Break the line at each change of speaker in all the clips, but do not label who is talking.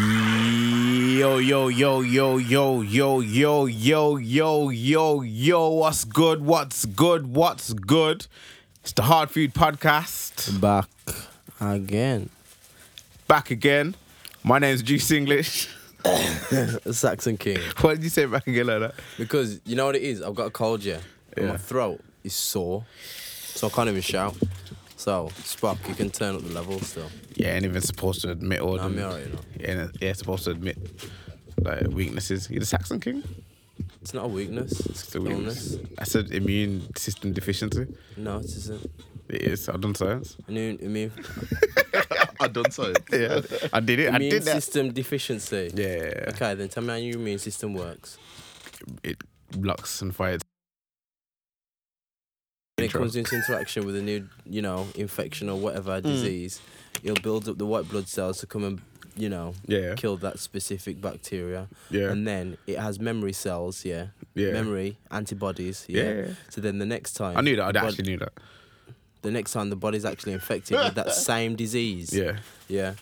Yo, yo, yo, yo, yo, yo, yo, yo, yo, yo, yo, what's good? What's good? What's good? It's the Hard Food Podcast.
Back again.
Back again. My name's Juice English.
Saxon King.
Why did you say back again like that?
Because you know what it is? I've got a cold, yeah. and
Yeah.
My throat is sore. So I can't even shout. So, Spock, you can turn up the level still.
Yeah, ain't even supposed to admit all
Nah,
them-
me alright, you know.
Yeah, no, yeah, supposed to admit like weaknesses. You the Saxon King?
It's not a weakness. It's,
It's a
illness.
weakness. That's an immune system deficiency.
No, it isn't.
It is. I've done science.
Immune, immune,
I done so.
Yeah, I did it. I
immune
did that.
system deficiency.
Yeah,
Okay, then tell me how your immune system works.
it blocks and fights.
When it
Intro.
comes into interaction with a new, you know, infection or
Hmm.
whatever disease, it'll build up the white blood cells to come and, you know,
Yeah,
kill that specific bacteria.
yeah,
and then it has memory cells, yeah,
yeah.
memory antibodies, yeah.
Yeah.
So then the next time,
I knew that.
the
I
bod-
actually knew that.
the next time the body's actually infected with that same disease,
Yeah.
yeah,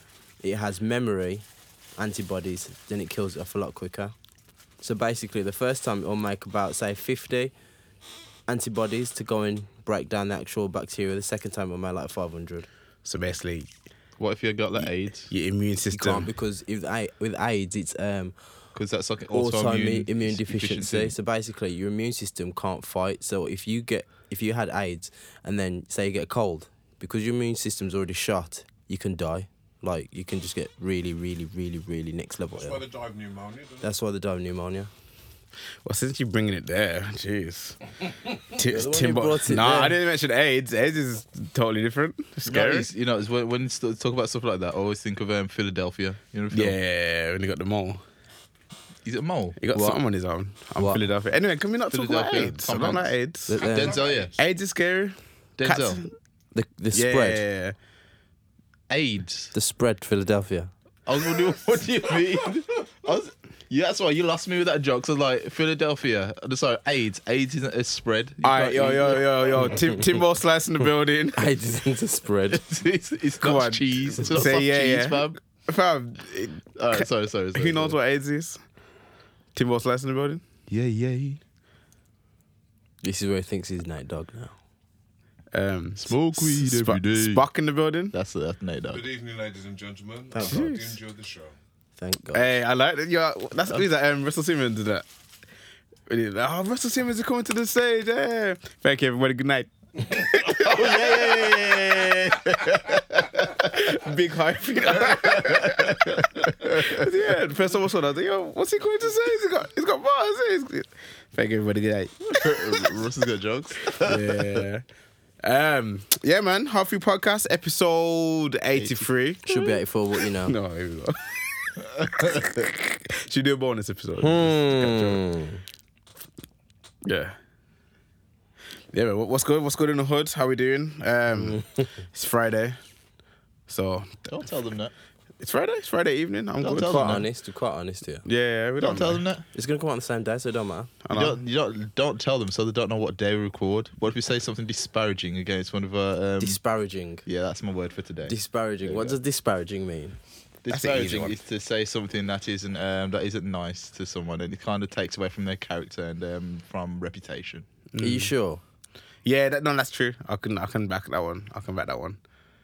it has memory antibodies, then it kills it off a lot quicker. So basically, the first time it'll make about say fifty antibodies to go and break down the actual bacteria. The second time it'll make like five hundred.
So basically,
What if you got like AIDS?
your immune
You can't
system.
because if I, with AIDS, it's um,
Because that's like an
autoimmune
autoimmune
immune deficiency. So basically, your immune system can't fight. So if you get if you had AIDS and then say you get a cold, because your immune system's already shot, you can die. Like you can just get really, really, really, really next level. ill.
drive pneumonia.
That's why they die of pneumonia.
Well, since you're bringing it there, jeez. T-
the one who
Timbo.
brought it
Nah,
there.
I didn't mention AIDS. AIDS is totally different. It's
Scary.
Scary.
you know, it's when, when you st- talk about stuff like that, I always think of um, Philadelphia. You know, Phil?
Yeah, when he got the mole.
He's a mole.
He got
What?
something on his arm. I'm
What?
Philadelphia. Anyway, can we not talk about
Philadelphia,
AIDS?
Tom
I'm not
Hanks.
AIDS.
The, the,
Denzel, yeah.
AIDS is scary.
Denzel.
the, the
yeah,
spread,
yeah, yeah.
AIDS.
the spread, Philadelphia.
I was wondering, what do you mean? I was, yeah, that's why you lost me with that joke. So like Philadelphia, uh, sorry, AIDS. AIDS isn't a spread. You
All right,
can't-
yo, yo, yo, yo. Tim, Timbo slice in the building.
AIDS isn't a spread.
It's, it's
Come
not
on.
cheese. It's not
Say
soft
yeah,
cheese,
yeah.
fam.
Fam, it-
All right, sorry, sorry, sorry.
who knows what AIDS is? Timbo slice in the building.
Yeah, yeah.
this is where he thinks he's night dog now.
Um,
Smoke weed
Sp-
every day.
Spock in the building.
That's that's Nate dog.
Good evening, ladies and gentlemen. I
Thank
hope you
God.
enjoyed the show.
Thank God.
Hey, I like that. You're, that's who's that? Um, Russell Simmons did that. When he- Oh, Russell Simmons is coming to the stage. Yeah. Thank you, everybody. Good night.
Oh,
Big hype. yeah, the first time I saw that, I was like, yo, what's he going to say? He's got, he's got bars. eh? He's good. Thank you, everybody. Good night.
Russ has got jokes.
Yeah. Um, yeah, man. Half Food Podcast, episode 83.
Should be 84, but you know.
No, here we go. Should we do a bonus episode?
Hmm.
Yeah. Yeah, man, what- what's good? What's good in the hood? How we doing? Um,
Hmm.
it's Friday, so
Don't tell them that.
it's Friday. It's Friday evening. I'm
Don't
good.
tell
Quite
them
Yeah,
that.
honest, we're quite honest here.
yeah, we don't,
Don't tell them that.
It's gonna come out on the same day, so it don't matter.
I
You
know.
don't, you don't, don't tell them so they don't know what day we record. What if we say something disparaging against one of our. Um,
Disparaging.
yeah, that's my word for today.
Disparaging.
There you
What
go.
does disparaging mean?
That's an easy
disparaging
one.
is to say something that isn't um, that isn't nice to someone, and it kind of takes away from their character and um, from reputation.
Are
Mm.
you sure?
Yeah, that, no, that's true. I can, I can back that one. I can back that one.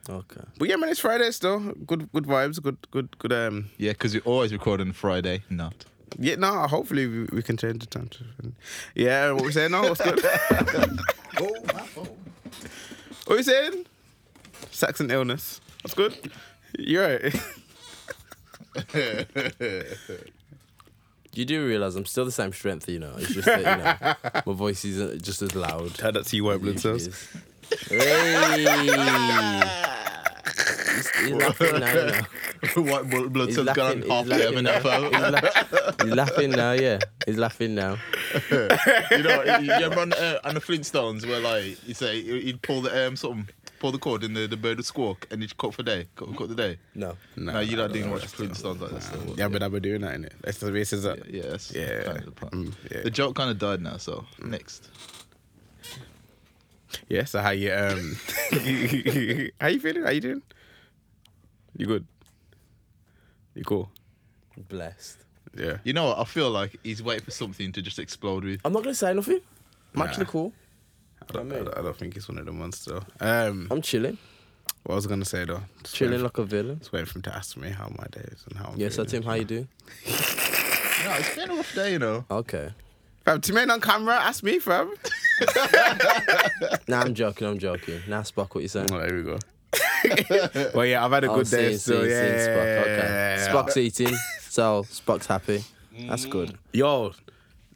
Okay.
But yeah, man, it's Friday still. Good, good vibes. Good, good, good. Um,
Yeah, because we always record on Friday. Not.
yeah, no. Hopefully, we, we can change the time. To, yeah, what we saying now? What's good? what we saying? Saxon illness. What's good? You're right.
You do realize I'm still the same strength, you know. It's just that you know, my voice isn't just as loud.
Tell that to you white
as
blood
it
cells.
is. Hey! He's- he's laughing now, you know.
White blood blood
He's
cells
laughing-
gone
he's
half
laughing
heaven
now.
up.
He's la- he's laughing now, yeah. He's laughing now.
You know, you you remember on, uh, on the Flintstones where like you say he'd pull the um something, pull the cord, and the, the bird would squawk, and he'd cut for day, cut, cut the day.
No.
No, you're not doing much Flintstones like that. still.
Yeah, but I've been doing that in it. That's the racism.
Yeah, that's
Yeah.
kind of the part.
Mm, yeah.
The joke kind of died now, so
Mm.
next.
Yeah, so how you um how you feeling? How you doing? You good? You cool?
Blessed.
Yeah.
You know what? I feel like he's waiting for something to just explode with.
I'm not gonna say nothing. I'm
Nah.
actually cool.
I don't,
I
I,
mean-
don't, I don't think it's one of them ones though. Um,
I'm chilling,
what I was gonna say though, just
chilling
Waiting,
like a villain.
just waiting for him to ask me how my day is and how. I'm
Yeah, so
feeling.
Tim, how you doing?
No, it's been a rough day, you know.
Okay.
Fam, Tim on camera. Ask me, fam.
Nah, I'm joking. I'm joking. Now, Spock, what you saying?
Oh, there we go. well, yeah, I've had a
Oh,
good day.
see,
so
see, see,
yeah,
Spock.
yeah,
Okay.
yeah, yeah.
Spock's eating, so Spock's happy. That's good.
Yo,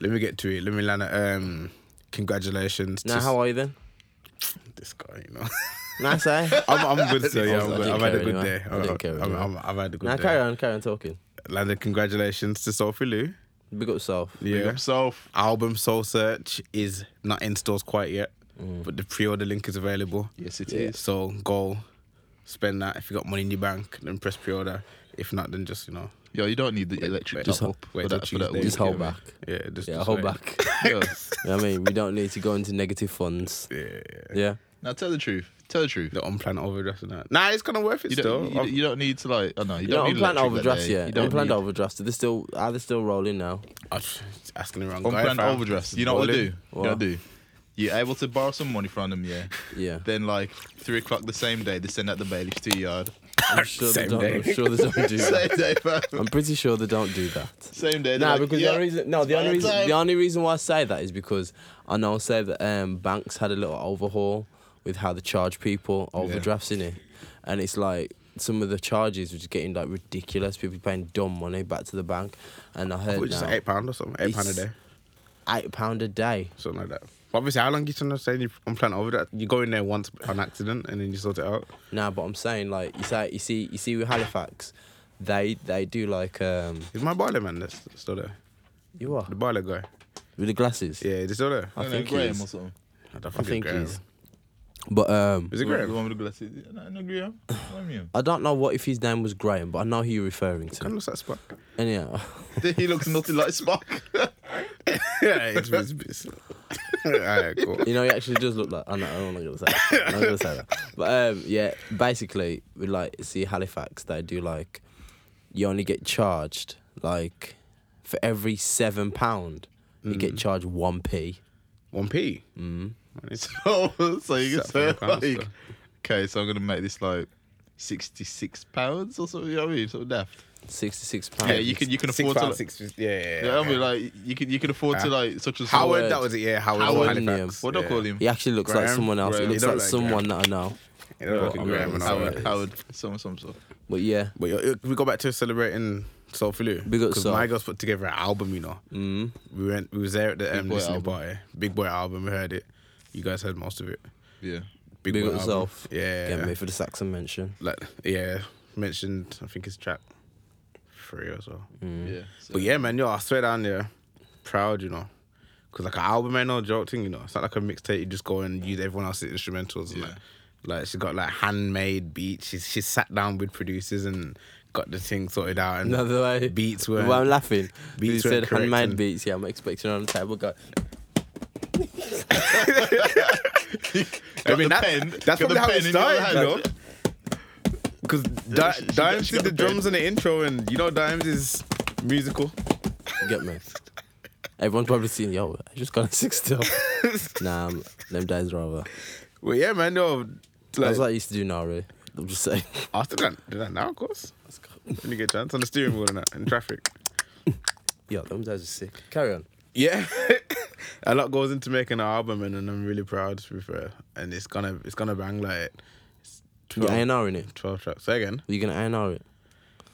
let me get to it. Let me land. it. Um, congratulations.
Now,
to
how are you then?
this guy? You know,
Nice, eh?
I'm, I'm good. So yeah, I'm good.
I didn't
I've had a
care
good
anyway.
day.
I didn't care
I'm-
anyway.
I'm- I've had a good
now,
day.
carry on, carry on talking.
Landed congratulations to Sophie Lou.
Big up, self.
Big
Yeah.
up self.
Album Soul Search is not in stores quite yet, but the pre-order link is available.
Mm. Yes, it is.
So go spend that. If you got money in your bank, then press pre-order. If not, then just you know
Yo, you don't need the electric
wait-
just
wait
up
till
for that, for that
Tuesday.
week,
Just hold
yeah, man.
back.
Yeah, just,
Yeah,
just
hold
wait.
back.
Yo,
You know what I mean, we don't need to go into negative funds.
Yeah, yeah, yeah.
Yeah.
now tell the truth. Tell the truth.
the unplanned overdraft and that. Nah, it's kind of worth it
You
still.
don't, you,
I'm-
you don't need to like. Oh no, you
You know,
don't need
unplanned
electric that
overdrafts,
day.
yeah.
You don't
Unplanned
need
overdrafts. Are they still are they still rolling now?
I'm just asking the wrong guy.
unplanned
fam.
overdrafts. You know what I do?
Balling.
You know what I
What?
do? You're able to borrow some money from them, yeah.
Yeah.
Then like three o'clock the same day, they send out the bailiffs to your yard.
I'm sure they
Same
don't
day.
I'm sure they don't do
same
that.
day, fam.
I'm pretty sure they don't do that.
Same day. they're
No,
like,
because
yeah,
the only reason no,
it's
the only
about
reason
time.
the only reason why I say that is because I know say that um, banks had a little overhaul with how they charge people overdrafts in it, and it's like some of the charges were just getting like ridiculous. People paying dumb money back to the bank, and I heard
Which is
now,
eight pound or something. Eight pound a
It's-
day,
eight pound a day.
something like that. But obviously, how long you trying to say you unplanned overdraft? You go in there once on accident and then you sort it out.
Now, but I'm saying like you say you see you see with Halifax, they they do like um
Is my barley man that's still there?
you are
The barley guy.
with the glasses.
Yeah, is he still there?
I
No, no,
think
Graham
he
or
is.
something.
I don't
I think
it's
he
Graham.
is. But um,
Is it
The one- the
Graham?
one with the glasses. No, no, Graham. What am you?
I don't know what if his name was Graham, but I know who you're referring to.
Kind of looks like Spock.
Anyhow,
he looks nothing like Spock.
yeah, it's, it's, it's. Alright, cool.
you know, he actually does look like. I know, I'm not gonna say. That. I'm not gonna say that. But um, yeah, basically, we like see Halifax. They do like, you only get charged like, for every seven pound, you get charged one p.
One P.
Mm.
It's
so, so you can
Except for
say
the
like,
pasta.
okay, so I'm gonna make this like sixty-six pounds or something. You know what I mean, sort of daft.
Sixty six pounds.
Yeah, you can you can
six
afford to.
pound,
Like,
six. Yeah, yeah.
you
yeah.
know what I mean, like you can you can afford to
Yeah.
like such as
Howard,
Howard.
that was it. Yeah, Howard.
Howard
Halifax.
What do I
yeah.
call him?
He actually looks like
Graham,
someone else.
Graham.
He looks
You
like
don't like
someone that I know.
Yeah, they're
Well,
fucking
I mean,
Graham and all
Howard,
that.
Howard, some some stuff.
But yeah,
But yo, we go back to celebrating Soulful Lou.
Big up
Because
Soul.
my girls put together an album, you know.
mm,
We went, we was there at the um,
Boy
listening
album.
party. Big Boy album, we heard it. You guys heard most of it.
Yeah.
Big,
big
Boy
up
album.
yourself.
Yeah.
Get me for the Saxon mention.
Like, yeah, mentioned. I think it's track three or so.
Yeah. So,
Mm. But yeah, man, yo, I swear down there, proud, you know. Cause like an album ain't no joke thing, you know. It's not like a mixtape. You just go and use everyone else's instrumentals. and
Yeah.
Like, like she got like handmade beats. She she sat down with producers and got the thing sorted out. And
Another way.
beats were
Well, I'm laughing.
Beats
Beats you
weren't
said
correct
handmade
and-
beats. Yeah, I'm expecting on the table. Go.
I
Got
mean,
the
that,
pen,
that's
got the
probably how
pen
it
in your
started, you
hand.
know. Because Di-
she- she got-
Dimes
she
did
got
the
the pen.
drums in the intro, and you know Dimes is musical.
Get me. Everyone's probably seen. Yo, I just got a six still. nah, I'm, them days are over.
Well, yeah, man, yo. Like,
That's what I used to do now, really. I'm just saying.
I still can't do that now, of course. When you get a chance on the steering wheel and that, in traffic.
Yo, them days are sick. Carry on.
Yeah, a lot goes into making an album, and, and I'm really proud to be fair. And it's gonna it's gonna bang like it's
You A
12,
and R in it.
12 tracks. Say again,
Are you gonna A and R it?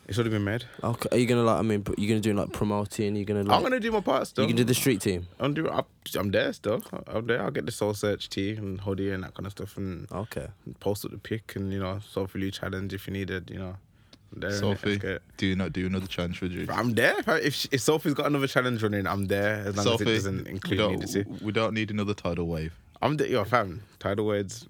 it's already been made.
Okay. Are you gonna like? I mean, you're gonna do like promoting. You're gonna like.
I'm gonna do my part still.
You can do the street team.
I'm do. I'm, I'm there still. I'm there. I'll get the soul search tee and hoodie and that kind of stuff, and
Okay.
post up the pic and you know soulfully challenge if you needed. You know, I'm there. innit?
Sophie,
Let's get it.
do not do another challenge for you.
But I'm there. If, I- if she- if Sophie's got another challenge running, I'm there as long as it
Sophie,
doesn't
we
include nudity.
don't, we don't need another tidal wave.
I'm there. Yo, fam. Tidal words.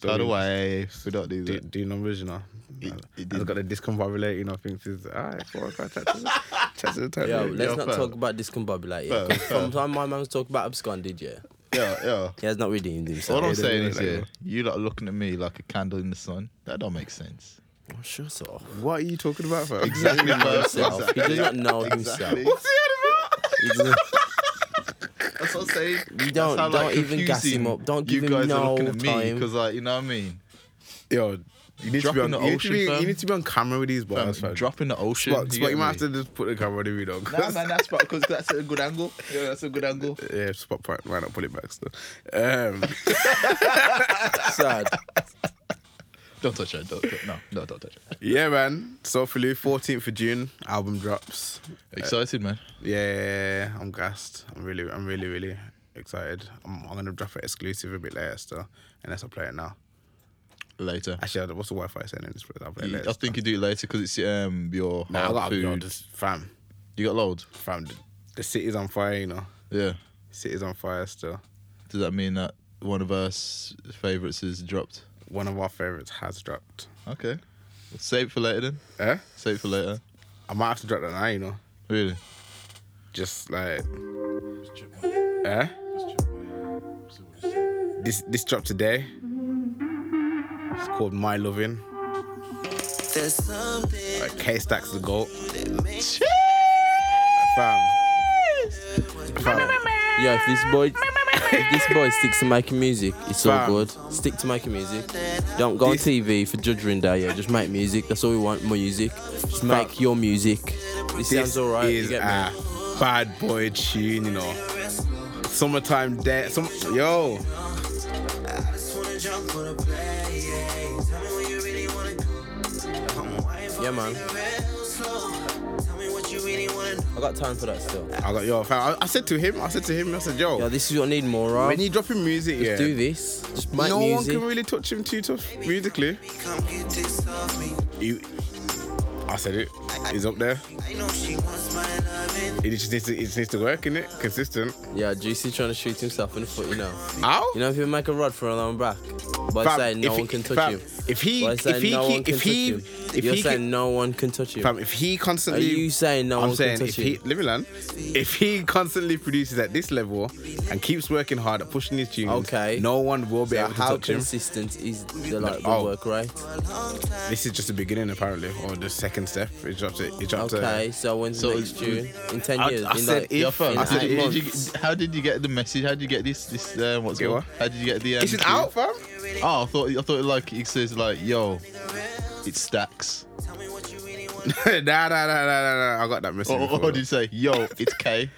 Tidal wave. We don't do
do,
that.
do numbers, you know.
It- it
has
did.
ah. got the discombobulate, you know, thinks it's alright, four, five, chat to the- chat to the time.
Yo, let's
yo,
not
fam.
talk about discombobulated. Yeah.
Fam,
'Cause From time my mum's talk about absconded, yeah.
Yeah, yeah.
He has not redeemed
All
himself.
I'm
they
saying
do
is,
it like
yeah,
that.
you lot are looking at me like a candle in the sun. That don't make sense.
Oh, shut up.
What are you talking about, fam?
Exactly,
He
bro.
doesn't know himself. He does not know himself.
Exactly.
What's he
He doesn't-
That's what I'm saying.
You don't-
That's how,
don't even gas him
confusing
up. Don't give
you
him
guys are
no
looking at me
time.
because, like, you know what I mean.
on about? Yo, you need, to be
Dropping
on,
the
you, need to
ocean,
be,
fam.
you need to be on camera with these
Fam,
bars, fam.
drop in the ocean.
Spock,
you
Spock,
get
you might
me?
have to just put the camera on the video.
Nah, man, that's because that's a good angle. Yeah, that's a good angle.
Yeah, Spock might- might not pull it back still. Um,
Sad.
Don't touch it. Don't, don't- no, no, don't touch it.
yeah, man. So for Lou, 14th of June, album drops.
Excited, man.
Yeah, I'm gassed. I'm really, I'm really, really excited. I'm, I'm gonna drop it exclusive a bit later still, unless I play it now.
Later.
Actually, what's the Wi-Fi saying in this place? I'll play it
You-
later.
I think you do it later because it's um your
Nah, I
hard
got
food.
you know, just Oh, fam,
You got loads.
fam. The, the city's on fire, you know.
Yeah.
City's on fire still.
Does that mean that one of us favourites is dropped?
One of our favorites has dropped.
Okay. Save it for later then.
Eh?
Save it for later.
I might have to drop that now, you know.
Really?
Just like,
Let's check my-
eh?
let's check my- see what it says.
This this dropped today. It's called My Loving.
There's something
Like K Stacks the goat.
that makes
Fam. Fam.
Yo, if this boy, if this boy sticks to making music, it's all
Fam.
good. Stick to making music. Don't go on
This-
TV for judging day. Yeah, just make music. That's all we want. More music. Just make your music. It
This
sounds alright. You
is
get
a
me?
bad boy tune, you know. Summertime day. Some yo.
I just wanna jump on a play. yeah. Tell me what you really wanna do. I'm wired for
Yeah, man.
real slow. Tell me what you really wanna do.
I got time for that still.
I got yo. Fam. I, I said to him. I said to him. I said
Yo,
yo.
this is what I need more of.
When you dropping music, yeah.
Do this. Just make
no
music.
one can really touch him too tough musically.
Come get this off me.
You, I said it. He's up there.
I know she wants my loving.
It just needs to, it just needs to work in it. Consistent.
Yeah, Juicy trying to shoot himself in the foot. You know.
How?
You know if you make a rod for a long back, but
Fam,
saying no
if
one
he-
can touch
fam,
him.
If he,
By
if
saying
he,
no
keep-
one can
if
touch
he,
him.
if
You're
he,
saying
keep-
no one can touch him.
fam, if he
Are
constantly,
you saying no
I'm
one
saying
can touch
if he,
him?
let me learn. If he constantly produces at this level and keeps working hard at pushing his tunes,
Okay.
no one will be
So
able to
how
touch him.
consistent is the like the
Oh.
work rate?
This is just the beginning, apparently, or the second step. It drops it. It drops
Okay, so when's
So
the next
it's-
June? In ten
I-
years?
I
in
said
like,
if-
in
Fam,
I said
eight
it-
did
months?
you, how did you get the message? How did you get this? This um, what's
Get
it called?
what?
How did you get the? Um,
A, it's an
tune?
out, fam.
Oh, I thought I thought like it says like yo, it stacks.
Tell me what you really wanna
nah, nah, nah, nah, nah, nah. I got that message.
Or, or
before.
Oh, did you say yo, it's K?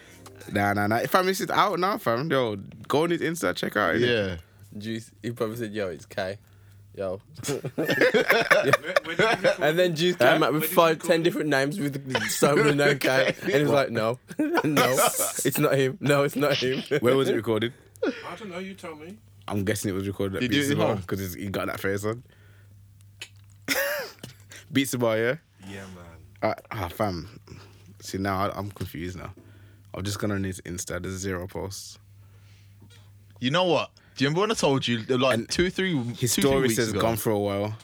Nah, nah, nah. If I miss it out now, fam, yo, go on his Insta, check out. innit?
yeah.
Juice, he probably said, "Yo, it's K." Yo,
Where- where did you get-
and then Juice came up
Where
with
did you
five,
call
ten
it?
different names with so many no K, and he was like, "No, no, it's not him. No, it's not him."
Where was it recorded?
I don't know. You tell me.
I'm guessing it was recorded at
Did you do
Beats
it at
Bar
home?
because he got that face on. Beats Bar, yeah.
Yeah, man.
Uh, ah, fam. See now I, I'm confused now. I've just gone on his Insta. There's zero posts.
You know what? Do you remember when I told you like
And
two, three?
His
two, three
story
weeks
says
ago,
gone for a while.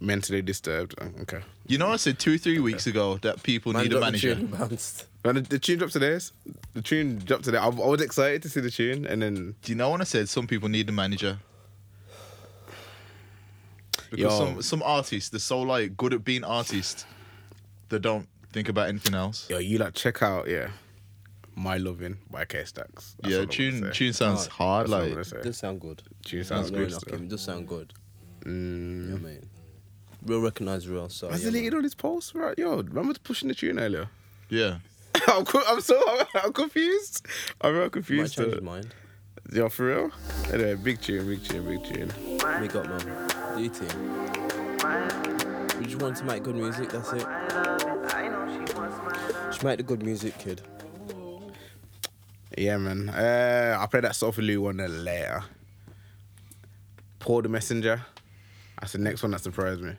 Mentally disturbed. Uh, Okay.
You know, I said two, three weeks ago that people
Man
need a
dropped the
manager.
tune and bounced.
But the, the tune dropped today. s- The tune dropped today. I, I was excited to see the tune, and then
Do you know when I said some people need a manager? Because
Yo.
some some artists, they're so like good at being artists, they don't think about anything else.
yo, you like check out yeah, my loving by K Stacks. That's all
yeah,
I'm gonna
tune
say.
tune sounds
Alright.
hard.
That's all I'm
Like
gonna
It
say.
does sound good.
Tune
Sounds
sounds
good.
good.
Like
still.
him. It does sound good.
Mm.
You know what I mean? Real recognize real. So
Has he
yeah, man.
deleted all his posts? Right, yo, remember pushing the tune earlier?
yeah.
I'm, co- I'm so I'm, confused. I'm real
might
confused.
change his
though.
mind.
Yo, for real? Anyway, big tune, big tune, big tune.
We got man. Do your thing. We just want to make good music. That's it. Just make the good music, kid.
Yeah, man. Uh, I'll play that Sophie Lou one there later. Paul the Messenger. That's the next one that surprised me.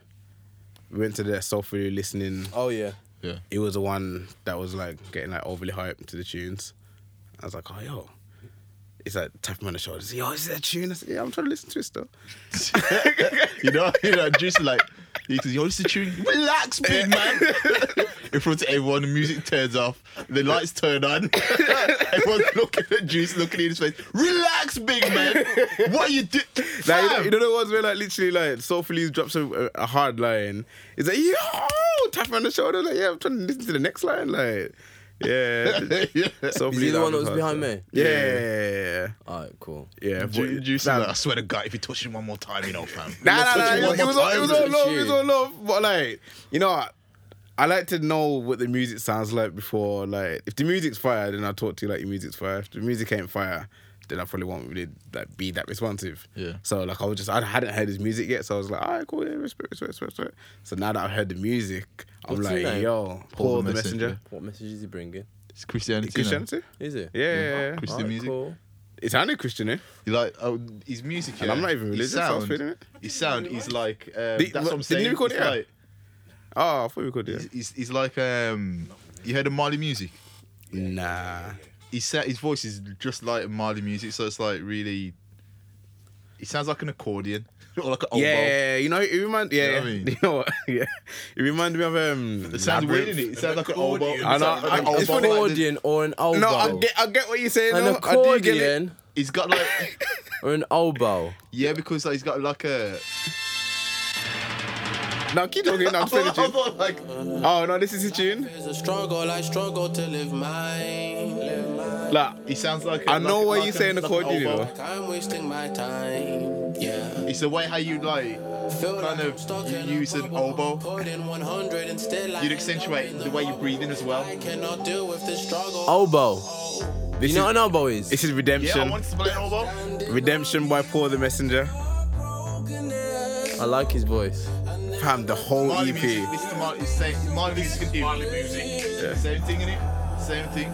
We went to the Sophie Lou listening.
Oh yeah.
Yeah.
It was the one that was like getting like overly hyped to the tunes. I was like, oh yo. It's like tapping me on the shoulder. He's like, Yo, is that tune? I said, yeah, I'm trying to listen to it still.
you know, you know, just like He says, "Yo, this is tune. Relax, big man." In front of everyone, the music turns off. The lights turn on. Everyone's looking at Juice, looking in his face. Relax, big man. What are you doing?
Like, you, know, you know the ones where like literally like Sophie drops a, a- a hard line. It's like yo, tap me on the shoulder. Like yeah, I'm trying to listen to the next line. Like yeah, Sophie
Is he the one that was behind me?
Yeah, yeah,
Alright, cool.
yeah. yeah.
Ju-
But-
Juice,
nah,
is like, I swear to God, if you touch him one more time, you know, fam.
Nah, nah,
Touch
nah.
him
It was, it
one more
was, all,
time,
it was
bro.
all love. It
shit.
was all love. But like, you know, I, I like to know what the music sounds like before. Like, if the music's fire, then I'll talk to you like your music's fire. If the music ain't fire, then I probably won't really like be that responsive.
Yeah.
So like, I was just I hadn't heard his music yet, so I was like, all right, cool, yeah, respect, respect, respect, respect. So now that I've heard the music, I'm
What's his
like,
name?
yo, Paul the Messenger.
What message is he bringing?
It's Christianity. now.
Christianity?
Is it?
Yeah, yeah, yeah.
Christian
Alright,
music.
cool.
It sounded Christian, eh?
You like oh, his music.
And
yeah,
I'm not even
his
religious, I was feeling it.
His sound is like. Um,
Did-
that's what
didn't
I'm
he
saying.
record
it's
it out?
like,
Oh, I thought we could do
he's, he's, he's like. Um, you heard of Marley music?
Nah.
His sa- his voice is just like Marley music, so it's like really. It sounds like an accordion or like an oboe.
Yeah, you know, it remind. Yeah,
Oh, know what I mean?
you know what? Yeah, it reminded me of um.
It sounds weird,
Labyrinth.
innit? It sounds like an oboe.
Accordion.
I know,
It sounds like an
I-
An
it's funny-
oboe. Like,
accordion or an oboe.
No, I get, I get what you're saying.
an
though. I do get it.
accordion
he's got like
or an oboe.
yeah, because like, he's got like a.
No, keep talking. No, I'm saying the
I
tune.
thought, like
Oh no, this is his tune.
It's a struggle, I struggle to live mine. Live mine.
Like,
he sounds like.
I know
like,
why
like
you're
a-
saying
like an
accordion, you
oboe.
know.
Like I'm wasting my time. Yeah.
It's the way how you like.
Feel
Kind
I'm
of
stuck
you
in a
use an
bubble.
oboe.
Put in 100 and still I end
You'd
up
accentuate
in
the way you're breathing as well.
I cannot deal with the struggle.
Oboe.
This
you know
is,
what an oboe is?
this is
Yeah, I
redemption.
wanted to play an oboe.
redemption by Paul the Messenger.
I like his voice.
Fam, the whole E
Marley
EP.
music. Listen to Marley. Same. Marley music and him. Marley music. Same thing in it. Same thing.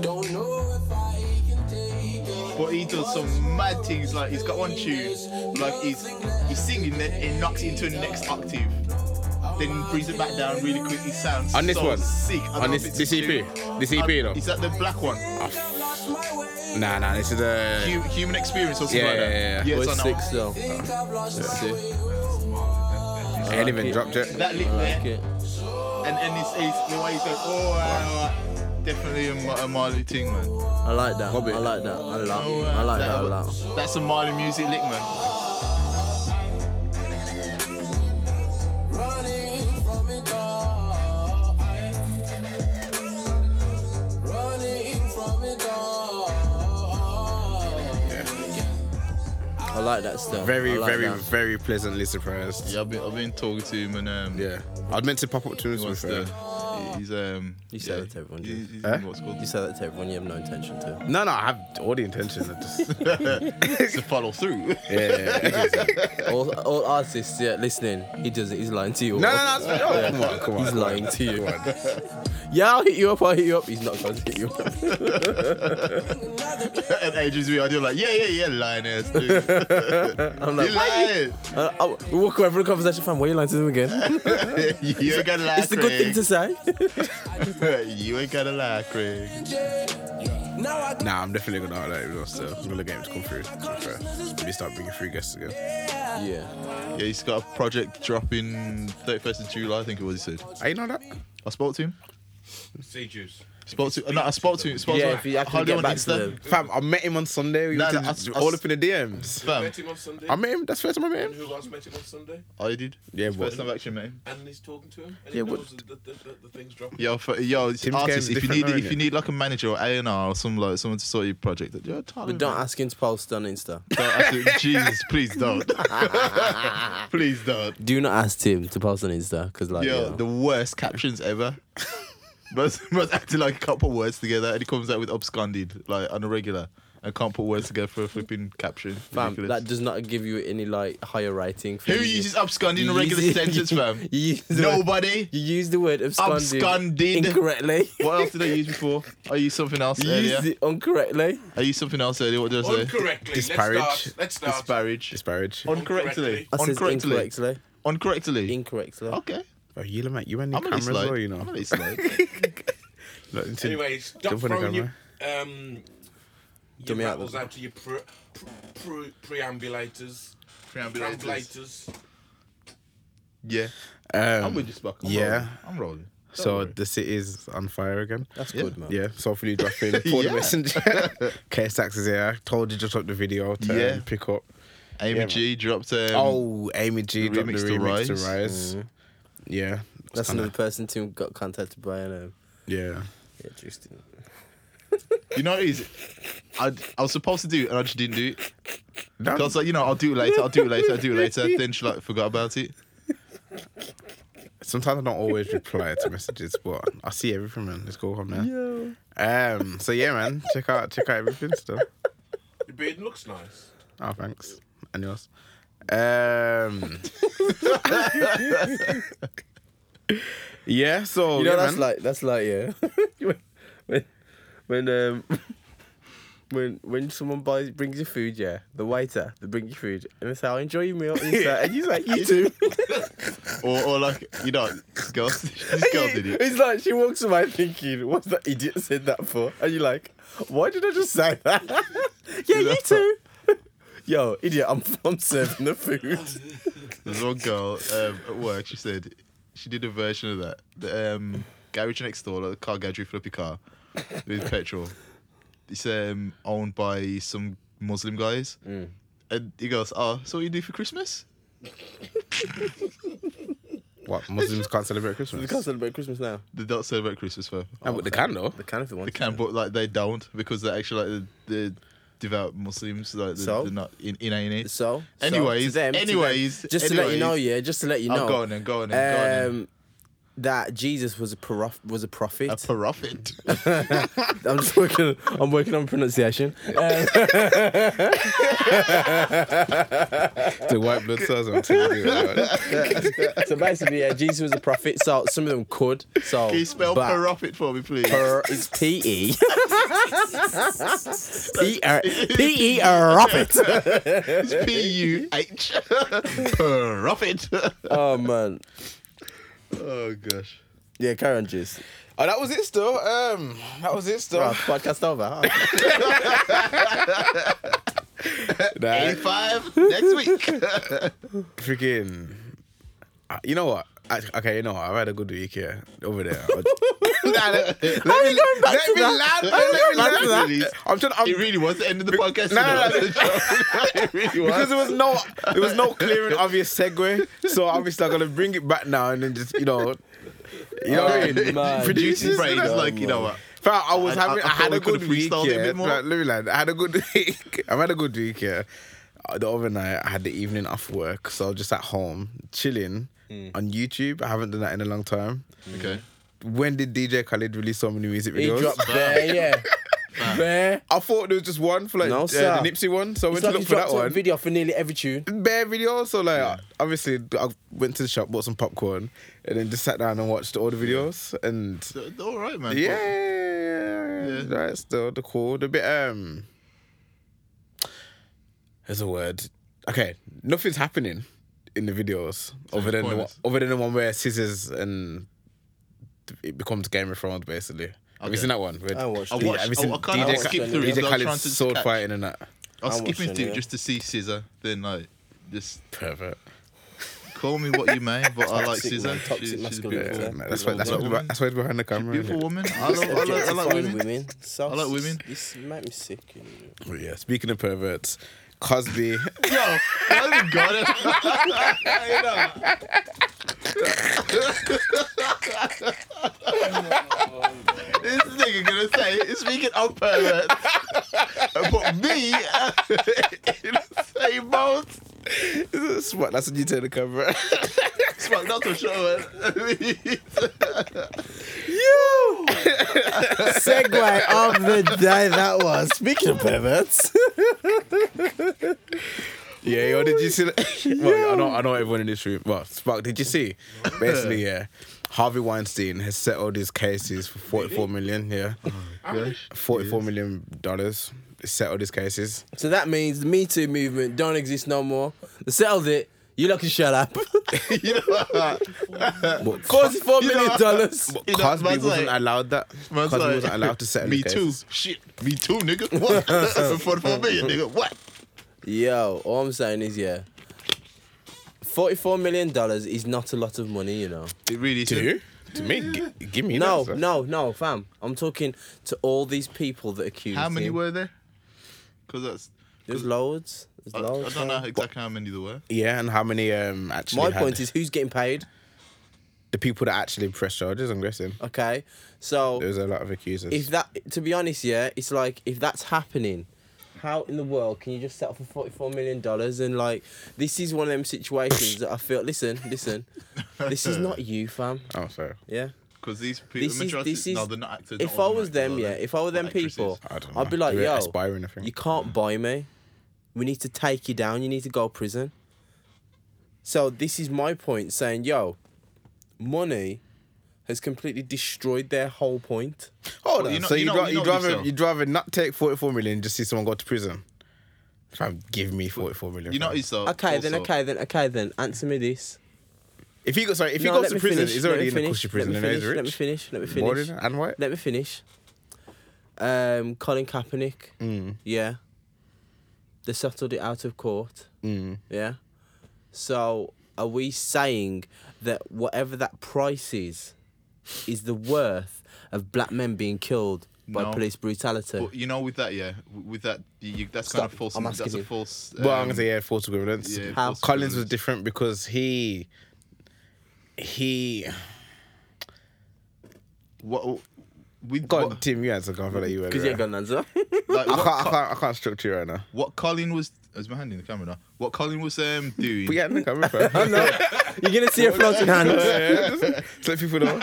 Don't know if I can take it.
But he does some mad things. Like he's got one tune. Like he's he's singing, then it knocks it into the next octave. Then brings it back down really quick. He sounds
On this
so
one?
sick. I
On
love
this-
it.
this EP? This E EP though?
Is that the black one?
Nah, nah, this is a.
Hu- human experience or something
Yeah,
like that.
yeah, yeah, yeah.
it's
Voice
on that
six
one.
though. Sick.
I hadn't even dropped yet.
That lick
I
there.
like it.
And and it's, it's the way he goes. Oh, uh, definitely a, Ma- a Marley thing, man.
I like that.
Bobby.
I like that. I like.
Oh,
I
uh,
like that.
that-
a lot.
That's a Marley music lick, man.
Running from it all. Running from it all.
I like that stuff. I
Very,
like
very,
that.
very pleasantly surprised.
Yeah, I've been, I've been talking to him and um,
Yeah. I was meant to pop up to
he
him.
wants to. He's um.
You say that to everyone,
He's,
Jules.
he's
Huh?
in what's called
You say that to everyone. You have no intention to.
No, no, I have all the intention. I just.
it's a follow through.
Yeah.
All, all artists, yeah, listening. He does it. He's lying to you.
No,
all.
no, no. it's- oh, Come on, come on.
He's
come on.
lying to you.
Come on.
Yeah, I'll hit you up. I'll hit you up. He's not going to hit you up.
and Adrian's we idea like yeah yeah yeah lioness. Dude.
I'm
you
like,
lying.
I, I walk away from the conversation. Fam, why are you lying to them again?
you ain't gotta lie.
It's a good thing to say.
to. you ain't gotta lie, Craig.
Now I
Nah, I'm definitely gonna highlight it so I'm gonna get him to come through. to be fair. Maybe start bringing three guests again.
yeah.
Yeah, he's got a project dropping 31st of July. I think it was. He said.
I know that.
I spoke to him.
Say juice.
Spoke to. No, I spoke to him. Spoke
Yeah,
to him.
if you actually
Hardly
get
on
back to
Insta.
them.
Fam, I met him on Sunday. We
Nah,
went
nah,
to-
I- I-
all up in the DMs.
Fam,
Met him on Sunday.
I met him. That's the first time I met
And
him.
who else met him on Sunday?
I did.
Yeah,
It's the
but-
first time I've actually met him.
And he's talking to him. And
Yeah,
he
what-
knows the, the, the, the things dropping.
Yo, for, yo, it's
Tim's game's
artists, if you
different
need
now,
if
innit?
you need like a manager or A and R or some like someone to sort your project, yo, Tyler,
But don't ask him to post on Insta.
don't ask it. Jesus, please don't, please don't.
Do not ask Tim to post on Insta because, like,
Yo,
yeah,
the worst captions ever. Must must acting like a couple words together, and he comes out with absconded like on a regular, and can't put words together for a flipping caption.
fam,
Ridiculous.
that does not give you any like higher rating. For
Who
you.
uses absconded in a
You
regular
use-
sentence, fam?
you use the word-
Nobody.
You use the word absconded,
Absconded.
incorrectly.
What else did I use before? I used something else
You
earlier.
used it incorrectly.
I used something else earlier. What did I say?
Incorrectly.
Disparage.
Let's start. Let's start.
Disparage.
Disparage.
Oh. Uncorrectly.
I said
Uncorrectly.
incorrectly.
Uncorrectly.
Incorrectly.
okay.
Bro, you look like you and your
I'm
camera
really
as
slow.
well, you know.
I'm really slow.
Look into-
Anyways, stop
Jump on the
throwing your,
camera.
um, your
Dummy out
rattles
the-
out to your pre, pre, pre, preambulators.
Preambulators.
Preambulators.
Yeah.
Um,
I'm with you, Spock. I'm
yeah.
Rolling. I'm rolling. Don't
so
worry.
the city's on fire again.
That's
Yeah.
good, man.
Yeah, so hopefully you drop in. Call the
Yeah.
messenger. KS Tax is here. Told you just drop the video to um,
Yeah.
pick up.
Amy
yeah,
G dropped. Um,
oh, Amy G dropped the
remix to
remix to
Rise.
Rise. Yeah.
That's
Kinda-
another person who got contacted by and um,
Yeah.
yeah, Justin.
You know what it is? I, I was supposed to do it and I just didn't do it.
That-
Because like, you know, I'll do it later, I'll do it later, I'll do it later. then she like forgot about it.
Sometimes I don't always reply to messages, but I see everything, man. Let's go on now. Um. So yeah, man. Check out check out everything still.
Your beard looks nice.
Oh, thanks. And yours. Um. yeah. So
You know
Oh, yeah,
that's
man.
like that's like yeah. when when when, um when when someone buys brings you food, yeah, the waiter they bring you food and they say, "I'll enjoy your meal," and you say, and you say, "You too."
Or, or like, you know, girls, this girl did it.
It's like she walks away thinking, "What's that idiot said that for?" And you're like, "Why did I just say that?" yeah, you too. Yo, idiot! I'm I'm serving the food.
There's one girl um, at work, she said, she did a version of that. The um, garage next door, like the car garage, we flip your car with petrol. It's um, owned by some Muslim guys.
Mm.
And he goes, oh, so what you do for Christmas?
what Muslims can't celebrate
We
Christmas.
can't celebrate Christmas now.
They don't celebrate Christmas, fam.
No, but they can though.
They can if they want.
They can, but like they don't because they're actually like the, the devout Muslims. Like they're,
So?
they're not in in it.
So, so,
Anyways,
to them- to them,
anyways,
just to let you know,
anyways.
yeah, just to let you
Oh,
know,
go on then, go on then, go on then.
um, that Jesus was a prof- was a prophet.
a prophet.
I'm just working. I'm working on pronunciation. Um,
The white blood cells. I'm telling you. right?
so basically, yeah, Jesus was a prophet. So some of them could. So
Can you spell
but
prophet for me, please?
per- it's P E P R P E prophet.
It's P U H. Prophet.
Oh man,
oh gosh.
yeah, carry on, juice.
oh, that was it still. Um, that was it still.
Oh, podcast over.
Nah,
A five next week.
freaking. uh, You know what? I, okay, you know what? I've had a good week here over there. I- Nah, let, let me,
back
let
to
me
that?
land.
How you
Let
going
me
back to
land.
that?
I'm trying. I'm,
It really was the end of the podcast.
No,
you
no, no.
know, that's a joke. it really
because
was.
there was no there was no clear and obvious segue. So obviously I'm gonna bring it back now and then just you know you know what I mean.
man.
Producing
Producers,
brains,
you know?
like you know what?
Fam, I was
I- I-
having I,
I thought
had
we
a
could've
good week
freestyled it a
yeah.
bit more.
Like, let me land. I had a good week. I've had a good week yeah. Uh, The other night I had the evening off work, so I was just at home chilling
Mm.
on YouTube. I haven't done that in a long time.
Mm.
Okay.
When did DJ Khaled release so many music
He
videos?
dropped there, yeah, there.
I thought there was just one for like
No,
uh,
sir.
the Nipsey one, so I
It's
went
like
to
he
look for
dropped
that
a
one.
video for nearly every tune.
bare videos. So like, obviously, I went to the shop, bought some popcorn, and then just sat down and watched all the videos. And
So, All right, man.
yeah, yeah. that's the the cool, the bit. Um, there's a word. Okay, nothing's happening in the videos other than the one,
pointless.
other than the one where scissors and it becomes Game of Thrones basically. Have you
Okay.
seen that one? Where-
I watched
I
it.
watched-
Have you
I-
seen
I kinda
DJ,
skipped
Khaled-
through it. I
DJ
was trying
Khaled's
to
sword
catch.
fighting and that?
I was
I'm
skipping
watching
through
it.
just to see Caesar. Then like, just
Pervert.
call me what you may, but I like
Toxic,
Caesar.
man. Toxic masculinity.
Yeah,
Yeah.
man, that's why. That's why.
Beautiful
That's why it's behind the camera.
Beautiful
innit?
woman. I love, I love, I like
Objectifying
women.
So,
I like women.
This make me sick. you know.
But Oh, yeah, speaking of perverts, Cosby.
Yo, I got it. this nigga gonna say, speaking of perverts, but me in the same boat.
Smart, that's what you tell the camera.
Smack not to show it.
Segway of the day that was. Speaking of perverts,
yeah, yo, did you see? that? well, I know, I know everyone in this room. Well, Spark, did you see? Basically, yeah, Harvey Weinstein has settled his cases for forty-four million. Yeah,
Gosh.
forty-four million dollars. He Settled his cases.
so that means the Me Too movement don't exist no more. They settled it. You lucky shut up.
You know what?
But
Forty-four million
know-
dollars.
Co-
You know,
Cosby
man's
wasn't
like-
allowed that.
Man's
Cosby
like,
wasn't allowed to settle.
Me
his
too.
cases.
Shit. Me too, nigga. What? For the four million, nigga. What?
Yo, all I'm saying is yeah. Forty-four million dollars is not a lot of money, you know.
It really
To
is.
you? To me? G- give me
No,
that, sir.
no, no, fam. I'm talking to all these people that accused
How many
him.
were there? Because that's.
There's loads. There's
I, I
loads.
don't know
fam.
exactly how many there were.
Yeah, and how many um actually?
My
had-
point is, who's getting paid?
the people that actually press charges. I'm guessing
Okay, so
there's a lot of accusers.
if that, to be honest, yeah, it's like if that's happening, how in the world can you just settle for forty-four million dollars? And like, this is one of them situations that I feel. Listen, listen, this is not you, fam.
oh, sorry.
Yeah.
Because these people.
This
the
is,
majority,
this is,
no, they're not actors.
if
not
I
all
was
actors,
them,
are
yeah,
they?
if I were them
Or actresses.
people,
I don't know.
I'd be like,
They were
yo,
aspiring, I think.
you can't buy me. We need to take you down. You need to go to prison. So this is my point saying, yo, money has completely destroyed their whole point.
Hold
Well,
on.
you know-
so
you
you
know-
dra-
you
you
know
rather
yourself.
you rather not take 44 million just see someone go to prison. Fam, give me 44 million.
You know,
fam.
it's uh,
Okay, then,
also-
okay, then, okay, then. Answer me this.
if he goes sorry, if
No,
he goes
let
to
me
prison,
finish,
he's
let
already
me
in a
finish,
cushy prison
Let
and
me
he's
finish.
rich.
Let me finish. Let me
More
finish.
than that, and what?
Let me finish. Um, Colin Kaepernick.
Mm.
Yeah. They settled it out of court.
Mm.
Yeah. So are we saying that whatever that price is, is the worth of black men being killed by
No.
police brutality?
But you know, with that, yeah, w- with that, you, you- that's kind
Stop.
of false.
I'm
that's
asking
a
you.
false.
Well, I'm
um,
gonna say yeah, false equivalence.
yeah,
How?
false
Collins was
equivalence.
different because he he
What? With
God,
what,
Tim, you answer. I feel like you.
Because you ain't got an answer.
like,
I
what,
can't, I
Co-
can't, I can't structure you right now.
what Colin was. Is my hand in the camera now? What Colin was um, doing?
But yeah, no, camera. fam.
no, you're gonna see a floating hand.
yeah, just let people know.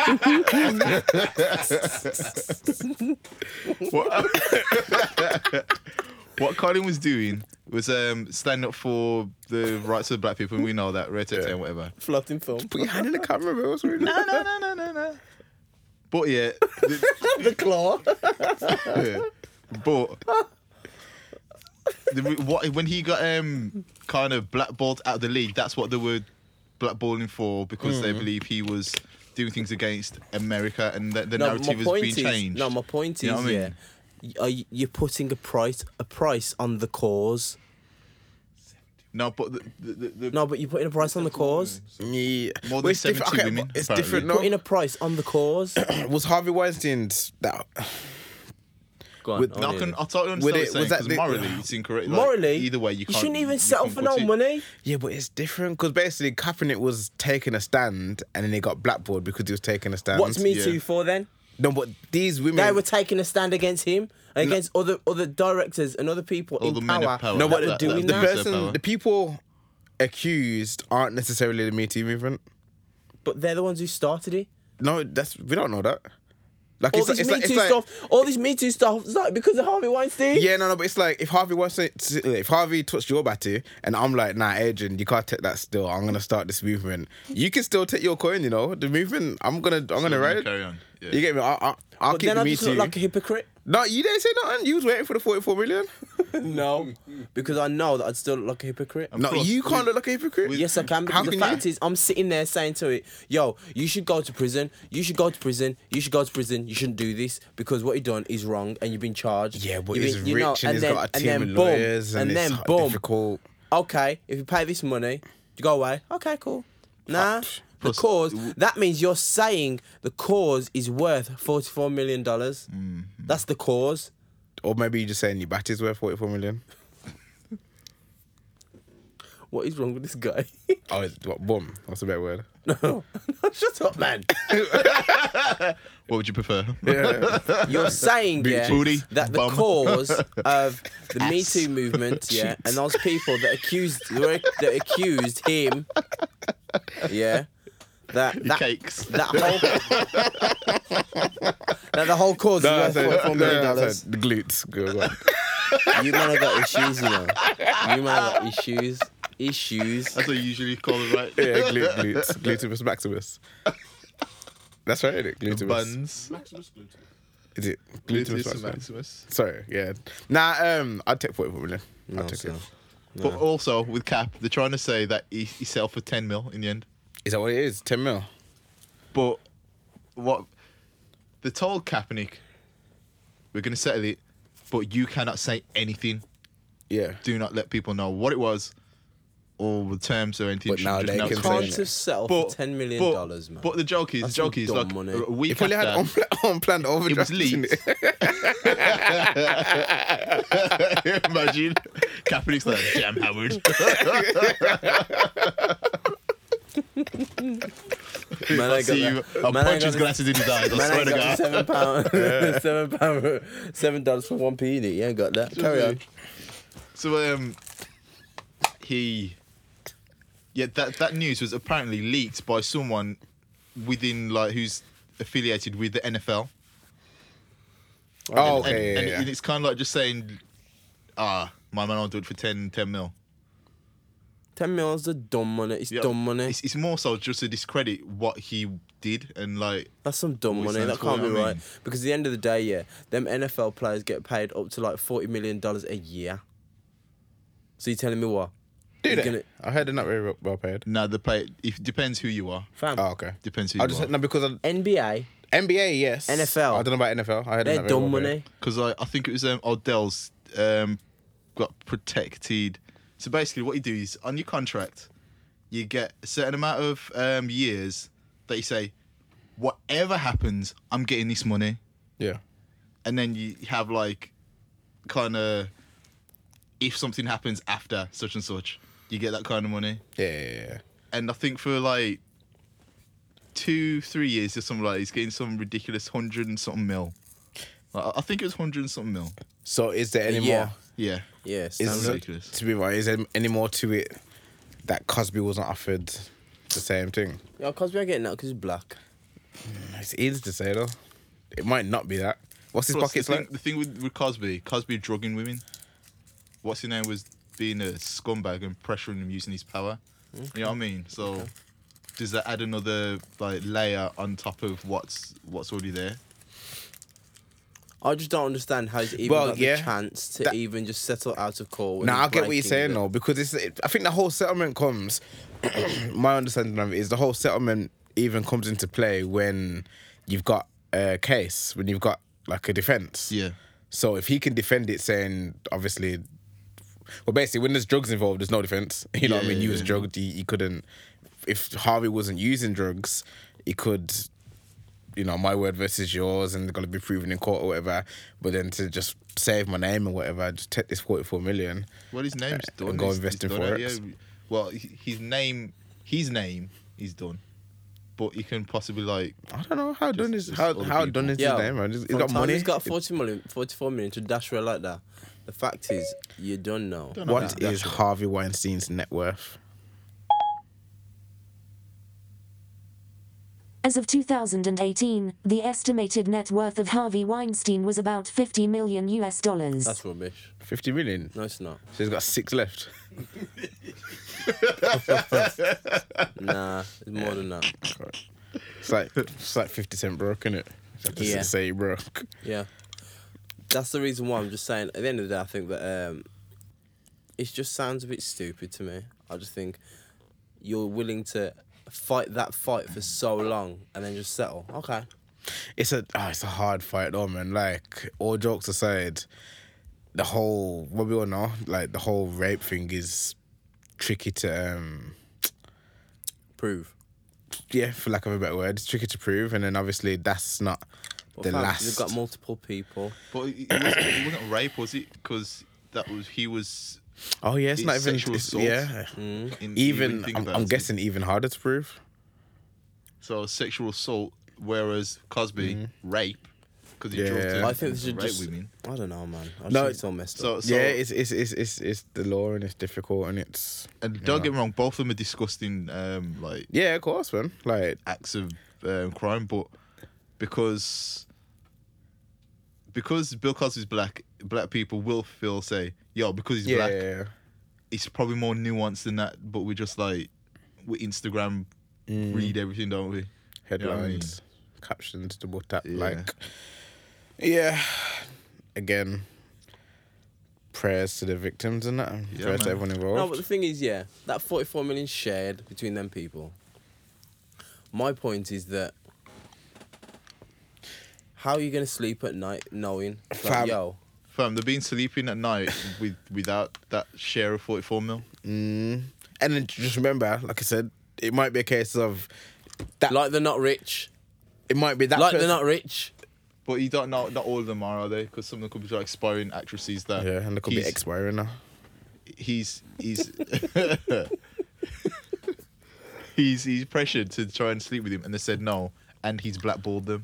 What Colin was doing was um, standing up for the rights of black people, and we know that, right? Yeah. And whatever.
floating film.
Put your hand in the camera, bro. What's wrong?
No, no, no, no, no, no. But yeah, the,
The claw.
yeah, but the, re- what when he got um kind of blackballed out of the league, that's what they were blackballing for because they
Mm.
believe he was doing things against America, and that the narrative was being changed.
No, my point
You
is,
know what I
yeah,
mean?
y- are you, you're putting a price a price on the cause.
no, but the, the, the, the
No, but you're putting a price on the cause.
Yeah.
More than
Well, it's different-
70 women,
but It's
apparently.
different. No,
Putting a price on the cause.
was Harvey Weinstein's that?
Go on,
With-
I'll
No, I,
hear
can,
this.
I totally
Would
understand
it-
what you're
was
saying,
that
'cause
the-
morally it's incorrect. like,
Morally,
either way, you, can't,
shouldn't even
you
settle
can't
for
put
no
it-
money.
Yeah, but it's different because basically Kaepernick was taking a stand and then they got blackballed because he was taking a stand.
What's Me
yeah.
Too for then?
No, but these women.
They were taking a stand against him, and against other other directors and other people in
the men
power.
of power.
no, but
That-
the,
that-
the,
doing
that
now.
deserve power.
person, the people accused aren't necessarily the Me Too movement.
But they're the ones who started it.
No, that's we don't know that. Like
All
it's, like- it's
this Me
like,
Too
it's like,
stuff. all this Me Too stuff is like because of Harvey Weinstein.
Yeah, no, no, but it's like if Harvey wants to, if Harvey touched your batty, and I'm like, nah, Adrian, you can't take that. Still, I'm gonna start this movement. You can still take your coin, you know. The movement, I'm gonna, I'm gonna
we're
ride.
gonna
it.
carry on, yeah.
You get me? I, I, I'll
But
keep
then
the
I
me
just
too.
look like a hypocrite.
no, you didn't say nothing. You was waiting for the 44 million.
No, because I know that I'd still look like a hypocrite.
no,
course.
you can't look like a hypocrite.
Yes, I can.
How
Because the
can
fact
you?
is, I'm sitting there saying to it, "Yo, you should go to prison. You should go to prison. You should go to prison. You shouldn't do this because what you done is wrong, and you've been charged."
Yeah, but
You've
he's
been-
rich and, he's got a team of lawyers, and, it's hard- difficult.
Okay, if you pay this money, you go away. Okay, cool. Nah, the
Plus-
cause. That means you're saying the cause is worth forty-four million dollars.
Mm-hmm.
That's the cause.
Or maybe you're just saying your batty's worth 44 million.
What is wrong with this guy?
Oh, it's, what bum? What's a better word?
Shut up, man.
What would you prefer?
Yeah.
You're saying
Big
yeah,
booty,
that the
bum.
cause of the Me Too movement, yeah, and those people that accused that were- that accused him, yeah, that that,
Cakes.
that whole that the whole cause
no, I
is
said,
worth forty four
no,
million
I
dollars.
said the glutes. Go, go.
You might have got issues, you know. You might have got issues, issues.
That's what you usually call it, right?
Yeah, glu- glutes, gluteus maximus. That's right, isn't it? Gluteus.
Buns.
Maximus Gluten.
Is it gluteus
Gluteus
maximus?
maximus.
Sorry, yeah. Nah, um, I'd take 44 million. I'll take it.
Oh, so-
But also with Cap, they're trying to say that he, he settled for ten mil in the end.
Is that what it is? 10 mil?
But what they told Kaepernick, we're gonna settle it, but you cannot say anything.
Yeah.
Do not let people know what it was. all the terms or anything.
But now they can
Just now-
say
Can't
it.
have settled for ten million
but-
dollars, man.
But the joke is,
That's
the joke is
dumb
like
money.
a week
If only had
after,
unpla- unplanned overdraft.
it was leaked.
innit?
Imagine Kaepernick's like, damn Howard.
man,
I see you. I'll
man, I
punch his
got-
glasses in his eyes. I
Man,
swear
ain't
to
got
God.
seven pound, seven pound, seven dollars for one p in it. You ain't got that. Carry on.
So um, he, yeah, that that news was apparently leaked by someone within like who's affiliated with the NFL.
oh,
and,
okay, yeah,
and,
yeah,
and it's kind of like just saying, ah, my man, I'll do it for 10, 10 mil.
Ten mil's the dumb money. It's
Yeah,
dumb money.
It's, it's more so just to discredit what he did and like.
That's some dumb
Always
money. That
sounds
can't
cool,
be
I mean.
right. Because at the end of the day, yeah, them NFL players get paid up to like forty million dollars a year. So you telling me what?
Do
He's
that.
gonna-
I heard they're not very well paid.
No, the play. It depends who you are.
Fam.
Oh, okay.
Um, Depends who
I
you
just
are.
no because of
NBA,
NBA, yes.
NFL.
I don't know about NFL. I heard
they're
not very
dumb
well paid.
money.
because I, I think it was um, Odell's um, got protected. So basically, what you do is on your contract, you get a certain amount of um, years that you say, whatever happens, I'm getting this money,
Yeah.
and then you have like kind of if something happens after such and such, you get that kind of money.
Yeah, yeah, yeah.
And I think for like two, three years or something like, that, he's getting some ridiculous hundred and something mil. Like, I- I think it was hundred and something mil.
So is there any
Yeah.
more?
Yeah.
Yes.
Is
Sounds
there-
ridiculous.
to be right? Is there any more to it that Cosby wasn't offered the same thing?
Yeah, Cosby ain't getting that because he's black.
It's easy to say though. It might not be that. What's his
Plus,
pockets
the thing,
like?
the thing with, with Cosby, Cosby drugging women. What's his name was being a scumbag and pressuring him using his power. You know what I mean? So does that add another like layer on top of what's what's already there?
I just don't understand how he's even
Well,
got
yeah.
the chance to
That-
even just settle out of court. when
Now I
he's
get what you're
breaking
saying
the-
though, because it's. It, I think the whole settlement comes. my understanding of it is the whole settlement even comes into play when you've got a case, when you've got like a defense. So if he can defend it, saying obviously, well, basically when there's drugs involved, there's no defense. You know what I
Yeah,
mean?
yeah,
You was
yeah.
drugged. You, you couldn't. If Harvey wasn't using drugs, he could. You know, my word versus yours, and they're gonna be proven in court or whatever. But then to just save my name and whatever, just take this forty-four million.
Well, his name's
Uh,
done.
go
He's-
invest
he's
in
done it,
Forex.
yeah. Well, h- his name, his name is done, but he can possibly like
I don't know how done is
just
how
other
how
people.
done is
Yeah,
his name, man. He's, he's
from
got
time
money.
He's got 40 million, 44 million to dash around like that. The fact is, you don't know.
Don't know.
what
That's
is Harvey Weinstein's net worth?
As of 2018, the estimated net worth of Harvey Weinstein was about 50 million US dollars.
That's rubbish.
Fifty million.
No, it's not.
So he's got six left.
Nah, it's more than that.
It's like it's like fifty cent broke, isn't it?
Yeah.
yeah. say you broke.
Yeah. That's the reason why I'm just saying, at the end of the day, I think that um, it just sounds a bit stupid to me. I just think you're willing to fight that fight for so long and then just settle. Okay.
It's a oh, it's a hard fight though, man. Like all jokes aside, the whole what we all know, like the whole rape thing is tricky to um
Prove.
yeah, for lack of a better word, it's tricky to prove and then obviously that's not
But
the
fam,
last
You've got multiple people.
But it, it wasn't, it wasn't rape, was it? Because that was he was
Oh yeah, it's,
It's
not even
sexual
it's-
assault.
yeah. Mm.
in, when you
Hmm? Even
think
I'm,
about
I'm
it.
guessing even harder to prove.
So sexual assault, whereas Cosby rape because he
Mm-hmm. Yeah.
drugged her
I
I think
and
this should
raped
just.
women.
I don't know, man. I just
No,
think it's all messed up.
So, so
yeah, it's it's, it's it's it's the law and it's difficult and it's
and don't get me wrong, both of them are disgusting um, like
yeah, of course, man. Like
acts of um, crime, but because because Bill Cosby's black, black people will feel say, yo, because he's
yeah,
black,
yeah, yeah.
it's probably more nuanced than that. But we just like we Instagram
Mm.
read everything, don't we? You know what I mean?
headlines, captions, double tap.
Yeah.
Like, yeah. Again, prayers to the victims and that. and
Yeah,
prayers to
man.
everyone
No, but the
involved.
thing is, yeah, that 44 million shared between them people. My point is that how are you going to sleep at night knowing, like,
Fam.
yo,
Fam, they're being sleeping at night with without that share of forty four mil.
And then just remember, like I said, it might be a case of that.
Like they're not rich.
it might be that.
Like they're
person-
not rich.
But you don't know. Not all of them are, are they? Because some of them could be like expiring actresses that.
Yeah, and they could be
he's-
expiring now.
He's he's. He's, he's pressured to try and sleep with him, and they said no, and he's blackballed them.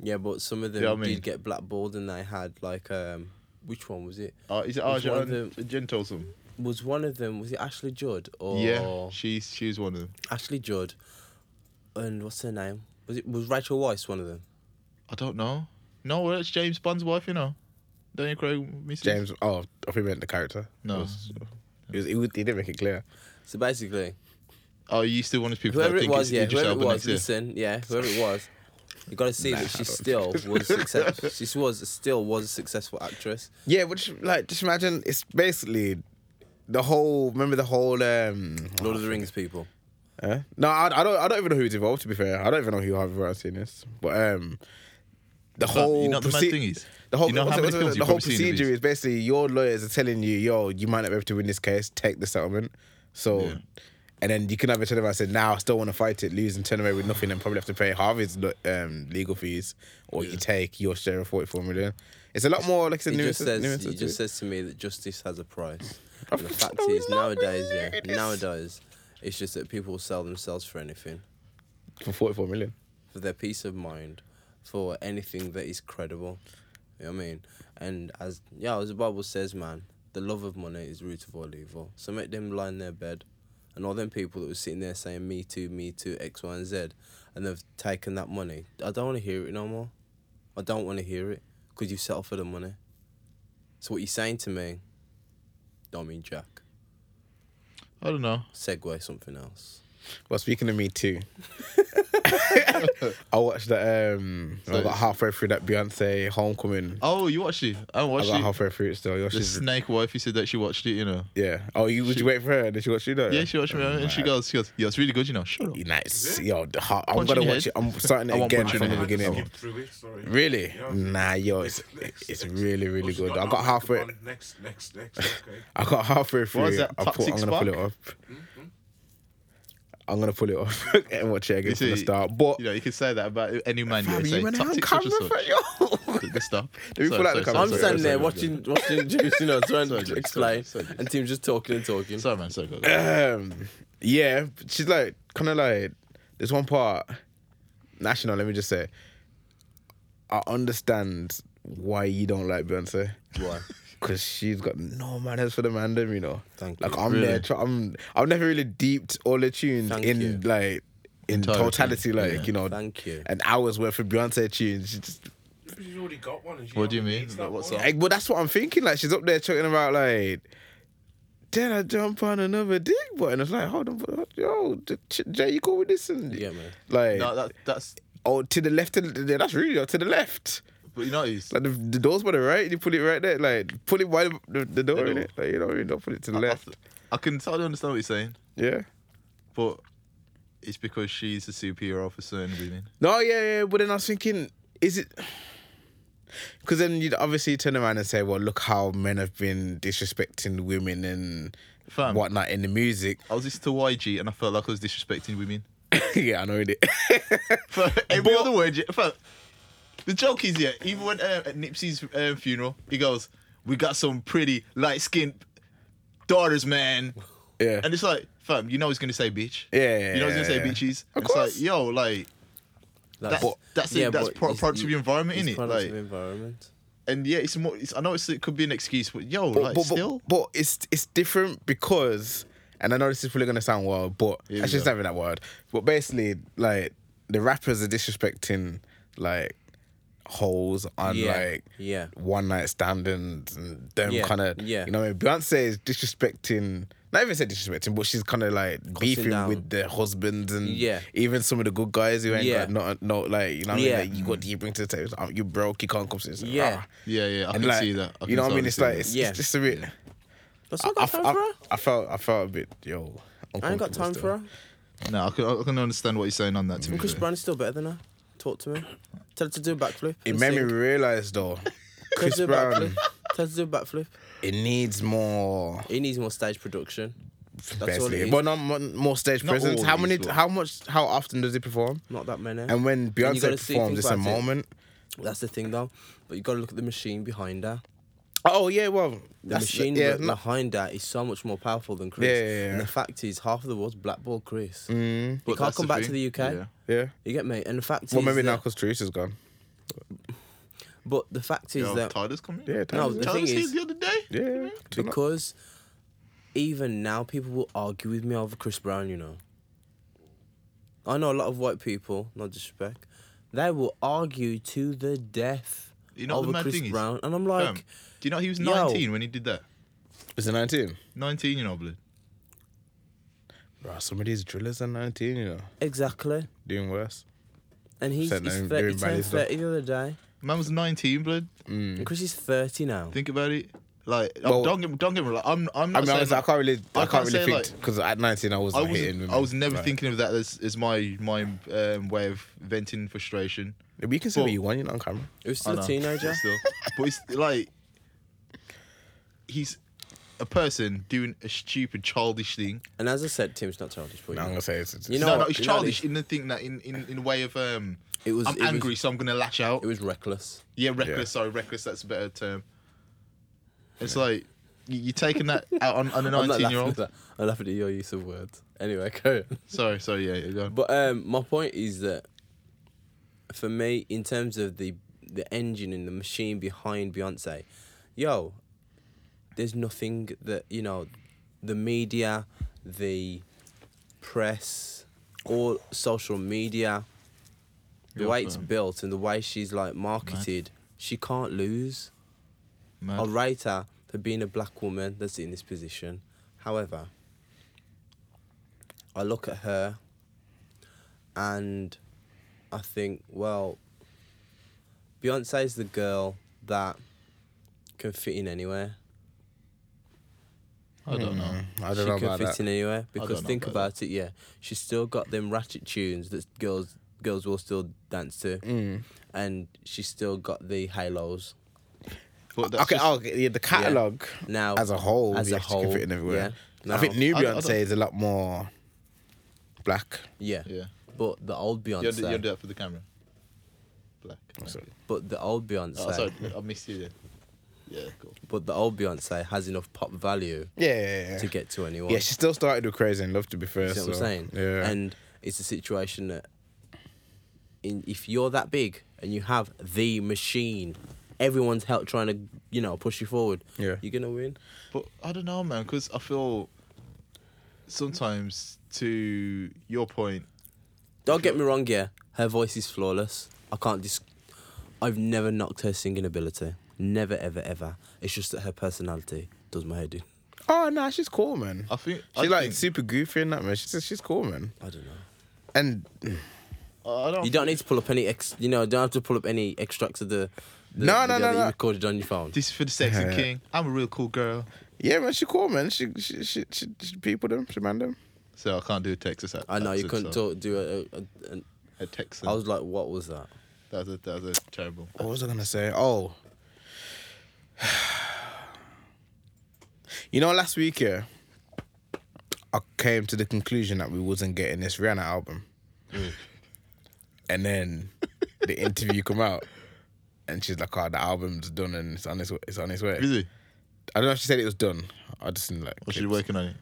Yeah, but some of them
Yeah, I mean-
did get blackballed and they had like um which one was it?
Uh, is it
Which one of
Arjan Gentosum?
Was one of them was it Ashley Judd or
Yeah, she's she's one of them.
Ashley Judd and what's her name? Was it was Rachel Weisz one of them?
I don't know. No, well, it's James Bond's wife, you know. Daniel Craig, Mrs.
James, oh, I think he meant the character.
No.
He, was, he, would- he didn't make it clear.
So basically,
Oh, you still one of those people
whoever
that
it
think
was,
it's
yeah,
Idris
whoever it
Elba
was,
next year.
listen, yeah, whoever it was, you got to see that she still was success. she was still was a successful actress.
Yeah, which like just imagine it's basically the whole. Remember the whole. um
Lord of the Rings people.
eh? No, I, I don't. I don't even know who's involved. To be fair, I don't even know who Harvey Weinstein is. But um, the whole.
you know what the mad
proce-
thing is?
The whole,
You know how
what's it-
many
what's it-
films
the
you've
whole
probably seen of
procedure
these?
is basically your lawyers are telling you, yo, you might not be able to win this case, take the settlement. So,
Yeah.
and then you can have a turn around and say, now nah, I still want to fight it, lose and turn away with nothing and probably have to pay Harvey's lo- um, legal fees or you take your share of 44 million. It's a lot more like I said,
He just
nuances-
says
nuances
he
to it.
just says to me that justice has a price. And the fact is, nowadays, yeah, nowadays, it's just that people will sell themselves for anything,
for 44 million.
for their peace of mind, for anything that is credible. You know what I mean? And as yeah, as the Bible says, man, the love of money is root of all evil. So make them lie in their bed, and all them people that were sitting there saying me too, me too, X, Y, and Z, and they've taken that money. I don't want to hear it no more. I don't want to hear it because you settled for the money. So what you're saying to me? Don't mean Jack.
I don't know.
Segue something else.
Well, speaking of me too, I watched that. Um, I got halfway through that Beyonce Homecoming.
Oh, you watched it? I
I
watched
got
it.
halfway through it still. Yo,
The
she's-
snake wife. He said that she watched it. You know.
yeah. Oh, you would you wait for her? and Did she watch you though? Oh
Yeah, she watched it, and she goes, she goes, yeah, it's really good. You know. Shut up.
Nice. Yo, the heart, I'm
Punch
gonna
in the
watch it.
head.
I'm starting
I
it
won't
again
punch you
from
in
the
the head. I
beginning.
won't.
through it, sorry.
Really?
Yeah.
Nah, yo, it's
Next,
it's
next,
really
next.
really
Oh, she's
good. I
no,
got halfway.
come on, Next, next, next. Okay.
I got halfway through.
is
it.
that,
I put,
Toxic
I'm gonna pull it
Spark?
off. I'm gonna pull it off and watch it again
You
from the
see,
start. But
You know, you can say that about any man.
fam,
you
you
know,
went
say,
on
tactics such and
camera
such.
for yo.
Good stuff.
Let me
Sorry,
pull out the
sorry,
camera.
I'm standing
sorry, sorry,
there
sorry,
watching watching Juice, you know, trying to
sorry,
explain,
sorry, sorry.
and Tim's just talking and talking.
Sorry, man. Sorry, go, go.
um, yeah, she's like kind of like there's one part national. Let me just say, I understand why you don't like Beyonce.
Why?
Cause she's got no manners for the mandem, you know.
Thank
like
you.
I'm there,
Really?
try, I'm I've never really deeped all the tunes
Thank
in
you.
like in
Entirety,
totality, like
yeah.
you know,
Thank you.
an hour's worth of Beyonce tunes. She just,
She's already got one. And she
What do you
already
mean?
needs that
What's
one.
up?
like, well, that's what I'm thinking. Like she's up there talking about like, did I jump on another dick? But and it's like, hold on, hold on, yo, J- J- Jay, you cool with this? And
Yeah, man.
like,
No, that, that's.
oh, to the left, to the, that's really oh, to the left.
But you know, what it is?
Like the, the door's by the right, you put it right there. Like pull it by the, the, the door,
The
in
door.
it. Like you know, what I mean? don't put it to the
I- I,
left.
th- I can totally understand what you're saying,
yeah.
but it's because she's a superior officer and women.
No, yeah, yeah. But then I was thinking, is it? Because then you'd obviously turn around and say, well, look how men have been disrespecting women and
Fam.
whatnot in the music.
I was listening to YG and I felt like I was disrespecting women.
yeah, I know it.
For every other word, yeah, fam, the joke is yeah. Even when uh, at Nipsey's uh, funeral, he goes, "We got some pretty light skinned daughters, man."
yeah.
And it's like, fam, you know he's gonna say bitch.
Yeah, yeah,
You know he's gonna
yeah,
say
yeah.
bitches.
Of
And it's
course.
like, yo, like that's
But-
that's
yeah,
it, that's
but
pro-
it's-
product of your environment,
it's
isn't it?
Product
Like,
of environment.
and yeah, it's more. It's, I know it's, it could be an excuse, but yo,
but,
like
but,
still.
but, but it's it's different because, and I know this is probably gonna sound wild, but
Here we
actually it's
go.
not even that word. But basically, like the rappers are disrespecting like holes on
Yeah,
like
yeah.
one night stand and, and them
Yeah,
kind of
yeah.
you know what I mean? Beyonce is disrespecting. Not even said disrespecting, but she's kind of like beefing
down.
with their husbands and
Yeah.
even some of the good guys who ain't
Yeah.
got not no like you know what
Yeah.
I mean. Like, you what do you bring to the table? Oh, you broke, you can't come. to this.
Yeah.
Ah.
yeah, yeah, I
And
can
like,
see that. I
you
can
know what I mean?
totally
It's
see
like
that.
it's,
Yeah.
it's just a bit.
That's
I,
not got
I-
time
I-
for her.
I felt I felt a bit yo.
I ain't got
uncomfortable
time
still.
for her.
No, I can, I can understand what you're saying on that. To me,
Chris Brown's still better than her. Talk to me. Tell her to do a backflip.
It
and
made me
sing.
realize though,
Tell her to
Chris
do a
Brown,
backflip. Tell her to do a backflip.
it needs more.
He needs more stage production. That's all it
basically.
is.
But not mo- more stage
Not
presence.
all
How
these,
many?
but-
How much? How often does he perform?
Not that many.
And when Beyonce
gotta see
performs,
things
it's a
like that.
moment.
That's the thing though. But you got to look at the machine behind her.
Oh yeah, well,
The machine
yeah,
be-
no-
behind her is so much more powerful than Chris.
Yeah, yeah, yeah.
And the fact is, half of the world's blackballed Chris. Mm. He
But
can't
that's
come
the
back to
thing.
the UK.
Yeah.
yeah.
You get me? And the fact
Well,
is,
maybe
that-
now because Teresa's gone.
but the fact is
Yo,
that
Tyler's coming.
Yeah,
no,
Tyler's-
the
Tyler
thing
was here
is,
the other day.
yeah.
because even now people will argue with me over Chris Brown, you know. I know a lot of white people, no disrespect, they will argue to the death
You know what
over
the mad
Chris
thing is?
Brown. And I'm like,
Fam, do you know he was
yo.
19 when he did that?
Is it 19?
19, you know, blood.
Bro, some of these drillers are 19, you know,
exactly.
doing worse.
And he's,
Said
he's
no,
30,
doing
he
bad
turned
stuff. Mm.
30 the other day.
Man was 19, blood.
And Chris is 30 now.
Think about it. Like, I'm-
Well-
don't get, don't get me wrong. I'm, I'm
I mean,
not saying
honestly, I
that-
can't really, I,
can't
can't really
say,
think
like-
because at 19 I was
I
like,
was,
hitting women.
I was never
Like,
thinking of that as, as my my um, way of venting frustration.
We can see what
Well-
you want, you know, on camera.
He was
I
still a
know,
teenager.
but Still. But it's like he's a person doing a stupid, childish thing.
And as I said, Tim's not childish, but you
No, I'm
know.
gonna say it's, it's
You
you
know
know,
No, no,
what?
it's
You know
childish
what
in the thing that in in in the way of um.
It was-
I'm
it was-
angry, so I'm gonna lash out.
It was reckless.
yeah, reckless.
Yeah.
Sorry, reckless. That's a better term. It's like you- you're taking that out on, on a
I'm not
19
laughing
year
at
old.
that. I'm laughing at your use of words. Anyway, carry on.
Sorry, sorry. Yeah, you're gone.
But um, my point is that for me, in terms of the the engine and the machine behind Beyonce, yo, there's nothing that you know, the media, the press, all social media, the
Yeah,
way it's
fam.
built and the way she's like marketed, she can't lose.
Mad.
I'll rate her for being a black woman that's in this position. However, I look at her and I think, well, Beyonce's the girl that can fit in anywhere.
I don't know.
I don't
she
know
can
about
fit
that.
in anywhere because
know
think
about
about it, yeah, she's still got them ratchet tunes that girls girls will still dance to,
Mm.
and she's still got the halos.
But that's
Okay,
just-
oh, yeah, the catalog
Now,
as a whole,
as
as
a
a whole,
whole,
can fit in everywhere.
yeah.
I think
Now-
new
I- I don't-
Beyonce is a lot more black.
Yeah,
Yeah.
But the old Beyonce,
You'll, do- you'll do that for the camera. Black. Okay.
but the old Beyonce,
Oh, sorry, I missed you there. Yeah, cool.
but the old Beyonce has enough pop value
Yeah, yeah, yeah.
to get to anyone.
yeah, she still started with Crazy in Love, to be fair.
You see what
so,
I'm saying?
Yeah.
And it's a situation that, in, if you're that big and you have the machine, everyone's help trying to you know push you forward.
Yeah.
you're gonna win.
But I don't know, man, because I feel sometimes, to your point,
Don't get me wrong, yeah, her voice is flawless. I can't dis. I've never knocked her singing ability. Never, ever, ever. It's just that her personality does my head in.
oh, no, she's cool, man.
I think I
She's like
think,
super goofy and that, man. She's, she's cool, man.
I don't know.
And
I don't.
You don't need to pull up any ex. You know, don't have to pull up any extracts of the. the
No, no,
the girl
no,
that You
no.
recorded on your phone.
This is for the sexy king. I'm a real cool girl,
yeah, man, she cool, man. She, she, she, she, she people them, she man them.
so I can't do a Texas accent.
I know you couldn't
so-
talk, do a. a, a, an-
a Texan.
I was like, what was that?
that was a, that was a terrible.
What was I gonna say? Oh, you know, last week, yeah, I came to the conclusion that we wasn't getting this Rihanna album,
Mm.
and then the interview come out, and she's like, "Oh, the album's done and it's on its it's on its way."
Busy.
I don't know if she said it was done. I just didn't like.
Or she
clips.
working on it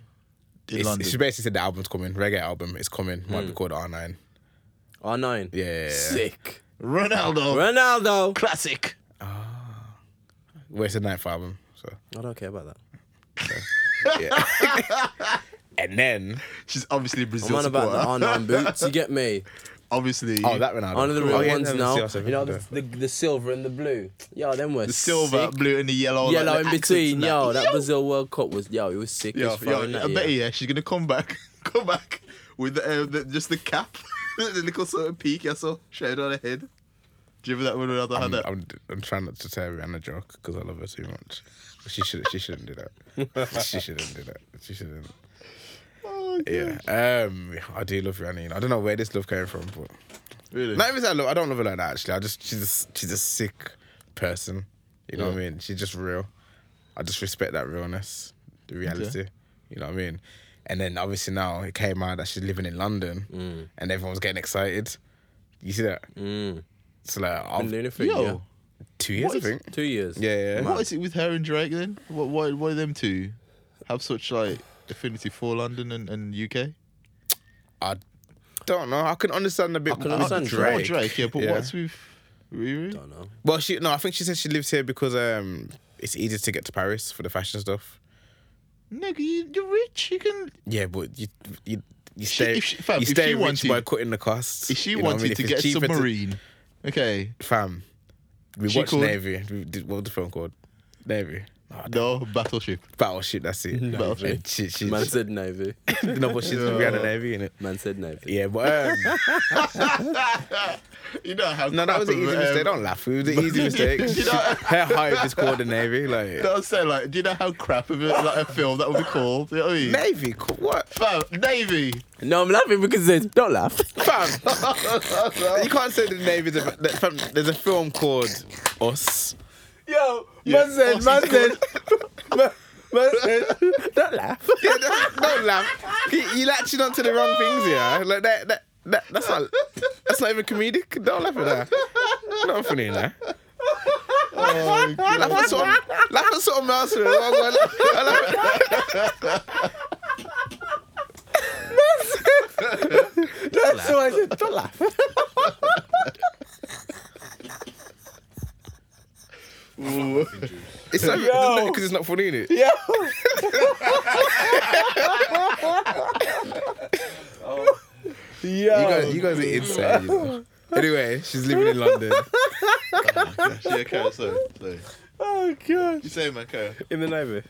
in
It's-
London.
She basically said the album's coming, reggae album is coming. Might
Mm.
be called R nine.
R9.
Yeah, yeah, yeah.
Sick.
Ronaldo,
Ronaldo.
classic.
Well, it's the ninth album, so
I don't care about that.
and then
She's obviously a
I'm
Brazil
on about the
supporter.
R9 boots. You get me?
obviously.
oh that Ronaldo,
One of the
Oh,
real
yeah,
ones
no,
now.
CR7,
You know,
yeah.
the, the, the silver and the blue. Yo, them were
The silver,
sick.
blue, and the yellow.
Yellow
like the
in
accents
between.
and that.
Yo, that Brazil World Cup was, yo, it was sick
Yo,
as
yo,
fuck. innit?
I bet
Yeah.
you, yeah, she's gonna come back, come back with the, uh, the just the cap, the little sort of peak I saw shaded on her head. Do you remember that when Ronaldo had
I'm,
that?
I'm, I'm trying not to tell Rihanna a joke because I love her too much. She should she shouldn't do that. she shouldn't do that. She shouldn't.
Oh,
yeah. Um, I do love Rihanna. you know. I don't know where this love came from, but
Really?
not even that love. I don't love her like that. Actually, I just she's a, s- she's a sick person. You know what I mean? She's just real. I just respect that realness, the reality. You know what I mean? And then obviously now it came out that she's living in London,
Mm.
and everyone was getting excited. You see that? Mm. It's like
And
after
Lunafic,
Yo.
yeah.
two years, I
what is-
think.
Two years.
Yeah, yeah.
What is it with her and Drake then? What why why them two have such like affinity for London and, and UK?
I don't know. I can understand a bit.
I can understand
more
More
Drake.
Drake, yeah, but
Yeah.
what's with Riri?
I don't know.
Well, she no. I think she said she lives here because um, it's easier to get to Paris for the fashion stuff.
Nigga, you, you're rich. You can.
Yeah, but you you you
She-
stay
if she- fam,
you
if
stay
she
rich
wanted-
by cutting the costs.
If she
you know what I
wanted
mean? If
to
it's
get a
cheaper
submarine, okay,
fam. We
She
watched
called-
Navy. We did, what was the film called? Navy.
no battleship.
Battleship. That's it.
Battleship.
And She, she,
Man said Navy.
no, but she's we had a Navy in it.
Man said Navy.
Yeah, but um,
You know how? um,
no, that was an easy mistake. Don't laugh. It was an easy mistake.
You know-
Her height is called the Navy. Like
Don't say like. Do you know how crap of it, like a film that would be called? You know what I mean?
Navy. co- What?
Fam, Navy.
No, I'm laughing because it's don't laugh.
fam. you can't say the name is a. that- Fam, there's a film called Us.
Yo,
Yeah,
man said,
what's
man
it
said, man, man said, don't laugh.
Yeah, don't, don't laugh. You, you latching onto the wrong things here. Like that. That. that that's not. That's not even comedic. Don't laugh at that. Not funny in that. Oh, laugh at something. Laugh at something else. man. Why would I laugh- I laugh-
That's why I said, don't laugh.
It's not
Yo.
because it's not funny in it.
Yo,
You
yo,
guys, you guys are insane. You know. Anyway, she's living in London.
Yeah, okay, sorry, sorry.
oh gosh,
You say, man, okay.
in the navy.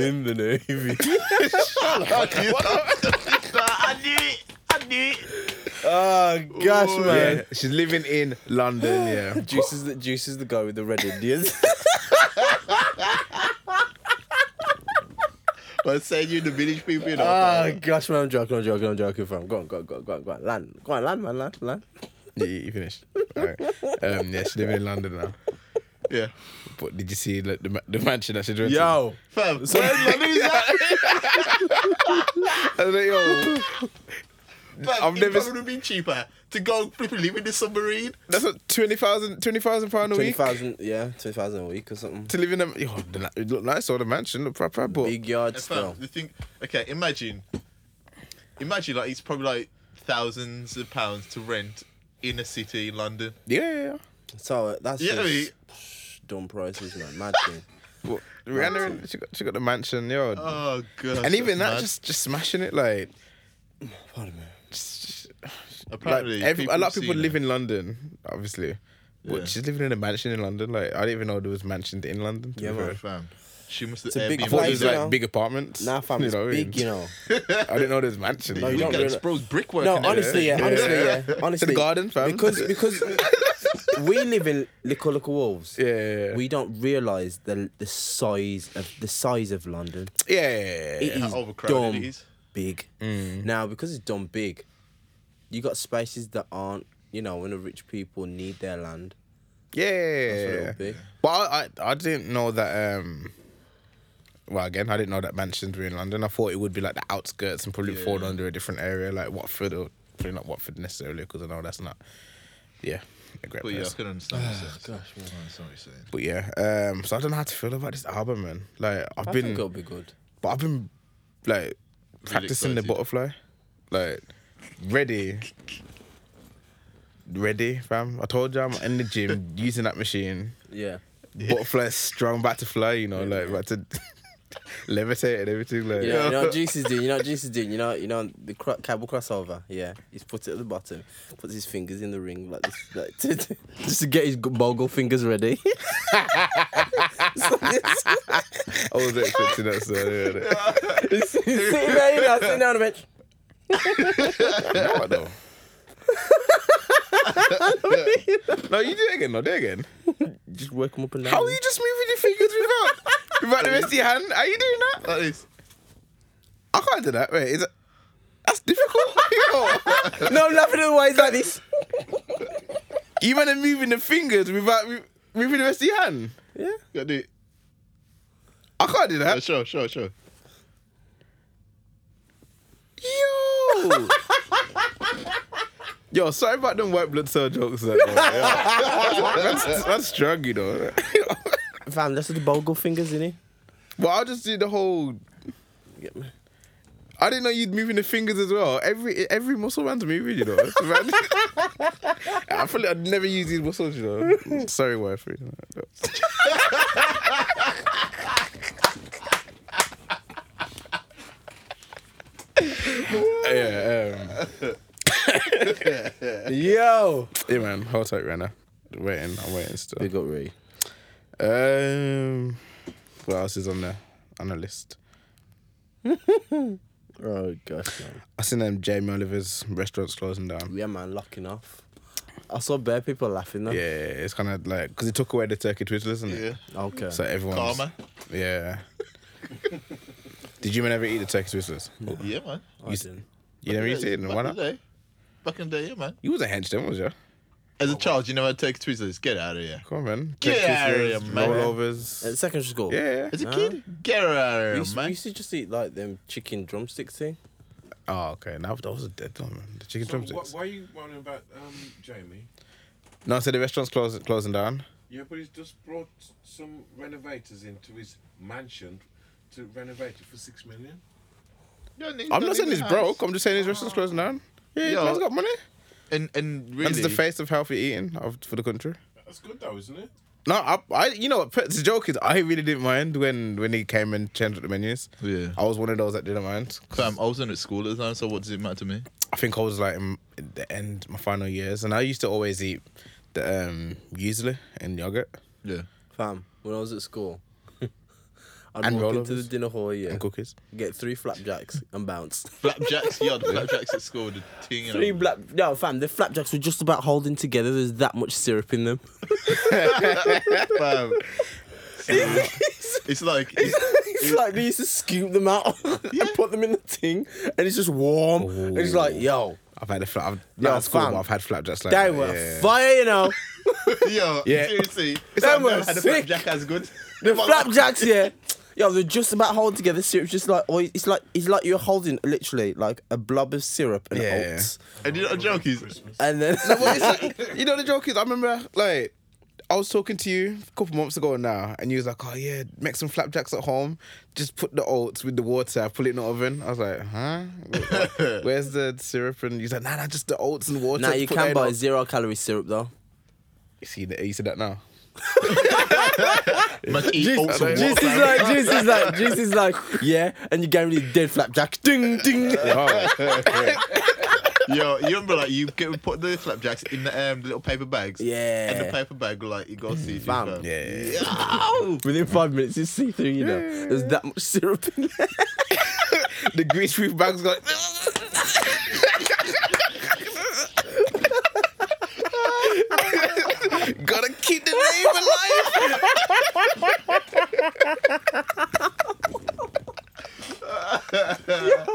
in the navy.
I knew it. I knew it.
Oh gosh, man.
Yeah, she's living in London. Yeah.
Juice is the Juice is the guy with the red Indians.
I said you the village people, you know.
oh gosh, man, I'm joking, I'm joking, I'm joking, fam. Go on, go on, go on, go on, go on, land, go on, land, man, land, land.
You, you finished. All right. Um, yeah, she's living in London now.
yeah.
But did you see like, the, ma- the mansion that she dressed
Yo,
Fam, where in London is that?
in? I was like, yo,
Fam,
I've
it
never-
probably would have been cheaper to go flipping live in the submarine.
that's what, 20,000 £20,000 pound a
twenty
week?
thousand, yeah, twenty thousand a week or something.
To live in a, yo, the la- it looked nice, or the mansion, look proper, but
Big yard
Fam,
still.
the thing, okay, imagine, imagine like it's probably like thousands of pounds to rent in a city in London.
yeah, yeah, yeah.
So uh, that's
Yeah, I mean-
just psh, dumb prices, man. Mad thing.
But Rihanna, she got, she got the mansion, yo.
Oh god!
and even that,
that's mad.
just, just smashing it, like,
Pardon me.
like
apparently
every, a lot
have
of people
seen
live
it.
in London, obviously.
Yeah.
But she's living in a mansion in London. Like I didn't even know there was mansions in London. To
Yeah,
yeah, be
man.
fair.
Fam, she must have
a big
I
Airbnb.
thought
Like,
it was
you
like
know-
big apartments.
Nah, fam, it's
know,
big,
and-
you know.
I didn't know there was mansions.
No, you
You
don't
got
really-
exposed brickwork.
No,
in there.
honestly, yeah, honestly, yeah, honestly.
garden, fam.
Because because we live in Lickle Lickle Wolves.
Yeah, yeah, yeah.
We don't realise the the size of the size of London.
yeah, yeah, yeah, yeah.
It is
how overcrowded
dumb
it is.
big. Now because it's dumb big, you got spaces that aren't. You know, when the rich people need their land, what
Yeah.
it'll be.
But I, I I didn't know that um well again, I didn't know that mansions were in London. I thought it would be like the outskirts and probably fall under a different area, like Watford or probably not Watford necessarily, because I know that's not yeah, a great
But yeah, I
place.
can understand. what you're saying. I understand what you're saying.
But yeah, um so I don't know how to feel about this album man. Like I've
I
been
think it'll be good.
but I've been like practicing the
excited.
butterfly. Like ready. Ready, fam. I told you I'm in the gym using that machine.
Yeah.
butterfly strong back to fly, you know, like back to levitate and everything. Like,
You know, you know what Juice is doing. You know what Juice is doing. You know, you know the cro- cable crossover. Yeah, he's put it at the bottom, puts his fingers in the ring like this, like to, to- just to get his g- mogul fingers ready. so he's,
I was expecting that. So, yeah, like,
he's sitting there, you know, sitting down on the bench.
you know what though? no, you do it again. No, do it again.
Just work him up and down.
How are you just moving your fingers without without the rest of your hand? Are you doing that?
That is.
Uh, I can't do that. Wait, is that? That's difficult. Yo.
No, I'm laughing at the way he's like this.
you man are moving the fingers without moving the rest of your hand.
Yeah.
Gotta do it. Uh,
I can't do
Yeah,
that.
sure, sure, sure.
Yo. Yo, sorry about them white blood cell jokes. Though, that's, that's drug, you know.
Fam, that's the bogle fingers in it.
But I'll just do the whole. I didn't know you'd moving the fingers as well. Every every muscle man's moving, you know. Man. I feel like I'd never use these muscles, you know. Sorry, wife. yeah, um,
Yo.
yeah, man. Hold tight, Renner. Waiting, I'm waiting still.
Big up, Ray.
Um, what else is on the on the list?
Oh gosh, man.
I seen them Jamie Oliver's restaurants closing down.
Yeah, man, locking off. I saw bare people laughing though.
Yeah, it's kind of like because it took away the turkey twizzlers, isn't
Yeah.
it?
Okay.
So everyone's
Karma.
Yeah. Did you man ever eat the turkey twizzlers?
Yeah, man.
I didn't.
You never eat it, and why
Back in
not?
the day. Back in the day, yeah, man.
You was a hench then, was you? Oh,
As a child, you know I'd take Twizzlers. Get out of here.
Come on, man.
Get
Turkey
outta
twizzlers,
here, man.
At
Rollovers.
secondary school.
Yeah.
As a
Nah.
kid, get out
We
of
used, we
here, man.
used to just eat like them chicken drumsticks thing.
Oh, okay. Now that was a dead one, man. The chicken
So,
drumsticks.
wh- why are you worrying about um, Jamie?
No, so the restaurant's closing closing down.
Yeah, but he's just brought some renovators into his mansion to renovate it for six million.
You don't need-
I'm
don't
not saying
need
he's
the
broke.
house.
I'm just saying his restaurant's closing down. Yeah,
Yo.
he's got money.
And and really,
That's the face of healthy eating of, for the country.
That's good though, isn't it?
No, I, I, you know, what, the joke is I really didn't mind when when he came and changed up the menus.
Yeah.
I was one of those that didn't mind.
Fam, I wasn't at school at the time, so what does it matter to me?
I think I was like in the end my final years, and I used to always eat the um usually and yogurt
Yeah.
Fam, when I was at school, I'd
And
walk into the
rollovers.
dinner hall, yeah,
and cookies.
get three flapjacks and bounce.
Flapjacks, yeah, the flapjacks at school, the thing.
Three
And
black, no, fam, the flapjacks were just about holding together. There's that much syrup in them.
fam. it's like it's,
it's like they used to scoop them out and put them in the thing, and it's just warm. And it's like, yo,
I've had a flat. I've, not at school,
fam.
but I've had flapjacks like
they
that.
were
yeah.
fire, you know.
yo,
Yeah.
seriously.
That
I've
was
never had a
sick.
flapjack as good.
The flapjacks, yeah. Yo, they're just about holding together. Syrup's just like, oh, it's like it's like you're holding literally like a blob of syrup and
Yeah.
oats,
And you know what the joke is?
and then
you know the joke is I remember like I was talking to you a couple months ago now, and you was like, "Oh yeah, make some flapjacks at home. Just put the oats with the water, put it in the oven." I was like, "Huh? Where's the syrup?" And you was like, "Nah, nah, just the oats and water."
now you
Put
can
that
buy
in the-
zero calorie syrup though.
You see that? You see that now?
Must eat oats and
Juice
water.
is like, juice is like, juice is like, yeah, and you gave me the dead flapjack. Ding, ding.
Oh,
Yo, you remember like you get, put the flapjacks in the um, little paper bags.
Yeah.
And the paper bag like it goes see
Fam.
fam.
Mm, yeah.
Oh, Within five minutes, it's see through, you know. There's that much syrup in there.
the grease-proof bag's got. Gotta keep the name alive.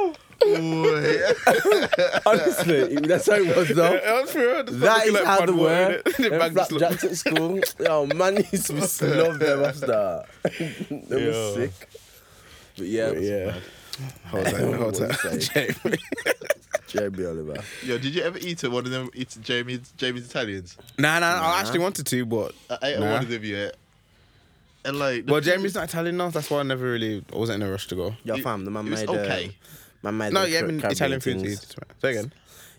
Boy.
Honestly, that's how it was, though.
Yeah, that's real. Just
That
looking
is
like
how
Pad
they
Wall,
were.
innit? The
Them
bag just look-
flapjacks at school. Oh, man, you used to love them after that. they were
Yeah.
sick. But yeah,
Yeah. Hold on, hold
What
on.
is
Jamie.
JB Oliver.
Yo, did you ever eat at one of them eat Jamie's Jamie's Italians?
Nah, Uh, nah, I actually wanted to, but
I ate at
Nah.
one of them, yeah. And like
well, Jamie's not Italian now. That's why I never really I wasn't in a rush to go.
Yo,
It-
fam, the man
it was
made.
okay.
Uh, man made
No,
that
yeah, I
Car-
mean
Caribbean
Italian food.
things.
is- Say again.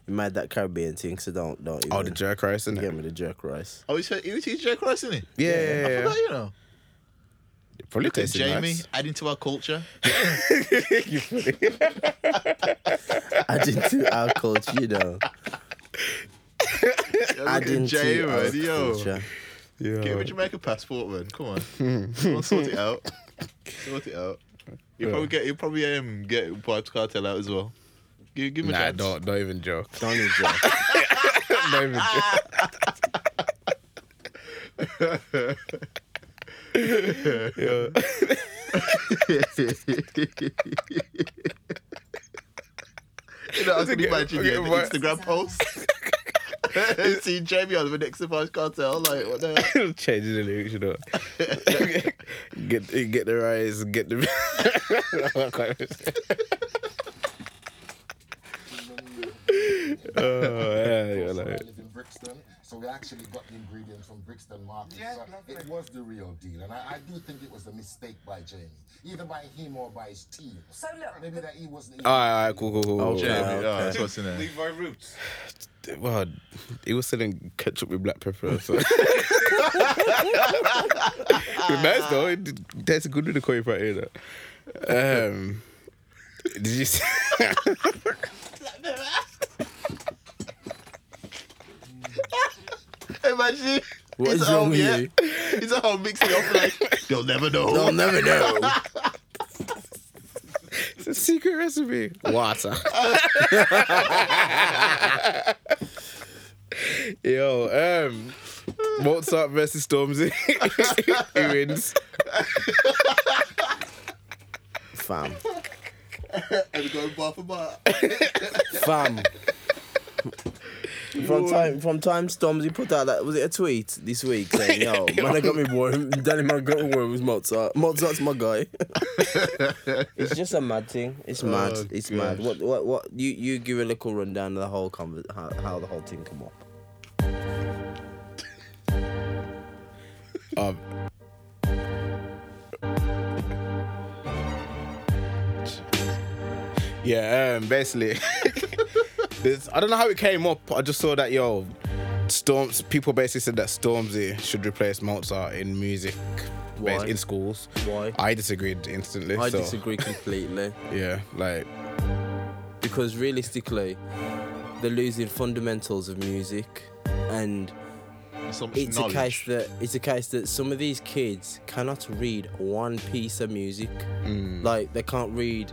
You made that Caribbean thing, so don't don't. Even
Oh, the jerk rice, isn't
Give
it?
me the jerk rice.
Oh, he said he was eating Jack Rice, isn't he?
Yeah, yeah,
I
yeah.
forgot, you know.
It Probably
Look at
tasted
Jamie
nice.
adding to our culture.
Adding to our culture, you know. Adding
Jamie,
to our
man, yo.
culture.
Get him
Yeah.
a Jamaica passport, man. Come on, Come on sort it out. Sort it out. You'll probably get you'll probably um, get Vibes Cartel out as well. Give, give him a
Nah,
chance.
don't don't even joke.
Don't enjoy.
Don't even joke.
You know, I was gonna imagine
okay,
yeah, the
right.
Instagram post. See Jamie on the next to Vibes Cartel, like what the hell?
Changing the lyrics, you know. get get the rice, get the. I can't even say it. Oh, yeah, you're
I
like,
live in Brixton, so we actually got the ingredients from Brixton Market.
Yeah,
so
lovely.
it was the real deal, and I, I do think it was a mistake by Jamie, either by him or by his team.
So look,
maybe that he wasn't.
all right, all right, cool, cool, cool.
Oh,
cool.
Jamie,
okay.
oh, that's what's in there.
Levi Roots.
Well, he was selling ketchup with black pepper. So. nice though. It did- That's good with the curry fry either. Um, did you see?
Imagine.
What
he's
is
at
wrong
home,
with
yeah?
you?
He's at home mixing up like, you'll never know.
I'll never know.
it's a secret recipe. Water. Yo, um, Mozart versus Stormzy. Who wins?
Fam.
And we go bar for bar.
Fam. From time, from time, Stormzy put out that was it a tweet this week saying, "Yo, man, I got me warm. Danny, man, got me warm with Mozart. Mozart's my guy." it's just a mad thing. It's mad.
Oh,
it's mad.
gosh.
What, what, what? You, you give a little rundown of the whole conver- how, how the whole thing come up.
Um, yeah, um, basically, this, I don't know how it came up. I just saw that yo, Storms people basically said that Stormzy should replace Mozart in music, bas-
Why?
in schools.
Why?
I disagreed instantly.
I
so,
disagree completely
Yeah, like
because realistically, they're losing fundamentals of music, and
So much
it's
knowledge.
a case that it's a case that some of these kids cannot read one piece of music. Like they can't read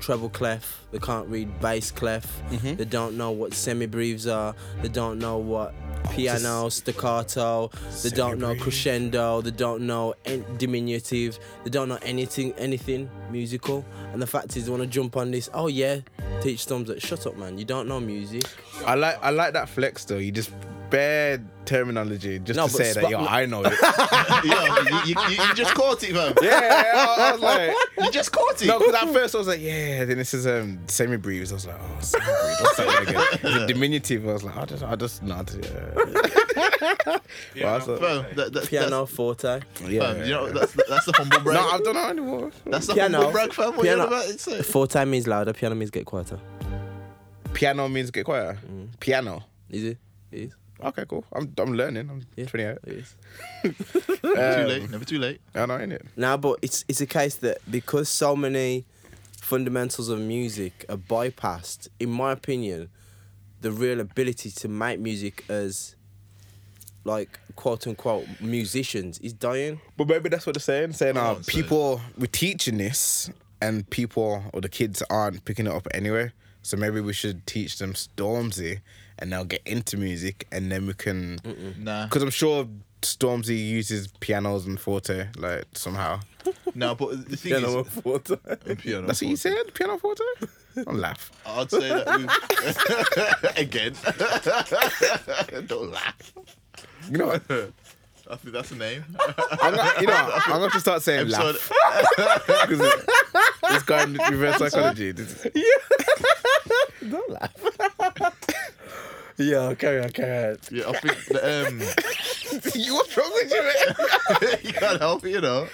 treble clef, they can't read bass clef, they don't know what semi breathes are, they don't know what piano, staccato, they don't know
Semi-breathe.
crescendo, they don't know en- diminutive, they don't know anything anything musical. And the fact is they wanna jump on this, oh yeah, teach thumbs up. Shut up man, you don't know music.
I like I like that flex though. You just bare terminology just
No,
to
but
say that
spa-
yo, I know it.
yeah, you, you, you just caught it, man.
yeah, I, I was like.
You just caught it.
No, because at first I was like, yeah. Then this is um semi breathes. I was like, oh, semi breathes. What's that word again? The diminutive. I was like, I just, I just not. Yeah. yeah, well, I
Fam, that, that,
Piano forte.
thought,
That's,
yeah.
fam, you know, that's, that's the humble brag.
no, I don't know anymore.
that's the
Piano.
humble brag, fam. What
Piano.
you on about? It's uh, like,
Forte means louder, piano means get quieter.
Piano means get quiet.
Mm.
Piano.
Is it? It is.
Okay, cool. I'm, I'm learning. I'm
Yeah.
28.
It is. Um,
never too late. Never too late.
I know, innit?
Now, but it's it's a case that because so many fundamentals of music are bypassed, in my opinion, the real ability to make music as like quote unquote musicians is dying.
But maybe that's what they're saying. Saying uh,
won't say it.
people we're teaching this, and people or the kids aren't picking it up anyway. So maybe we should teach them Stormzy, and they'll get into music, and then we can.
Nah.
Because I'm sure Stormzy uses pianos and forte, like somehow.
No, but the thing
Piano
is, uh,
forte.
piano.
That's what you said, piano forte. Don't laugh.
I'd say that we again. Don't laugh.
You know what?
I think that's the name.
I'm gonna, you know, what? I'm gonna start saying
Episode.
laugh. 'cause it- It's going reverse psychology. This is-
Yeah, okay, okay.
Yeah, I think the, um,
you what's wrong with you? Man?
you can't help it, you know.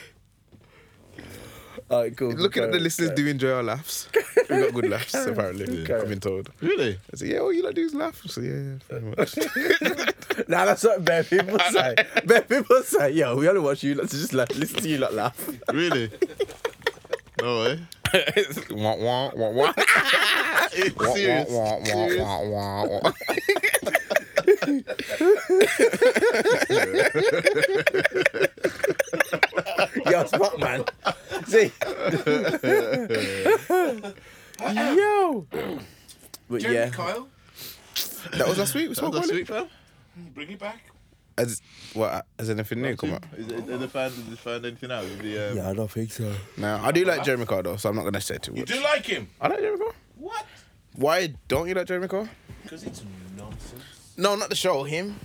All right, cool.
Looking at the listeners, do enjoy our laughs. We've got good laughs apparently. I've been told.
Really?
I said, yeah, all you like do is laugh. I said, yeah, yeah, pretty much.
Now that's what bare people say. bare people say, yo, we only watch you lot to just laugh, listen to you lot laugh.
Really? No way.
wah, wah, wah, wah. Wah,
Serious.
wah, wah,
Serious.
wah, wah, wah, wah.
Yo, spot man. See. Yo. But
Jeremy
yeah,
Kyle,
That was last week. We spoke
That's
about
sweet,
it.
fam.
bring it back.
Has, what, has anything new come out?
Is it, did they find did they find anything out? With the, um,
yeah, I don't think so.
No, I do like Jeremy Carr though, so I'm not gonna say too
You
much.
do like him?
I like Jeremy Carr.
What?
Why don't you like Jeremy Carr?
Because it's nonsense.
No, not the show. Him.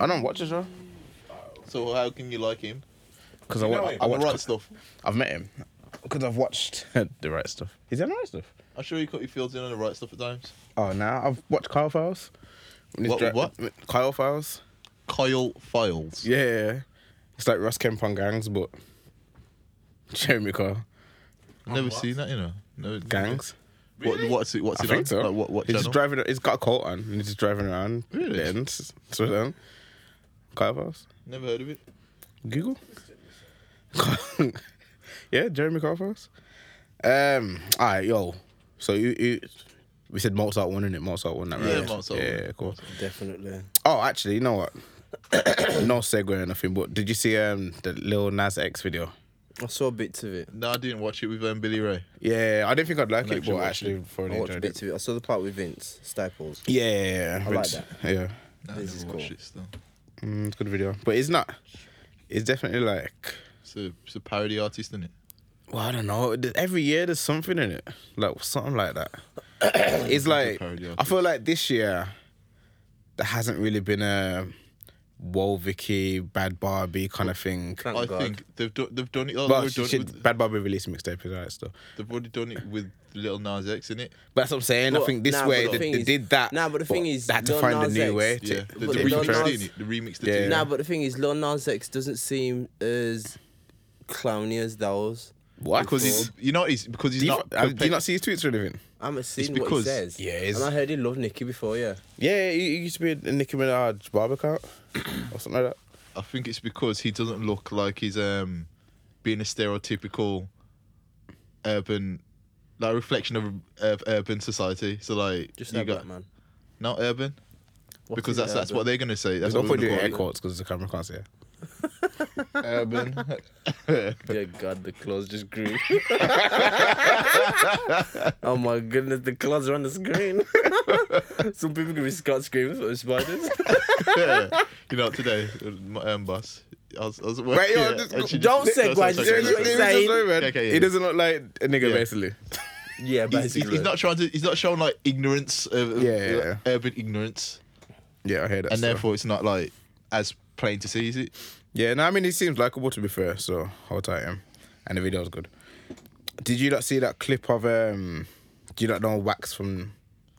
I don't watch the show
So how can you like him?
because I, wa-
know him?
I
I
watch.
write stuff.
I've met him. because I've watched the right stuff. Is that the right stuff?
I'm sure you cut your fields in on the right stuff at times.
Oh, now I've watched Kyle Files. When he's
What- what?
Kyle Files.
Kyle Files.
Yeah, yeah, yeah. it's like Russ Kemp on gangs, but Jeremy Kyle
Never seen that, you know. No,
gangs.
What, what's it? What's
I
it on?
think so.
Like, what what
he's
channel?
just driving. He's got a coat on and he's just driving around.
Really?
The ends. So then, Kyle Files.
Never heard of it.
Google. yeah, Jeremy Carfos. Um, all right, yo. So you, you we said Mozart won, it? Mozart won that, right?
Yeah, Mozart won.
Yeah, cool.
Definitely.
Oh, actually, you know what? no segue or nothing, but did you see um the Lil Nas X video?
I saw bits of it.
No, I didn't watch it with um, Billy Ray.
Yeah, I didn't think I'd like
I'm
it, but
actually
actually, for
I
an
watched
enjoyed
bits
it.
of it. I saw the part with Vince Staples.
Yeah, yeah, yeah.
I like
it's- Yeah,
No, I
This is
never watched
cool.
it still.
mm, it's a good video, but it's not. It's definitely like
It's a, it's a parody artist, isn't it?
well, I don't know. Th- Every year there's something in it, like something like that. it's like
parody
I feel like this year there hasn't really been a Whoa Vicky, Bad Barbie kind of thing.
Thank
I
Oh, God.
think they've done they've done it. Like,
Well,
they've,
she,
done
she,
it with,
Bad Barbie released a mixtape is alright still,
they've already done it with Little Nas X, innit?
but that's what I'm saying. I
But-
think this
nah,
way
but the
they,
thing
they
is-
did that.
nah, but the thing is,
they had to
Lil
find a
Nas
new
X-
way. To,
Yeah, the, the
But
to
Lil
remix
interact.
Nas-
did it. The remix the
Yeah.
two.
Nah, but the thing is, Lil Nas X doesn't seem as clowny as those.
What?
because he's you know he's because he's
do you,
not.
not, uh, do you
compet-
not see his tweets or anything?
I haven't seen what he
because-
says.
Yeah, it's-
and I heard he loved Nicki before, yeah.
Yeah, he, he used to be a Nicki Minaj barber account or something like that.
I think it's because he doesn't look like he's um being a stereotypical urban like reflection of, of urban society. So like
Just
you
that
got
black man.
not urban
What
because
is
that's that's what
urban?
they're gonna say.
There's
That's
no
what
point
we're
doing air
gonna
quotes because the camera can't see it.
call it. urban.
Dear God, the claws just grew. oh my goodness, the claws are on the screen. Some people can be Scott screaming for the spiders.
yeah. You know today, my um, boss. I was, I was at work,
Wait, yo,
yeah,
just-
and she
don't
just-
segue,
sorry,
just
sorry,
do
sorry,
what
sorry.
you say.
Yeah, okay, yeah,
He
yeah.
doesn't look like a nigga,
Yeah.
basically.
yeah,
He's,
basically.
he's, he's not trying to. He's not showing like ignorance of,
Yeah, yeah, yeah.
urban ignorance,
Yeah, I hear that.
and
still.
therefore it's not like as plain to see. Is it?
yeah, no, I mean, he seems likable to be fair, so hold tight him. And the video's good. Did you not see that clip of, um, do you not know Wax from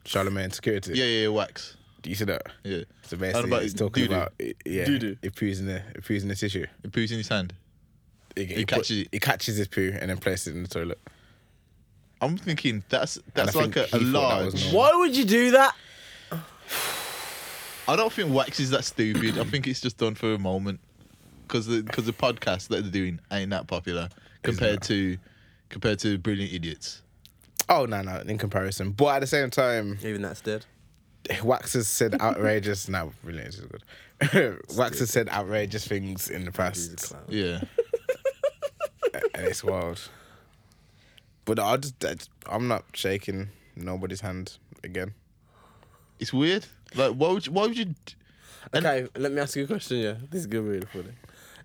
Charlemagne Security?
Yeah, yeah, yeah wax.
Do you see that?
Yeah.
So basically,
about
he's
his
talking
doo-doo?
about, yeah,
Doo-doo.
he poos in the, he poos in the tissue.
He poos in his hand.
He, he
catches it.
He catches his poo and then places it in the toilet.
I'm thinking that's that's
I
like
think
a, a
he thought that was
large.
normal.
Why would you do that?
I don't think wax is that stupid. I think it's just done for a moment because the because the podcast that they're doing ain't that popular compared to compared to Brilliant Idiots.
Oh, no, no, in comparison. But at the same time,
Even that's dead.
Wax has said outrageous. no, really, this is good. Wax has said outrageous things in the
He's a
past,
clown.
Yeah,
and it's wild. But I just, that- I'm not shaking nobody's hand again.
it's weird. Like, why would you, why would you? d- And-
Okay, let me ask you a question, yeah. This is gonna be really funny.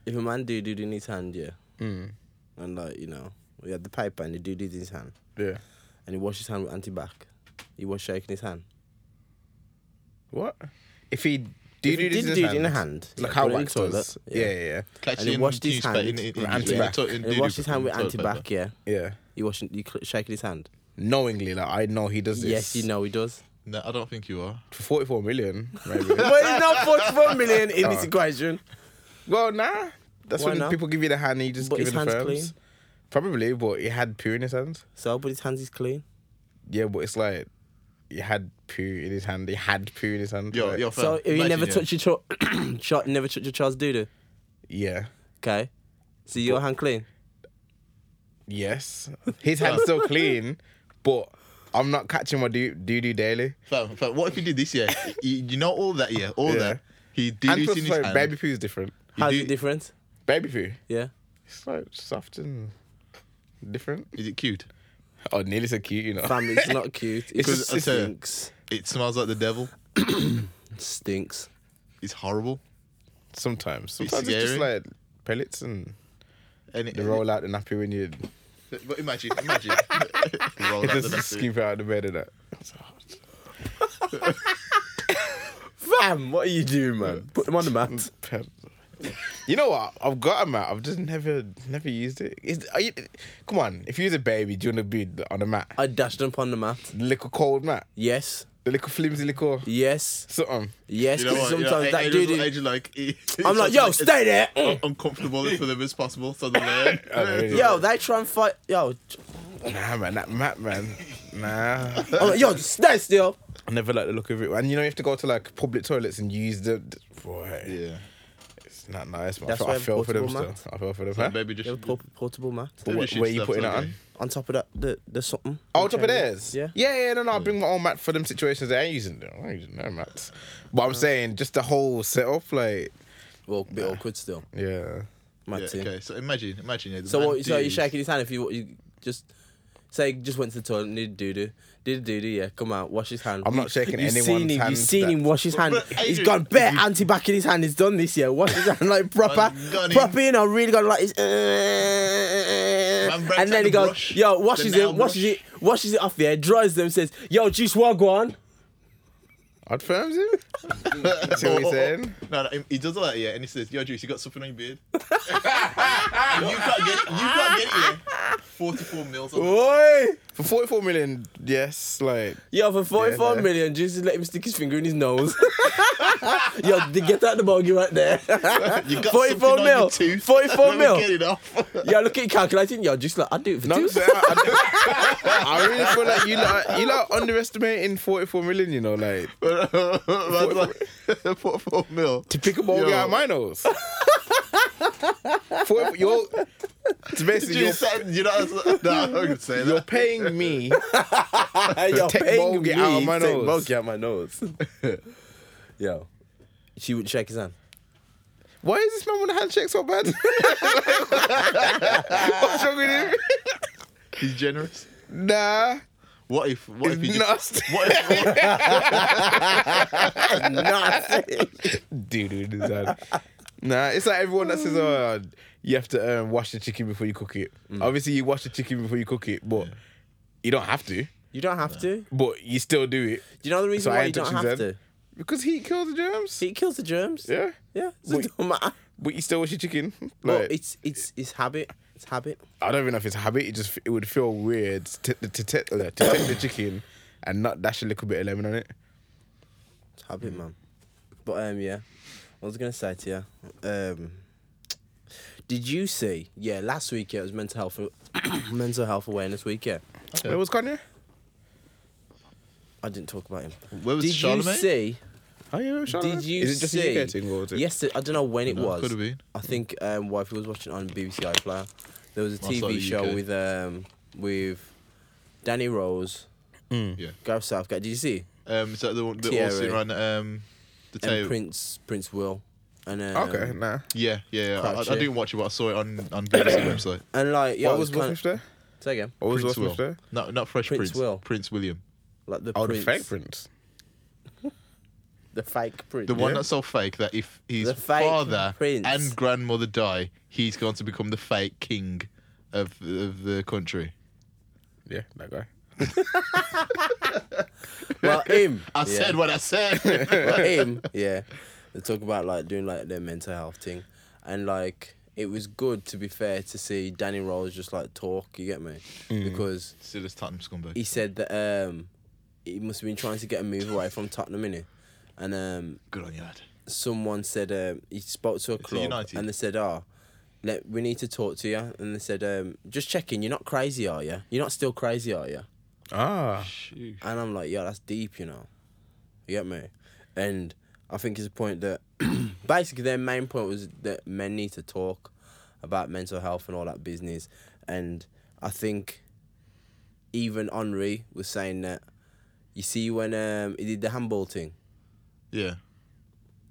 If a man do did in his hand, yeah. And like, you know, we had the paper and he did in his hand.
Yeah.
And he washed his hand with anti back. He was shaking his hand.
What? If he do
If
do
he
this
did
in
do
his
it in
hand,
a hand,
like
yeah,
how
put it in
Wax
the toilet,
does.
yeah.
Yeah, yeah, yeah.
Catch
And he
in
washed his
newspaper-
hand
in- in- in-
with anti-back.
in- in
And he
doo-doo
washed his hand with
toilet
anti back,
paper.
yeah.
Yeah.
He washing you cl- shaking his hand.
Knowingly, like I know he does this.
Yes, you know he does.
No, I don't think you are.
For 44 million, maybe.
but he's not 44 million in this equation.
well, nah. That's
Why
when
not?
people give you the hand and you just
But
give it
his
the
hand's
firms.
clean.
Probably, but he had poo in his hands.
So, but his hands is clean.
Yeah, but it's like he had poo in his hand. He had poo in his hand.
Yo,
like,
yo, fam,
so, if you
imagine,
never
yeah.
touch your cho- cho- never touch your child's doo
Yeah.
okay? So, your hand clean?
Yes. His hand's still clean, but I'm not catching my doo doo daily.
Fam, fam, what if he did this year? you, you know all that, yeah, all
Yeah.
that. He did
And
it
plus,
in his
like,
hand.
baby poo is different.
He
How's
did-
it different?
Baby poo,
Yeah.
it's like soft and different.
Is it cute?
Oh, nearly so cute, you know.
Fam, it's not cute. It
Because
just
I tell you-
stinks.
It smells like the devil.
Stinks.
It's horrible.
Sometimes, sometimes it's, just
scary.
like pellets and
And it,
they roll out the nappy when you
But imagine, imagine. Roll out the
just
next
scoop it out of the bed and that.
Fam, what are you doing, man? Put them on the mat.
You know what? I've got a mat. I've just never, never used it. Is, are you, come on, if you was a baby, do you want to be on a
Uh,
mat?
I dashed up on the mat.
The little cold mat,
Yes,
the little flimsy little
yes,
something.
yes.
You know
'cause
what?
sometimes
you know,
that
Adrian's-
dude. is-
Adrian's like, he-
I'm like, yo,
it's
stay there.
un- Uncomfortable for them as possible. So they're there.
Oh, really?
Mm. Yo, they try and fight. Yo,
Nah, man, that mat, man. Nah,
I'm like, yo, just stay still.
I never like the look of it. And you know, you have to go to like public toilets and use the. the boy,
Yeah.
it's not nice, man. I
That's
feel,
why
I feel for them
portable
still. I feel for them.
Like,
Huh?
baby, just
You have a por- portable mat
do
Where,
this shit
where you
stuff,
putting it
don't
on?
you?
on top of that. The the something.
Oh, top of
Okay.
theirs.
Yeah.
Yeah, yeah, no, no. I bring my own mat for them situations. They ain't using them. I ain't using no mats. But I'm saying just the whole setup, like,
Well, a bit awkward still.
yeah.
Mat
Yeah,
too.
okay, so imagine, imagine. Yeah, the
So
man
what? So you
dude-
shaking his hand if you, you just say just went to the toilet, and did doo doo, did doo doo. Yeah, come out, wash his hand.
I'm not shaking
You've
anyone's
seen him.
hand
You've seen him
that-
wash his hand.
But
he's
Adrian,
gone bare
you-
anti back in his hand. He's done this year. Wash his hand like proper,
Gone- gone in.
proper. You know, really gone like his. uh,
breaks
And
out
then he
the
goes,
brush,
yo,
the
washes
nail
it, washes
brush.
it, washes it off the air, dries them, says, yo, juice wagwan.
I'd firms him. See what he's saying?
Oh, No, no, he- he does all that, yeah, and he says, "Yo, Juice, you got something on your beard? you can't get, it- you can't get it, yeah. Forty-four mils. On the-
Oi!
For 44 million, yes, like,
Yo, for forty-four
Yeah.
million, Juice is letting him stick his finger in his nose. Yo, they get out the bogey right there.
You
44
got something on your
mil.
tooth.
44
Never
mil.
Get it off.
Yo, look at it calculating. Yo, Juice like, I do it for
no, I'm
two.
saying, I, I, I really feel like you like you like underestimating 44 million, you know, like,
Man's like, Forty-four mil.
to pick a ball
Yo.
out of my nose. 44 you're, it's basically you're,
Juice said, "You know, I was- no, I'm not gonna say
you're
that."
paying me
Yo,
Take
paying
bogey out of my
take
nose.
bogey out my nose. Yo, she wouldn't shake his hand.
Why is this man with a handshake so bad? What's wrong with him?
He's generous.
Nah,
What if? What if he
it's
just?
nasty.
What if, what if-
Dude, dude, it's bad. Nah, it's like everyone that says, "Oh, you have to um, wash the chicken before you cook it." Obviously, you wash the chicken before you cook it, but you don't have to.
You don't have to. Do
But you still do it
you know the
So
reason
I
why you
ain't
don't
touching
have
his
to?
hand? because heat kills the germs.
It kills the germs.
Yeah,
Yeah. So it
Wait.
don't matter.
but you still wash your chicken.
Well,
Like,
it's it's it's habit. It's habit.
I don't even know if it's a habit. It just it would feel weird to to- to take uh, to take the chicken and not dash a little bit of lemon on it.
It's habit,
Mm.
man. But um, yeah, I was gonna say to you, um, did you see? Yeah, last week yeah, it was mental health mental health awareness week. Yeah,
Where was Kanye?
I didn't talk about him.
where was
did you
Charlemagne?
see?
Oh yeah, Charlotte.
Did you
Is it just
see?
a UK thing or was it?
Yesterday, I don't know when it
No, it
was.
could've been.
I think um, wife was watching on BBC iPlayer. There was a
Outside
TV
the
show
UK.
with um with Danny Rose,
Yeah.
Gareth Southgate. Did you see?
Um, is that the one? They're all
Thierry.
sitting around um, the
And
table.
Prince Prince Will, and um,
Okay, nah.
Yeah, yeah. yeah. I, I
Crouch, yeah.
didn't watch it, but I saw it on on BBC website.
and like yeah,
what
it
was
was
Will
kind
Smith there?
say again,
What was Will
Prince
Smith
Will.
there?
No, not Fresh
Prince
Prince.
Will.
Prince William.
like the
Oh, the
prince,
fake Prince.
the fake prince,
The one
Yeah.
that's so fake that if his
The fake
father
prince.
and grandmother die, he's going to become the fake king of, of the country.
Yeah, that guy.
well him.
I
yeah.
said what I said.
Well, him, yeah. They talk about like doing like their mental health thing, and like it was good to be fair to see Danny Rose just like talk. You get me? Because
Still as Tottenham scumbag.
he said that um he must have been trying to get a move away from Tottenham innit? and um
Good on you, lad.
someone said um he spoke to a club
United.
and they said oh. Let, we need to talk to you, and they said, um, "Just checking, you're not crazy, are you? You're not still crazy, are you?"
Ah,
And I'm like, yo, that's deep, you know. You get me? And I think it's a point that basically their main point was that men need to talk about mental health and all that business. And I think even Henri was saying that you see when um, he did the handball thing
Yeah,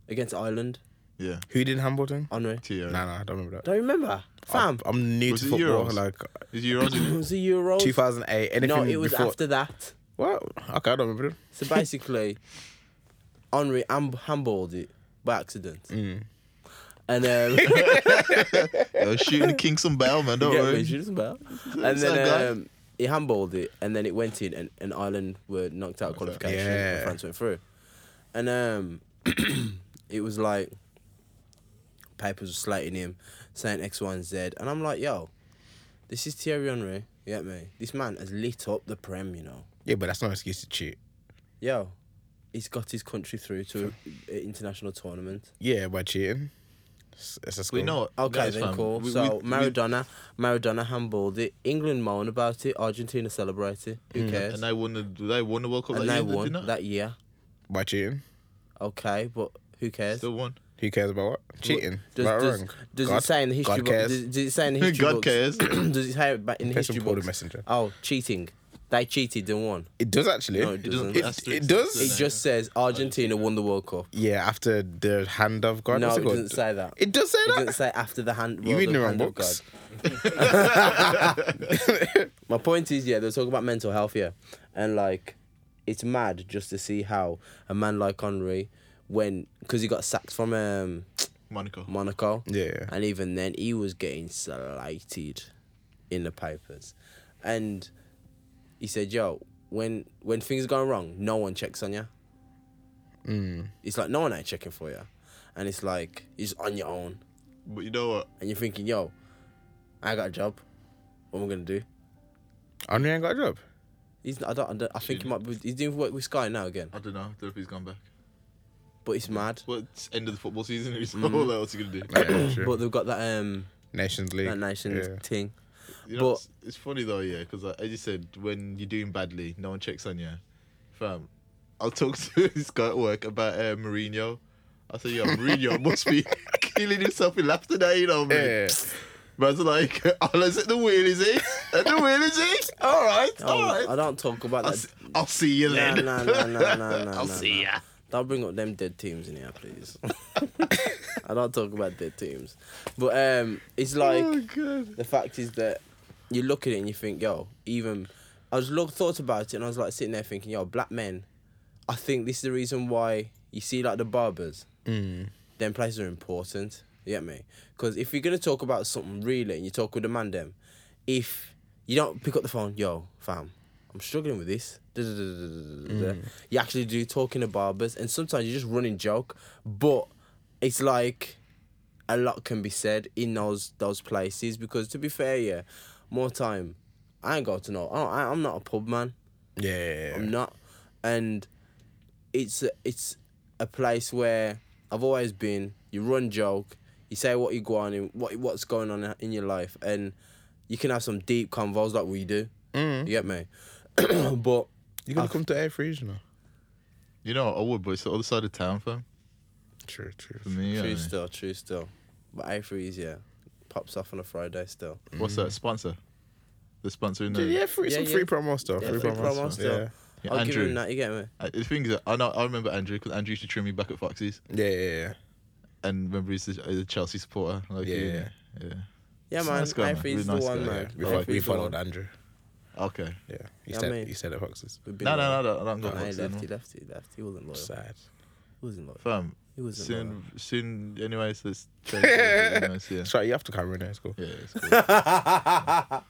against Ireland,
yeah.
who did Hambleton?
Henri.
Tio.
Nah, nah, I don't remember that.
Don't you remember? Fam.
I'm, I'm new
Was
to
it
football.
Euros?
Like
Is you on
it was a Euro.
2008. Anything
No, it was
before...
after that.
What? Okay, I don't remember. Them.
So basically, Henri ham- handballed it by accident. And um,
Uh, shooting the king some bell, man. Don't
Yeah,
worry.
we should as well. And
that guy?
then um, he handballed it, and then it went in, and, and Ireland were knocked out of qualification,
Yeah.
and France went through. And um, it was like, papers were slating him, saying X, Y, and Z. And I'm like, yo, this is Thierry Henry. You get me? This man has lit up the Prem, you know.
Yeah, but that's not an excuse to cheat.
Yo, he's got his country through to an international tournament.
Yeah, by cheating. It's, it's a
We
score.
know.
Okay,
guys,
then
fam,
cool.
we-
so
we- we-
Maradona, Maradona handballed it. England moan about it. Argentina celebrate it. Who cares?
Hmm. And they won the they won the World Cup.
And
that
they
year,
won
didn't they?
that year.
By cheating.
Okay, but who cares?
Still won.
Who cares about what? Cheating.
Does,
right or
does,
wrong.
does
God-
it say in the history
God
book?
cares.
Does, does it say in the history
God
books-
cares.
does it say ba- in the
Person
history
Paul the
books?
messenger.
Oh, cheating. They cheated and won.
It does actually.
No, it
it,
doesn't.
That's
it,
three
does.
sixes,
It just says Argentina won the World Cup.
yeah, after the hand of God.
No,
what's
it
called?
doesn't say that.
It does say
It
that.
doesn't say after the hand.
you
World
reading the
of-
wrong
hand of
books.
God. My point is, yeah, they're talking about mental health here, and like, it's mad just to see how a man like Henry, when because he got sacked from um,
Monaco.
Monaco,
Yeah.
and even then he was getting slated in the papers, and he said, "Yo, when when things are going wrong, no one checks on you. Mm. It's like no one ain't checking for you, and it's like you're just on your own,
But you know what?
and you're thinking, yo, I got a job. What am I gonna do?"
Henry ain't got a job.
He's I don't, I don't- I think he might be he's doing work with Sky now again.
I don't know. I don't know if he's gone back.
But it's mad.
Well, it's end of the football season. He's
Mm.
all else you gonna do.
Yeah, sure.
But they've got that um
Nations League.
that nations
Yeah.
thing.
You know,
But-
it's, it's funny though, yeah, because like, as you said, when you're doing badly, no one checks on you. Fam, I'll talk to this guy at work about uh, Mourinho. I say, yo, Mourinho must be killing himself in laughter now, you know,
Yeah.
man. Man's like, oh, is it the wheel, is he? At the wheel, is he? All right, all
Oh,
right.
I don't talk about
I'll,
that.
s- I'll see you
No,
then.
no, no, no, no, no.
I'll see ya.
Don't bring up them dead teams in here, please. I don't talk about dead teams. But um it's like
Oh, God.
the fact is that you look at it and you think, yo, even I was look thought about it and I was like sitting there thinking, yo, black men, I think this is the reason why you see like the barbers, mm. them places are important. You get me? Because if you're gonna talk about something really and you talk with a man them, if you don't pick up the phone, yo, fam, I'm struggling with this. da, da, da, da, da, da, da,"
Mm.
You actually do talking to barbers and sometimes you're just running joke, but it's like a lot can be said in those those places because to be fair, yeah, more time. I ain't got to know. I, I, I'm not a pub man.
Yeah.
I'm not, and it's a, it's a place where I've always been. You run joke, you say what you're going on, what what's going on in your life, and you can have some deep convos like we do. You get me? but
You gonna come to Air Freeze now?
You know, I would, but it's the other side of town, fam.
True, true.
For me,
true
yeah.
still, true still. But A freeze, yeah, pops off on a Friday still.
What's that sponsor? The sponsor in there.
Yeah, free,
Yeah,
some
yeah.
free promo stuff.
Yeah,
free,
free
promo,
promo
stuff.
still.
Yeah,
I'll give
Andrew.
him that. You get me?
Uh, The thing is, that I know I remember Andrew because Andrew used to trim me back at Foxy's,
Yeah. Yeah, yeah, yeah.
and remember he's a, he's a Chelsea supporter. Like,
Yeah,
you,
yeah.
yeah.
Yeah,
He's a
man.
nice guy, man.
Ife's
Really
the
nice
one,
guy,
man.
yeah.
We,
Like,
fo-
Ife's
we
the
followed
one.
Andrew.
Okay.
Yeah. He
Yeah,
said
mate.
he said at Foxes.
We've been
No,
loyal.
no, no, no, I don't go
Nah, he
Foxes
left,
anymore.
he left, he left. He wasn't loyal. He
Sad.
wasn't loyal.
Fam,
He wasn't
soon,
loyal.
soon. Anyways, let's change. it, anyways, yeah.
That's right. You have to come in there. It's cool.
Yeah, it's cool.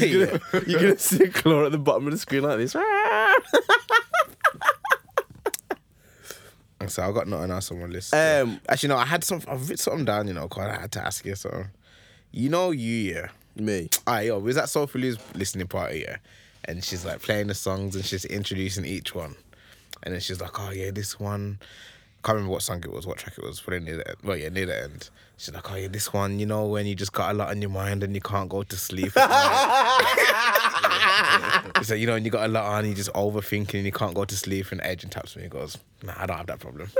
You're gonna, you're gonna see Claw at the bottom of the screen like this.
So I got nothing else on my list.
Um,
Actually, no. I had something. I've written something down. You know, cause I had to ask you something. You know, you yeah.
Me.
I yo, we was at Soul Lou's listening party, yeah. And she's like playing the songs and she's introducing each one. And then she's like, Oh yeah, this one can't remember what song it was, what track it was, but near the end. Well yeah, near the end. She's like, Oh yeah, this one, you know, when you just got a lot on your mind and you can't go to sleep. at night." It's like, you know, and you got a lot on, you just overthinking and you can't go to sleep and Agent taps me and goes, Nah, I don't have that problem.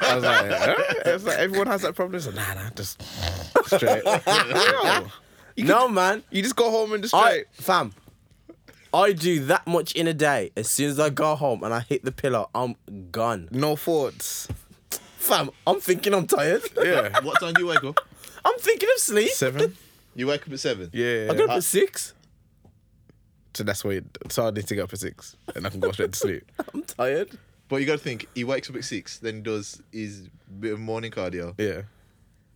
I was like, huh? It's like everyone has that problem. So nah, nah, just straight. Yo,
no, man.
you just go home and just
I,
straight.
fam, I do that much in a day. As soon as I go home and I hit the pillow, I'm gone.
No thoughts.
Fam, I'm thinking I'm tired.
Yeah.
what time do you wake up?
I'm thinking of sleep.
Seven.
You wake up at seven.
Yeah.
I got up at six.
so that's why. So I need to get up at six, and I can go straight to sleep.
I'm tired.
But you got to think. He wakes up at six, then does his bit of morning cardio,
Yeah.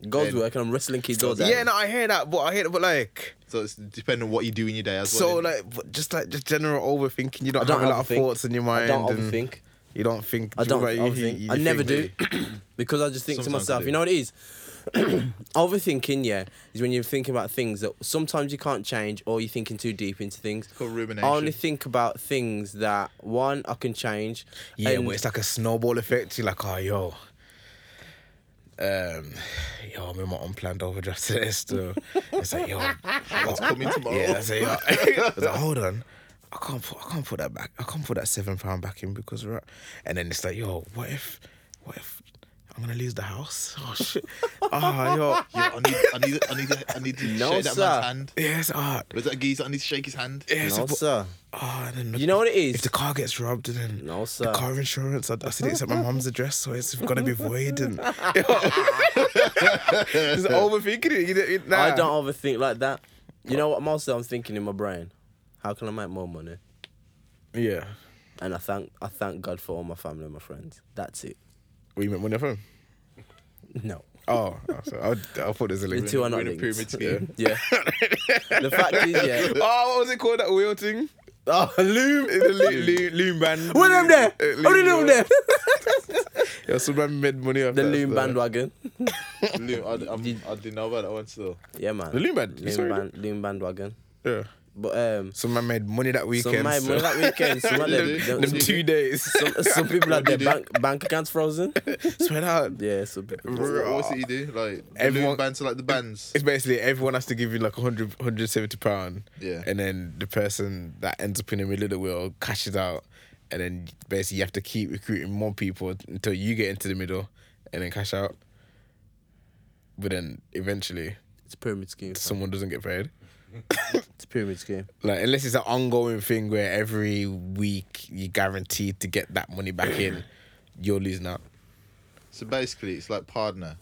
God's
Then-
work, and I'm wrestling kids all day.
Yeah, no, I hear that, but I hear that, but like,
So it's depending on what you do in your day as
so
well. innit?
like, but just like, just general overthinking. You don't,
I don't
have a lot of
overthink.
thoughts in your
I
mind.
don't
and
overthink.
You don't think.
I don't
What about you? You-
overthink.
you
I never do
think-
because I just think to
Sometimes I
myself,
do.
you know what it is? Overthinking, yeah, is when you're thinking about things that sometimes you can't change or you're thinking too deep into things.
called rumination.
I only think about things that one I can change.
Yeah,
and
but it's like a snowball effect. You're like, oh, yo. Um, yo, I'm in my unplanned overdraft today still. It's like, yo, that's
coming tomorrow.
Yeah, that's it, yo. I was like, hold on. I can't put I can't put that back. I can't put that seven pound back in because we're at, and then it's like, yo, what if what if I'm gonna lose the house? Oh shit. Oh yo.
Yeah, I need, I need, I need, I need to
No,
shake that
sir.
man's hand.
Yes, ah,
Was that a geezer? I need to shake his hand.
yes,
no,
but-
sir.
Oh, and then
You know what it is?
If the car gets robbed, then
No,
the
sir.
car insurance. I, I said it's at my mum's address, so it's gonna be void. And just overthinking it. You don't, you- nah.
I don't overthink like that. You know what? Most of I'm thinking in my brain. How can I make more money?
Yeah.
And I thank I thank God for all my family and my friends. That's it.
What you meant when you're home?
No.
Oh, so I, I thought there's a
The
link.
two are not
we're in a
linked.
pyramid scheme.
yeah. the fact is, yeah.
Oh, what was it called? That wheel thing?
Oh,
Loom, the loom, loom, loom band.
What them there?
Uh,
What them
band.
there?
Yeah, some man made money off
The
that,
loom
so-
bandwagon.
Loom, I, I'm, I didn't know about that one still.
Yeah, man.
The loom band. you saw
Loom,
it?
band, loom bandwagon.
Yeah.
But um,
Some man made money that weekend.
some might
so-
more that weekend. Some, of them,
Them them
some,
two days.
some people had their
do?
bank bank accounts frozen.
Sweat out.
Yeah, some people.
What, what was it you do? Like
Everyone-
loom bands are like the bands.
It's basically everyone has to give you like 100, 170 pound.
Yeah.
And then the person that ends up in the middle of the wheel cashes out, and then basically you have to keep recruiting more people until you get into the middle, and then cash out. But then eventually
It's a pyramid scheme. fam.
someone doesn't get paid.
It's a pyramid scheme.
Like unless it's an ongoing thing where every week you're guaranteed to get that money back in, you're losing out.
So basically, it's like partner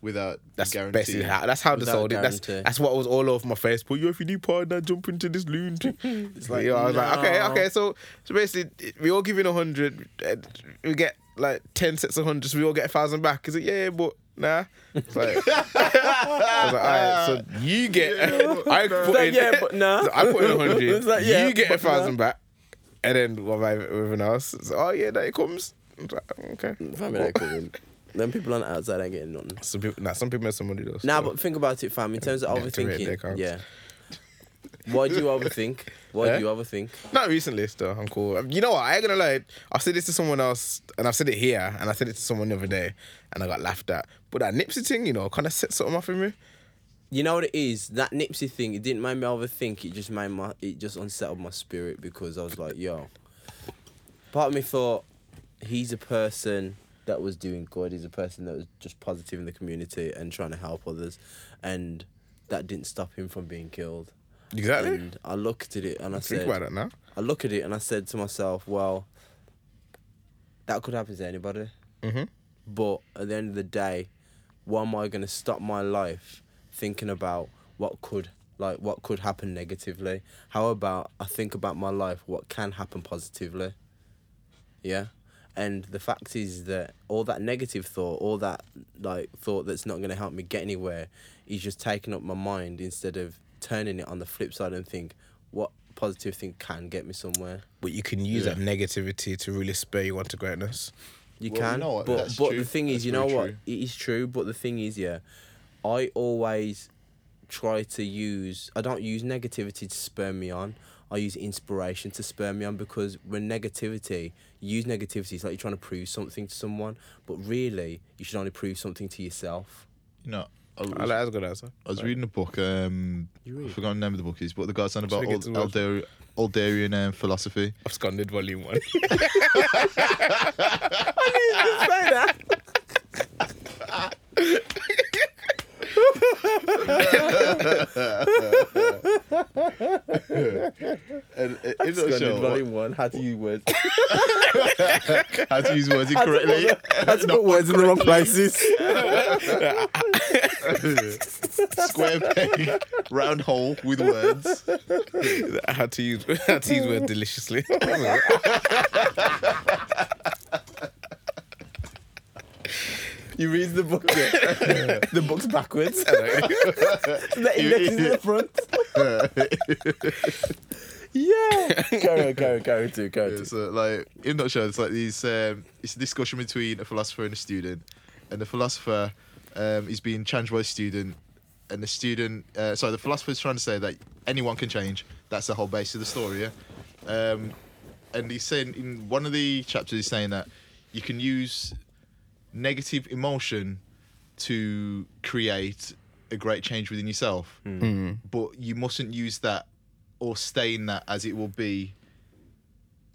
without
That's
guarantee.
basically how. That's how they
Without
sold it. That's
guarantee.
that's what was all over my Facebook. Yo, if you need partner, jump into this loon. thing. it's like, yo, I was like,
no.
okay, okay. So, so basically, it- we all give in a hundred. and We get like ten sets of hundreds. we all get a thousand back. Is it? Yeah, but nah. It's like, I was like, all right. So you get. I put
like,
in.
yeah, but nah.
So I put in a hundred.
It's like, yeah,
you get a
but nah.
thousand back. And then what about everyone else? It's like, oh yeah, there it comes. I was like, okay.
Family ain't coming. Them people on the outside ain't getting nothing.
Some people, nah, some people have some money though.
Now,
so-
but think about it, fam. In terms of
Yeah, to rate their
overthinking,
accounts.
yeah. Why do you overthink? Why
Eh?
do you overthink?
Not recently, still. I'm cool. Um, You know what? I ain't gonna lie. I said this to someone else, and I've said it here, and I said it to someone the other day, and I got laughed at. But that Nipsey thing, you know, kind of set something off in me.
You know what it is? That Nipsey thing, it didn't make me overthink. It just made my it just unsettled my spirit because I was like, yo. Part of me thought he's a person that was doing good. He's a person that was just positive in the community and trying to help others, and that didn't stop him from being killed.
Exactly.
And I looked at it and I
Think
said,
about that now.
I look at it and I said to myself, well, that could happen to anybody. But at the end of the day, why am I going to stop my life thinking about what could like what could happen negatively? How about I think about my life, what can happen positively? Yeah. And the fact is that all that negative thought, all that like thought that's not going to help me get anywhere, is just taking up my mind instead of turning it on the flip side and think what positive thing can get me somewhere.
But you can use that negativity to really spur you onto greatness.
You
Well, you
can,
know what?
but
That's
but
true.
the thing
That's
is, you know
very
what?
true.
It is true, but the thing is, yeah, I always try to use. I don't use negativity to spur me on. I use inspiration to spur me on because when negativity, you use negativity, it's like you're trying to prove something to someone, but really, you should only prove something to yourself.
You know, I was,
I like that's a good answer.
I was reading a book. Um, I forgot the name of the book is, but the guy's on about
Should we
old,
get to the
Alder, Alderian um, philosophy.
I've sconded volume one.
And uh, in a nutshell,
one, how to use words.
how to use words incorrectly.
How to put words in the wrong places.
Square peg, round hole with words.
how to use how to use word deliciously.
You read the book, yeah. the book's backwards. the index is in the front. yeah. Carry on, carry on, carry on too, carry on
Yeah,
too.
so like in a nutshell, it's like these. Um, it's a discussion between a philosopher and a student, and the philosopher um, is being challenged by a student, and the student. Uh, sorry, the philosopher is trying to say that anyone can change. That's the whole base of the story. Yeah. Um, and he's saying in one of the chapters, he's saying that you can use negative emotion to create a great change within yourself, but you mustn't use that or stay in that as it will be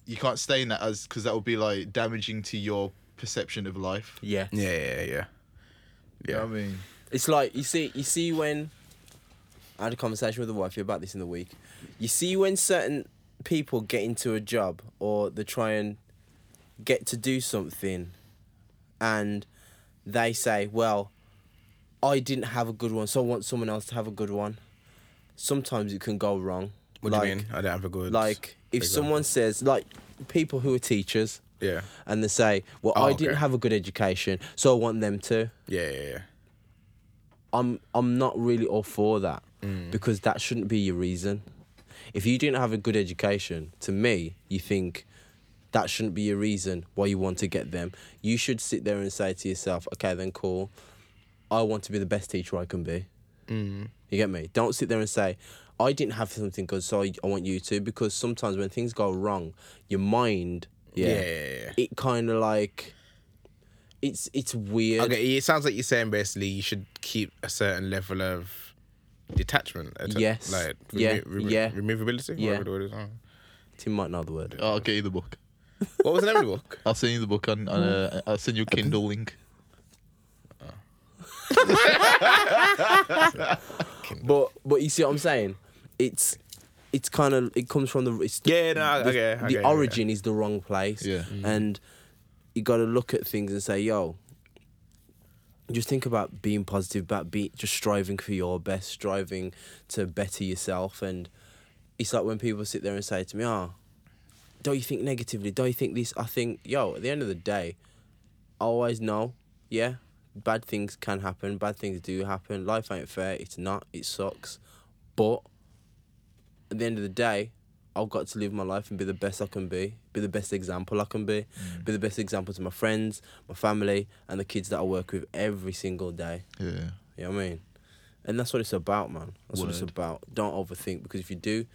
you can't stay in that as because that would be like damaging to your perception of life.
Yeah.
Yeah, yeah, yeah.
You know
Yeah.
what I mean,
It's like you see, you see when I had a conversation with the wife about this in the week. You see when certain people get into a job or they try and get to do something, and they say, "Well, I didn't have a good one, so I want someone else to have a good one." Sometimes it can go wrong.
What
like,
do you mean? I don't have a good.
Like if someone says, like people who are teachers,
Yeah.
and they say, "Well,
Oh,
I didn't
okay.
have a good education, so I want them to."
Yeah, yeah, yeah.
I'm I'm not really all for that because that shouldn't be your reason. If you didn't have a good education, to me, you think that shouldn't be your reason why you want to get them. You should sit there and say to yourself, okay, then cool. I want to be the best teacher I can be. You get me? Don't sit there and say, I didn't have something good, so I, I want you to. Because sometimes when things go wrong, your mind, yeah,
Yeah, yeah, yeah.
it kind of like, it's it's weird.
Okay, it sounds like you're saying basically you should keep a certain level of detachment. a t-
Yes.
Like
Yeah, yeah.
removability.
Yeah.
whatever the word is. Oh.
Tim might know the word.
I'll get you the book.
What was the name of the book?
I'll send you the book on. on uh, I'll send you a Kindle link.
But but you see what I'm saying? It's it's kind of it comes from the it's the-
Yeah, no, I-
the,
okay,
the
okay, yeah,
origin is the wrong place.
Yeah. Mm.
and you got to look at things and say, yo. Just think about being positive, about be just striving for your best, striving to better yourself, and it's like when people sit there and say to me, "Ah, don't you think negatively? Don't you think this?" I think, yo, at the end of the day, I always know, yeah, bad things can happen, bad things do happen. Life ain't fair, it's not, it sucks. But at the end of the day, I've got to live my life and be the best I can be, be the best example I can be, be the best example to my friends, my family, and the kids that I work with every single day.
Yeah.
You know what I mean? And that's what it's about, man. That's what it's
Word.
about. Don't overthink because if you do,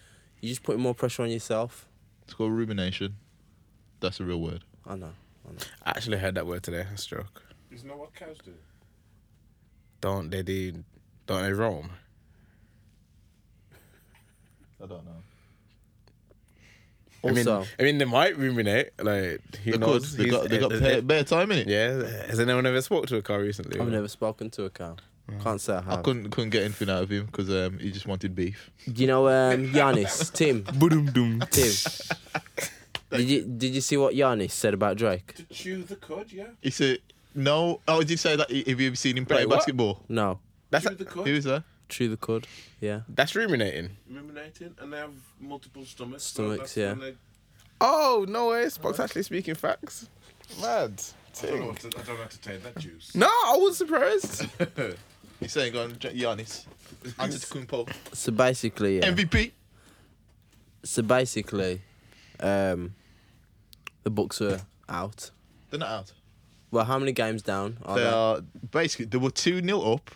you're just putting more pressure on yourself.
It's called rumination. That's a real word.
I know. I know.
I actually heard that word today. A stroke.
Isn't that what cows do?
Don't they do? Don't they roam?
I don't know.
I
Also,
mean, I mean, they might ruminate. Like who
They could.
knows?
They
He's-
got. They got
uh,
bare,
uh,
bare time in it.
Yeah. Has anyone ever spoke to a car recently?
I've never spoken to a cow. Can't say I have.
I couldn't couldn't get anything out of him because um, he just wanted beef.
You know, um, Giannis, Tim,
Boom, doom.
Tim. did you did you see what Giannis said about Drake?
To chew the cud, yeah.
He said no. Oh, did you say that? Have you ever seen him play
Wait, what?
basketball?
No,
That's
Chew the cud,
Who is that?
true the cud. Yeah,
that's ruminating.
ruminating, and they have multiple stomachs.
Stomachs,
so
yeah.
that's when they-
Oh no way! Spock's actually speaking facts. Mad.
I don't, know what to, I don't have to take that juice.
No, I was surprised.
He's saying, "Go on, Giannis, Antetokounmpo,
So basically, yeah.
MVP."
so basically, um, the Bucks are out.
They're not out.
Well, how many games down are
They
they?
are basically they were two 0 up.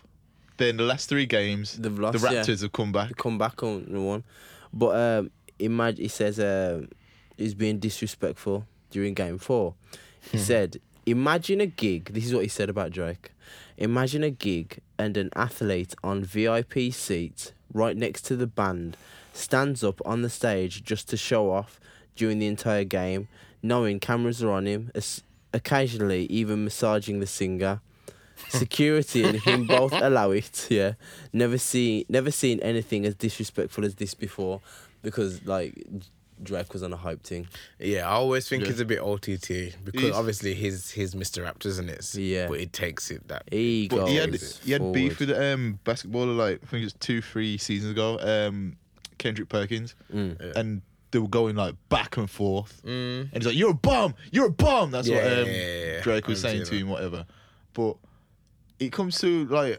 Then the last three games,
They've lost,
the
yeah.
Raptors have come back.
They come back on the one, but um, imagine he says um, he's being disrespectful during game four. He said, "Imagine a gig." This is what he said about Drake. Imagine a gig and an athlete on VIP seats right next to the band stands up on the stage just to show off during the entire game, knowing cameras are on him, as- occasionally even massaging the singer security and him both allow it. Yeah, never seen never seen anything as disrespectful as this before, because like Drake was on a hype thing.
yeah, I always think
Yeah.
he's a bit OTT because
He's-
obviously he's he's Mr. Raptors and it's
Yeah.
but it takes it that
He
But
goes
he had he had beef
forward.
with um basketballer like I think it was two three seasons ago. Um, Kendrick Perkins,
Mm.
and they were going like back and forth, and he's like, "You're a bum, you're a bum." That's what
Mm. Yeah,
um,
yeah, yeah, yeah.
Drake was
I've seen
saying to
that.
him, whatever. But it comes to like,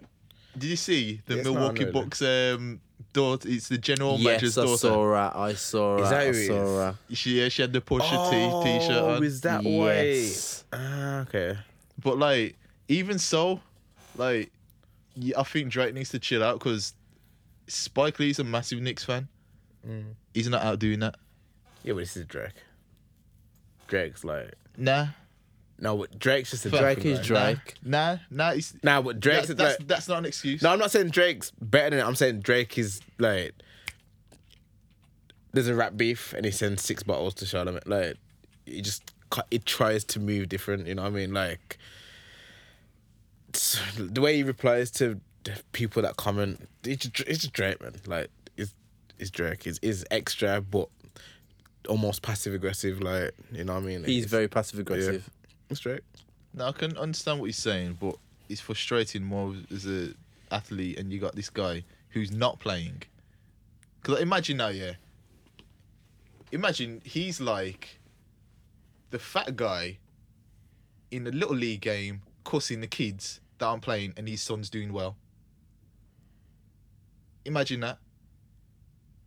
did you see the
Yeah, it's not
Milwaukee
unreal.
Bucks um daughter? It's the general
Yes,
manager's
I
daughter.
saw her. I saw her.
Is that
I
who it
saw
is?
her.
She yeah, she had the Pusha
oh,
T t-shirt on.
is that
Yes.
why? Ah, okay.
But like, even so, like, yeah, I think Drake needs to chill out because Spike Lee's a massive Knicks fan.
Mm.
He's not out doing that.
Yeah, but this is Drake. Drake's like
Nah,
no, but Drake's just a
Fuck.
Drake
joking,
is
man.
Drake.
nah, nah. It's,
Nah, but Drake's
that-
like
that's, that's not an excuse.
No, I'm not saying Drake's better than it. I'm saying Drake is like there's a rap beef and he sends six bottles to Charlamagne. Like he just cu- it tries to move different. You know what I mean? Like it's- the way he replies to the people that comment, it's just, it's just Drake, man. Like it's it's Drake. Is is extra, but almost passive aggressive. Like you know what I mean?
He's
It's-
very passive
yeah.
aggressive.
It's Drake.
Now I can understand what he's saying, but it's frustrating more as a athlete, and you got this guy who's not playing. Cause like, imagine now, yeah. Imagine he's like the fat guy in a little league game, cussing the kids that aren't playing, and his son's doing well. Imagine that.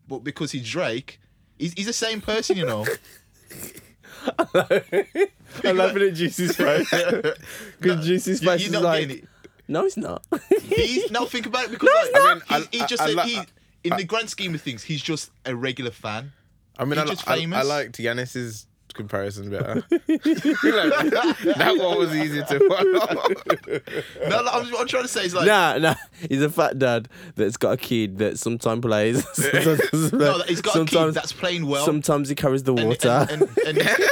But because he's Drake, he's, he's the same person, you know.
I love it at Juicy's face. Because Juicy's
You-
face
you're
is
not
like,
getting it.
no, it's not.
He's now think about it because like, I mean, he's,
I-
he's just
I- I
a-
like-
he, in the grand scheme of things, he's just a regular fan.
I mean,
He's
I, li-
just
I, I
famous.
liked Yanis's comparison better. Like, that one was easy to follow.
No, like, I'm, what I'm trying to say is like,
nah, nah. He's a fat dad that's got a kid that sometimes plays. sometimes doesn't
no,
play.
he's got a kid
Sometimes-
that's playing well.
Sometimes he carries the
and-
water.
And, and, and-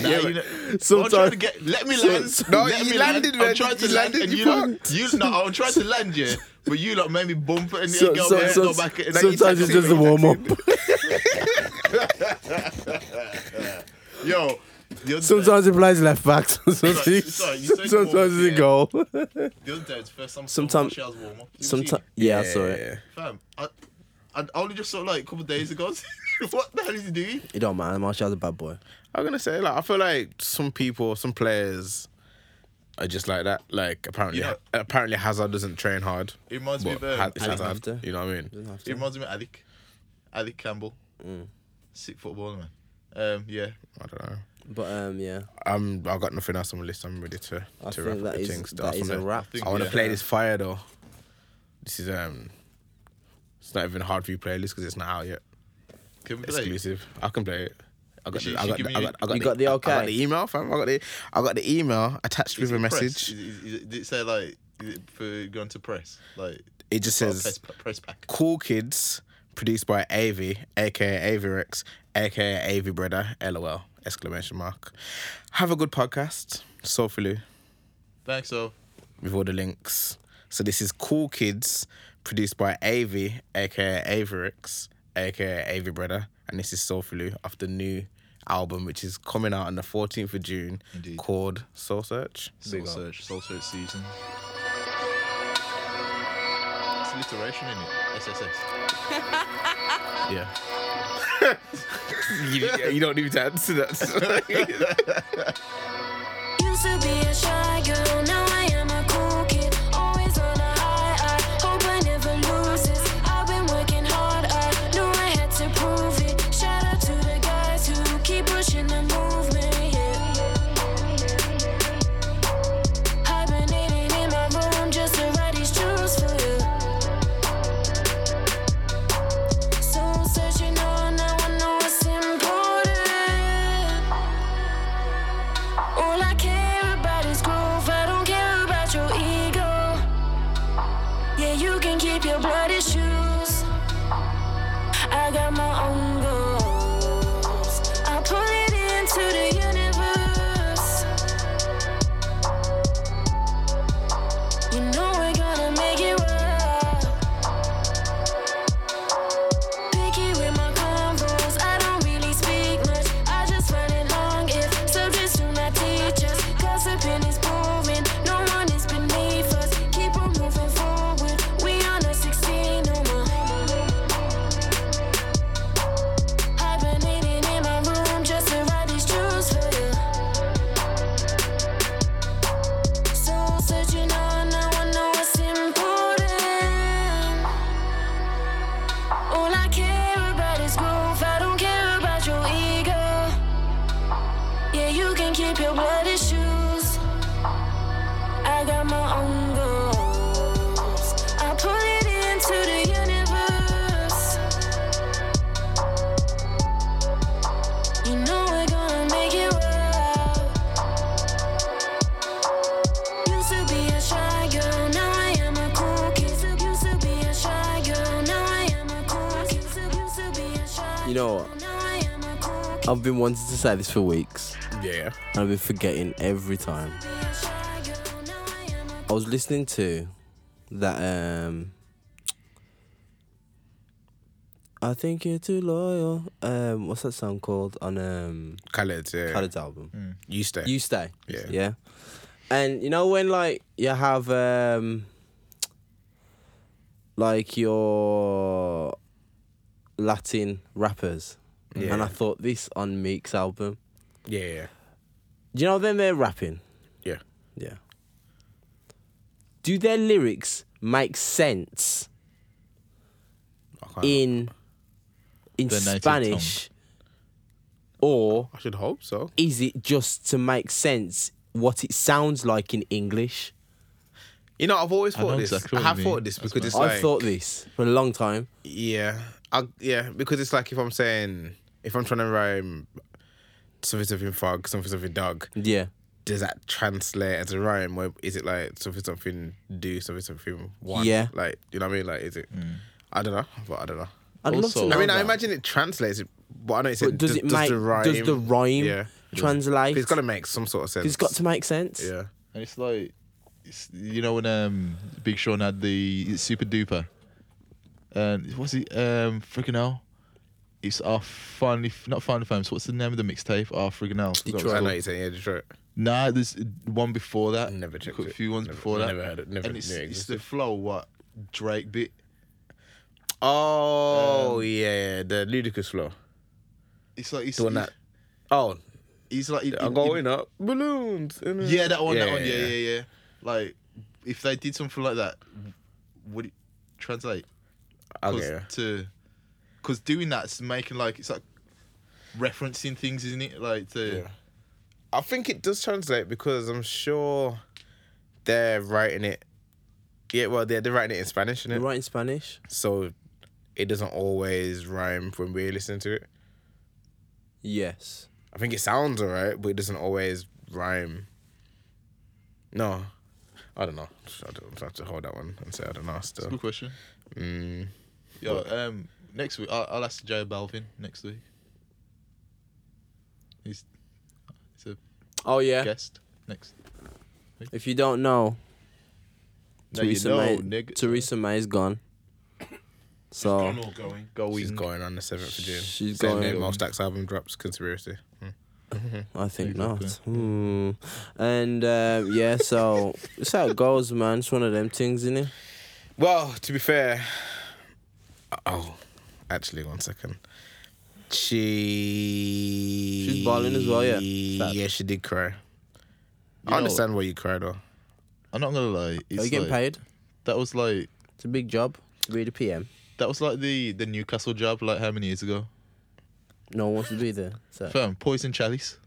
Nah, you know, I'm
sometimes-
trying to get. Let me land.
Some-
No,
let
you
me
landed,
Land.
man.
I'm trying to
You
land,
landed,
and
you
you, know,
fucked.
you no, I'm trying to land you, but you like made me bump it and
So-
then go,
so-
back,
so-
go back. And then you
sometimes
text
it's just
me.
a warm up.
Yo, the other day-
Sometimes he plays left back. Sometimes,
Sorry,
he,
sorry, you said
sometimes
warm-up,
it's a goal.
The other day, it's the first time.
Sometime-
Sometimes. warm up.
Sometimes, yeah, I saw it.
Yeah.
Fam, I, I only just saw it, like a couple of days ago. what the hell is he doing?
It don't matter. Martial's a bad boy.
I'm gonna say like I feel like some people, some players are just like that. Like apparently,
You know-
apparently Hazard doesn't train hard.
It reminds me
But
of um,
Ha- it's
Doesn't
Hazard,
have to.
you know what I mean?
Doesn't have
it
to.
reminds me of Alec, Alec Campbell, sick footballer man. Um, yeah,
I don't know.
But um, yeah,
Um, I got nothing else on my list. I'm ready to to
I think
wrap up
that
the
is
things.
that is a wrap.
think-
I want to
Yeah.
play this fire though. This is um, it's not even a hard for you playlist because it's not out yet.
can we play?
exclusive. I can play it. I got,
She-
the, I,
she
got
give
the,
me-
I got, I got,
You got the
I- I got
okay?
the email, fam. I got the, I got the email attached
Is
with a
it press?
message.
Is, is, is, did it say like is it for going to press? Like
It just
oh,
says
press, press pack.
"Cool Kids," produced by Avi, aka Avirex, aka Avi Brother. LOL! Exclamation mark. Have a good podcast, Sophie
Thanks, so
with all the links. So this is Cool Kids, produced by Avi, aka Averix, aka Avi Brother, and this is Soulful Lou off the new album, which is coming out on the 14th of June,
Indeed.
called Soul Search.
soul search, soul search season. It's alliteration in it. SSS.
Yeah. you, you don't need to answer that.
Used to be a shy girl, now I am a cool kid. Always on a high, I hope I never lose this. I've been working hard, I knew I had to prove it. Shout out to the guys who keep pushing the movement. yeah. Hibernating in my room just to write these truths for you. Soul searching on, now I know what's important. All I care about is growth. I don't care about your ego. Yeah, you can keep your bloody shoes. I got my own goals. I put it into the universe. You know we're gonna make it work. Picky with my convos, I don't really speak much. I just find it long if subjects do not teach us. Gossiping is boring, no one is beneath us. Keep on moving forward, we on a 16 no more. I got my own goals. I put it into the universe. You know we're gonna make it right. Used to be a shy girl, now I am a cool kid. Used to be a shy girl, now I am a cool kid. Used to be a shy
You know what?
now I am a cool kid.
I've been wanting to say this for weeks,
Yeah.
and I've been forgetting every time.
Be a shy girl, now I am a
I was listening to that. um I think you're too loyal. Um, what's that song called on um
Khaled, yeah. Mm.
Khaled's album?
You stay.
You stay.
Yeah.
Yeah. And you know when like you have um like your Latin rappers. And I thought this on Meek's album.
yeah, yeah.
Do you know when they're rapping?
Yeah.
Yeah. Do their lyrics make sense
I can't-
in in
Their native
Spanish? Or
I should hope so.
is it just to make sense what it sounds like in English?
You know, I've always
I know
thought this.
exactly
I
what
have
you
thought
mean.
this
That's
because it's
I've
like
thought this for a long time.
yeah, I, yeah, because it's like if I'm saying if I'm trying to rhyme something something fog, something something dog,
Yeah.
does that translate as a rhyme? Where is it like something something do something something one?
Yeah.
like you know what I mean? Like is it? I don't know, but I don't know.
I'd
Also-
love to
I
know
mean, I
that.
imagine it translates, it, but I know it's
But does, it make
the rhyme?
does the rhyme
Yeah,
translate?
it's got to make some sort of sense.
it's got to make sense.
Yeah,
And it's like, it's, you know when um Big Sean had the it's Super Duper, and what's he um freaking hell? It's our finally not finally famous. What's the name of the mixtape? Our freaking hell.
I know you're saying yeah, Detroit.
Nah, there's one before that.
Never checked
A
it.
few ones
Never-
before that.
never heard it, never
and it's,
knew it
it's the flow. What Drake bit?
Oh yeah, the ludicrous flow.
It's like he's
The one that. Oh,
He's like he-
I'm
he-
going up balloons. in a-
Yeah, that one. that one. Yeah, yeah, yeah, Like if they did something like that, would it translate? Cause
Okay.
To because doing that's making like it's like referencing things, isn't it? Like to
Yeah. I think it does translate because I'm sure they're writing it. Yeah, well, they're, they're writing it in Spanish,
They
is
write in Spanish.
So it doesn't always rhyme when we listen to it.
Yes.
I think it sounds all right, but it doesn't always rhyme. No. I don't know. I don't I have to hold that one and say I don't know
It's a
still.
good question.
Mm.
Yo, um, next week I'll, I'll ask Jay Balvin next week. He's he's
Oh
a
yeah.
guest next.
If you don't know,
No,
Theresa
you know,
May.
nigga.
Theresa May's gone. So
Not going.
She's
going.
going on the 7th of June.
She's
Same
going
day
on.
Mos Daf's album drops, Conspiracy.
I think
Exactly.
not. Hmm. And uh, yeah, so it's how it goes, man. It's one of them things, isn't it?
Well, to be fair, oh, actually, one second. She
She's balling as well, yeah. Sad.
Yeah, she did cry. I
know-
understand why you cried though.
I'm not gonna lie. It's
Are you getting
like-
paid?
That was like
It's a big job to be the PM.
that was like the the Newcastle job like how many years ago?
No one wants to be there. So
Firm, poison chalice.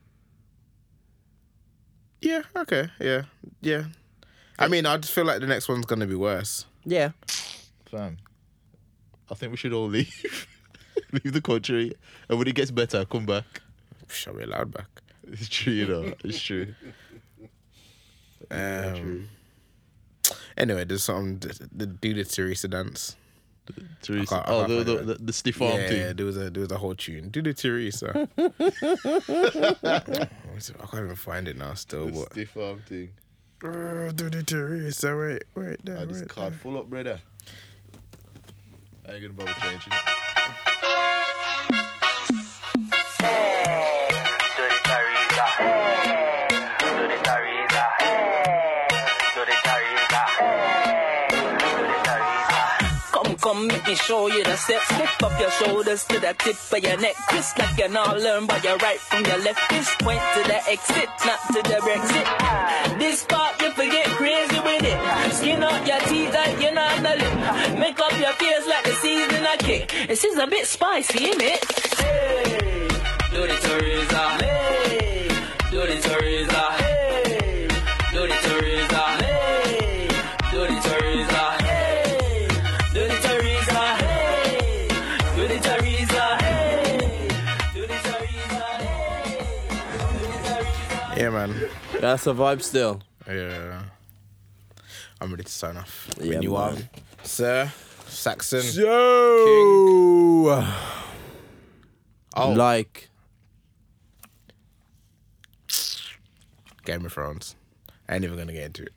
Yeah, okay, yeah, yeah. I mean, I just feel like the next one's gonna be worse.
yeah,
Fam, I think we should all leave, leave the country, and when it gets better, I'll come back.
Shall we allowed back?
It's true, you know. It's true.
Um, anyway, there's something. The, the do the Teresa dance. I
Teresa.
can't- I
Oh,
can't
the,
find
the,
it.
the, the stiff arm
yeah,
thing.
there was a there was a whole tune. Do the Teresa. I can't even find it now. Still,
The
but
stiff arm thing.
Uh, do the Teresa. Wait, wait, no,
I just
wait,
card
no.
full up, brother. I ain't gonna bother changing.
Come, come, make me show you the steps. Step up your shoulders to the tip of your neck. Twist like you not learn by your right from your left. This point to the exit, not to the Brexit. This part you forget crazy with it. Skin out your teeth like you're not on the lip. Make up your fears like the season I kick. This is a bit spicy, ain't it? Hey, do the Teresa. Hey, do the Teresa. Hey, do the Teresa. Hey.
man.
That's a vibe still.
Yeah. I'm ready to sign off.
Yeah,
when you
man.
are, sir, Saxon.
Yo.
oh,
Like
Game of Thrones. I ain't even gonna get into it.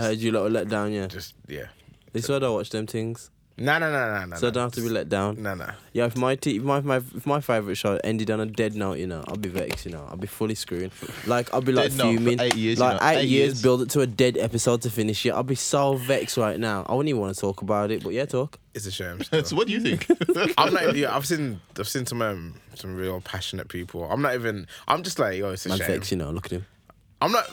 I heard you lot were let down, yeah.
Just yeah.
This why I don't watch them things.
No, no, no, no, no.
So I
no.
don't have to be let down.
No, no.
Yeah, if my, t- if my my if my favorite show ended on a dead note, you know, I'll be vexed, you know, I'll be fully screwing. Like I'll be like
Dead note for
fuming.
eight years, you
like
know,
eight,
eight
years,
years.
build it to a dead episode to finish it. I'll be so vexed right now. I wouldn't even want to talk about it, but yeah, talk.
It's a shame.
So what do you think?
I'm not. Yeah, I've seen. I've seen some um, some real passionate people. I'm not even. I'm just like, yo, it's a
Man's
shame.
vexed, you know. Look at him.
I'm not.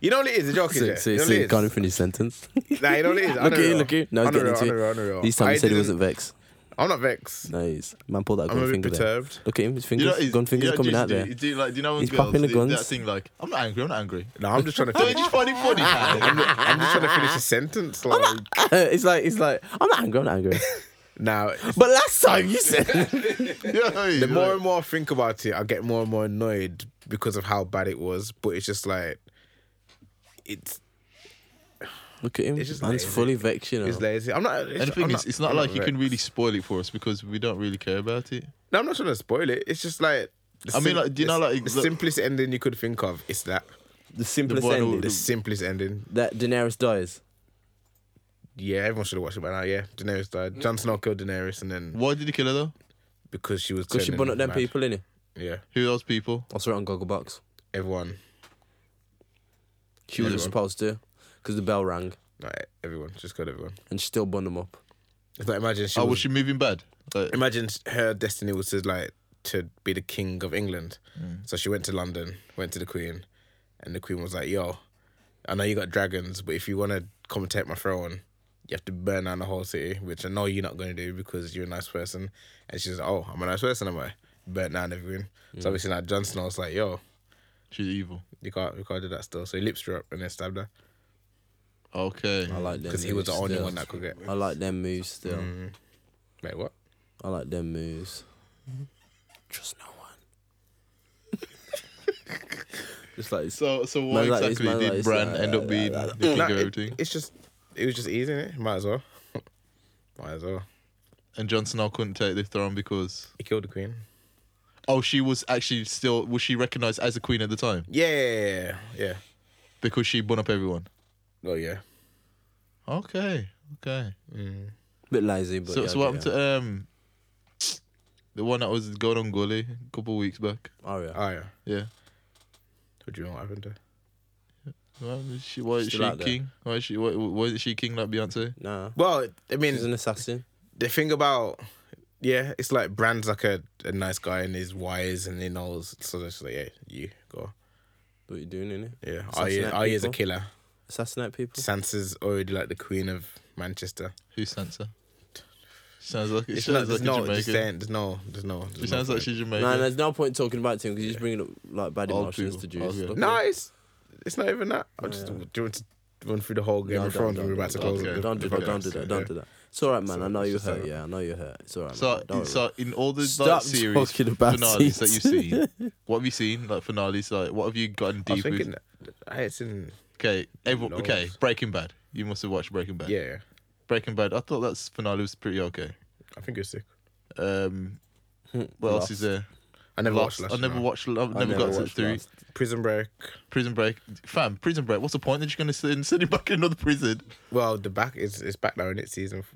You know what it is? The joke is. yeah?
See, see,
you know what
see,
it is?
can't even finish sentence.
Nah, you know what it is.
look at him, look at him. No, he's
Unreal,
getting into
unreal,
it.
unreal.
These times
I
he said he
didn't-
wasn't vexed.
I'm not vexed.
No, he's man pulled that
I'm a
gun
bit
finger there.
perturbed.
Look at him, his
You
fingers,
know, it's-
gun fingers
you know,
coming
do,
out
do,
there.
Do, do, like, do you know when
He's
girls
popping the
do that
guns.
thing like, I'm not angry, I'm not angry.
No, I'm just trying to
Don't you
finish.
just find it funny? man?
I'm just trying to finish a sentence.
Oh
Like
it's like it's like I'm not angry, I'm not angry.
now,
but last time you said
Yeah,
the more
like-
and more I think about it, I get more and more annoyed because of how bad it was. But it's just like it's
Look at him.
It's just
Man's
lazy.
fully vexed, you know.
it's lazy. I'm not. It's,
And the
I'm
thing is, it's not
I'm
like you can
vexed.
really spoil it for us because we don't really care about it.
No, I'm not trying to spoil it. It's just like. the
I mean, like, do you know,
the-
like,
the
look-
simplest ending you could think of is that
the simplest
one who-
ending.
the simplest ending.
that Daenerys dies.
Yeah, everyone should have watched it by now. Yeah, Daenerys died. Jon Snow killed Daenerys, and then
Why did he kill her though?
because she was
Because she
turning
burned up them
mad.
people, innit?
Yeah,
Who else people?
I saw it on Gogglebox.
everyone,
She wasn't
Everyone.
supposed to, because the bell rang,
like everyone, just killed everyone.
and she still burned them up.
It's like imagine she
oh,
was,
was she moving bad? Like,
imagine her destiny was to like to be the king of England.
Mm.
So she went to London, went to the Queen, and the Queen was like, "Yo, I know you got dragons, but if you want to come and take my throne, you have to burn down the whole city, which I know you're not going to do because you're a nice person." And she's like, "Oh, I'm a nice person, am I?" Burnt down everything. So obviously now Jon Snow's like, "Yo,
she's evil.
you can't, you can't do that still." So he lips her up and then stabbed her
Okay.
I like them.
because he was the
moves
only
still.
one that could get. Mm.
I like them moves still.
Wait, what?
I like them moves. Trust no one. Just like it's
So, so why
Man like this,
exactly
man like
did
this,
Bran
like,
end up being the king
No,
of
it-
everything?
it's just, it was just easy, innit? Might as well. Might as well.
and Jon Snow couldn't take the throne because
He killed the queen.
oh, she was actually still was she recognized as a queen at the time
Yeah, yeah, yeah, yeah.
because she bun up everyone.
Oh yeah.
Okay. Okay.
a bit lazy, but
so,
yeah,
so what
okay,
happened to um the one that was going on Gully a couple of weeks back?
yeah. Arya.
Oh yeah.
Yeah.
What do you know what happened to? her?
Why is she, why is
Still
she
out there.
king? Why is she why, why is she king like Beyonce?
Nah,
Well, I
she's
mean,
an assassin.
the thing about yeah, it's like Brand's like a, a nice guy and he's wise and he knows. So it's like, yeah, you go.
What are you doing in it?
Yeah, Arya, Arya's a killer.
Assassinate people.
Sansa's already like the queen of Manchester.
Who's Sansa? Sounds like it
It's not,
sounds like
there's
a
no, just
Jamaican.
saying, there's no, there's no. There's
She
no
sounds like
point.
she's Jamaican.
No, no, there's no point talking about it because you're just bringing up like bad
Old
emotions to
people.
Jews.
Okay.
Look
No,
at it.
it's it's not even that. I just do you want to run through the whole Game
No,
of Thrones and we're about to close
don't,
it?
Don't do that. Don't do that. Don't do that. It's all right, man. I know
it's
you
just
hurt.
alright.
Yeah, I know you hurt. It's all right.
So,
man. Don't worry.
so in all the like,
Stop
series
talking about
finales that
it.
you've seen, what have you seen? Like finales, like what have you gotten
I was
deep
thinking,
with?
I had seen
Okay, everyone, okay,
Loads.
Breaking Bad. You must have watched Breaking Bad.
yeah.
Breaking Bad. I thought that's finale was pretty okay.
I think you're sick.
Um, what else is there?
I Hmm. never
Lost.
watched.
I never
no.
watched. I've
I
never, got to
watched
three.
Lost.
Prison Break.
Prison Break, fam. Prison Break. What's the point that you're gonna send, send him back in another prison?
Well, the back is it's back now in it season f-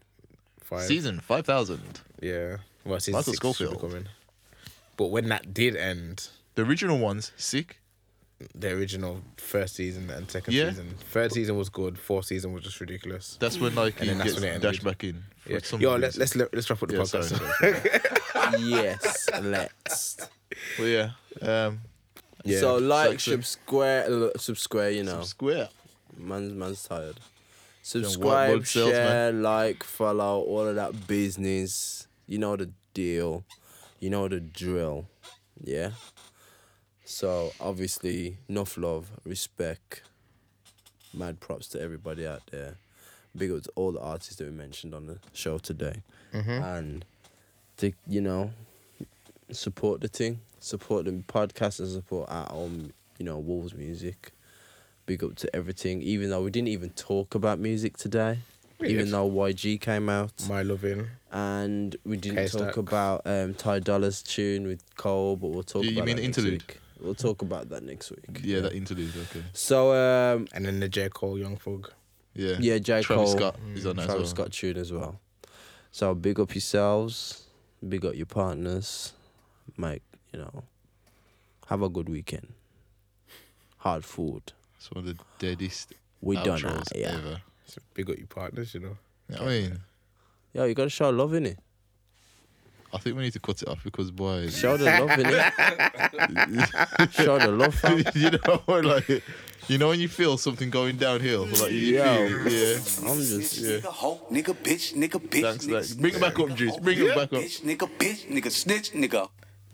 five.
Season five thousand.
yeah. Well, season
Michael
six should be
Scofield.
coming. But when that did end,
The original ones, sick.
the original first season and second
Yeah.
season, third season was good. Fourth season was just ridiculous.
That's when like
And
he
then that's
gets
when it ended.
dashed back in. for
Yeah.
some
Yo, let's
reason.
let's let's wrap up the
Yeah, sorry,
podcast.
sorry.
yes, let's.
But yeah, um,
yeah.
So like,
Section.
subscribe, subscribe. You know,
Square.
man's man's tired.
what
Subscribe,
would sales,
share, like, follow, all of that business. You know the deal. You know the drill. Yeah. So obviously, enough love, respect. Mad props to everybody out there. Big up to all the artists that we mentioned on the show today,
Mm-hmm.
and to you know, support the thing, support the podcast, and support our own you know, Wolves music. Big up to everything, even though we didn't even talk about music today.
We
even
did.
though YG came out.
My loving.
And we didn't
K-Stax.
talk about um, Ty Dolla's tune with Cole, but we'll talk
You- you
about
mean
that
interlude?
Next week. We'll talk about that next week.
Yeah, that interlude. Okay.
So um,
And then the J. Cole Young Thug.
Yeah.
yeah, J Cole,
Travis
Mm.
Scott is on that as
Travis
well.
Scott tune as well. So big up yourselves, big up your partners, Mike. You know, have a good weekend. Hard food,
It's one of the deadest
we done
outros
that. Yeah,
ever.
So big up your partners, you know.
You know what I mean,
yo, you gotta show love in it.
I think we need to cut it off because boy,
Show the love in it. show the love. Fam.
you know, like, you know when you feel something going downhill, like you
Yo.
feel it, yeah.
I'm just
Yeah.
Nigga hoe, nigga bitch, nigga bitch.
Thanks,
nigga
thanks. Bring it back up, Juice. Bring it back up.
Bitch, nigga bitch, nigga snitch, nigga.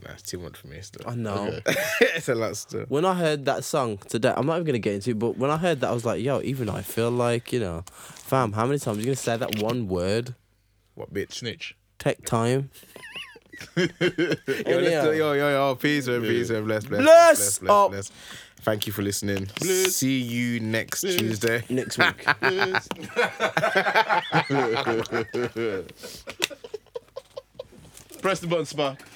Nah, it's too much for me still.
I know.
it's a lot still.
When I heard that song today, I'm not even gonna get into it, but when I heard that, I was like, yo, even I feel like, you know, fam, how many times you gonna say that one word?
What bitch?
Snitch.
Take time.
Yo, let's
Anyhow.
do, yo, yo, yo. Peace, man. Peace, man. Bless, bless,
Bless
bless, bless,
up.
bless. Thank you for listening. See you next Tuesday.
Next week.
Press the button, Spark.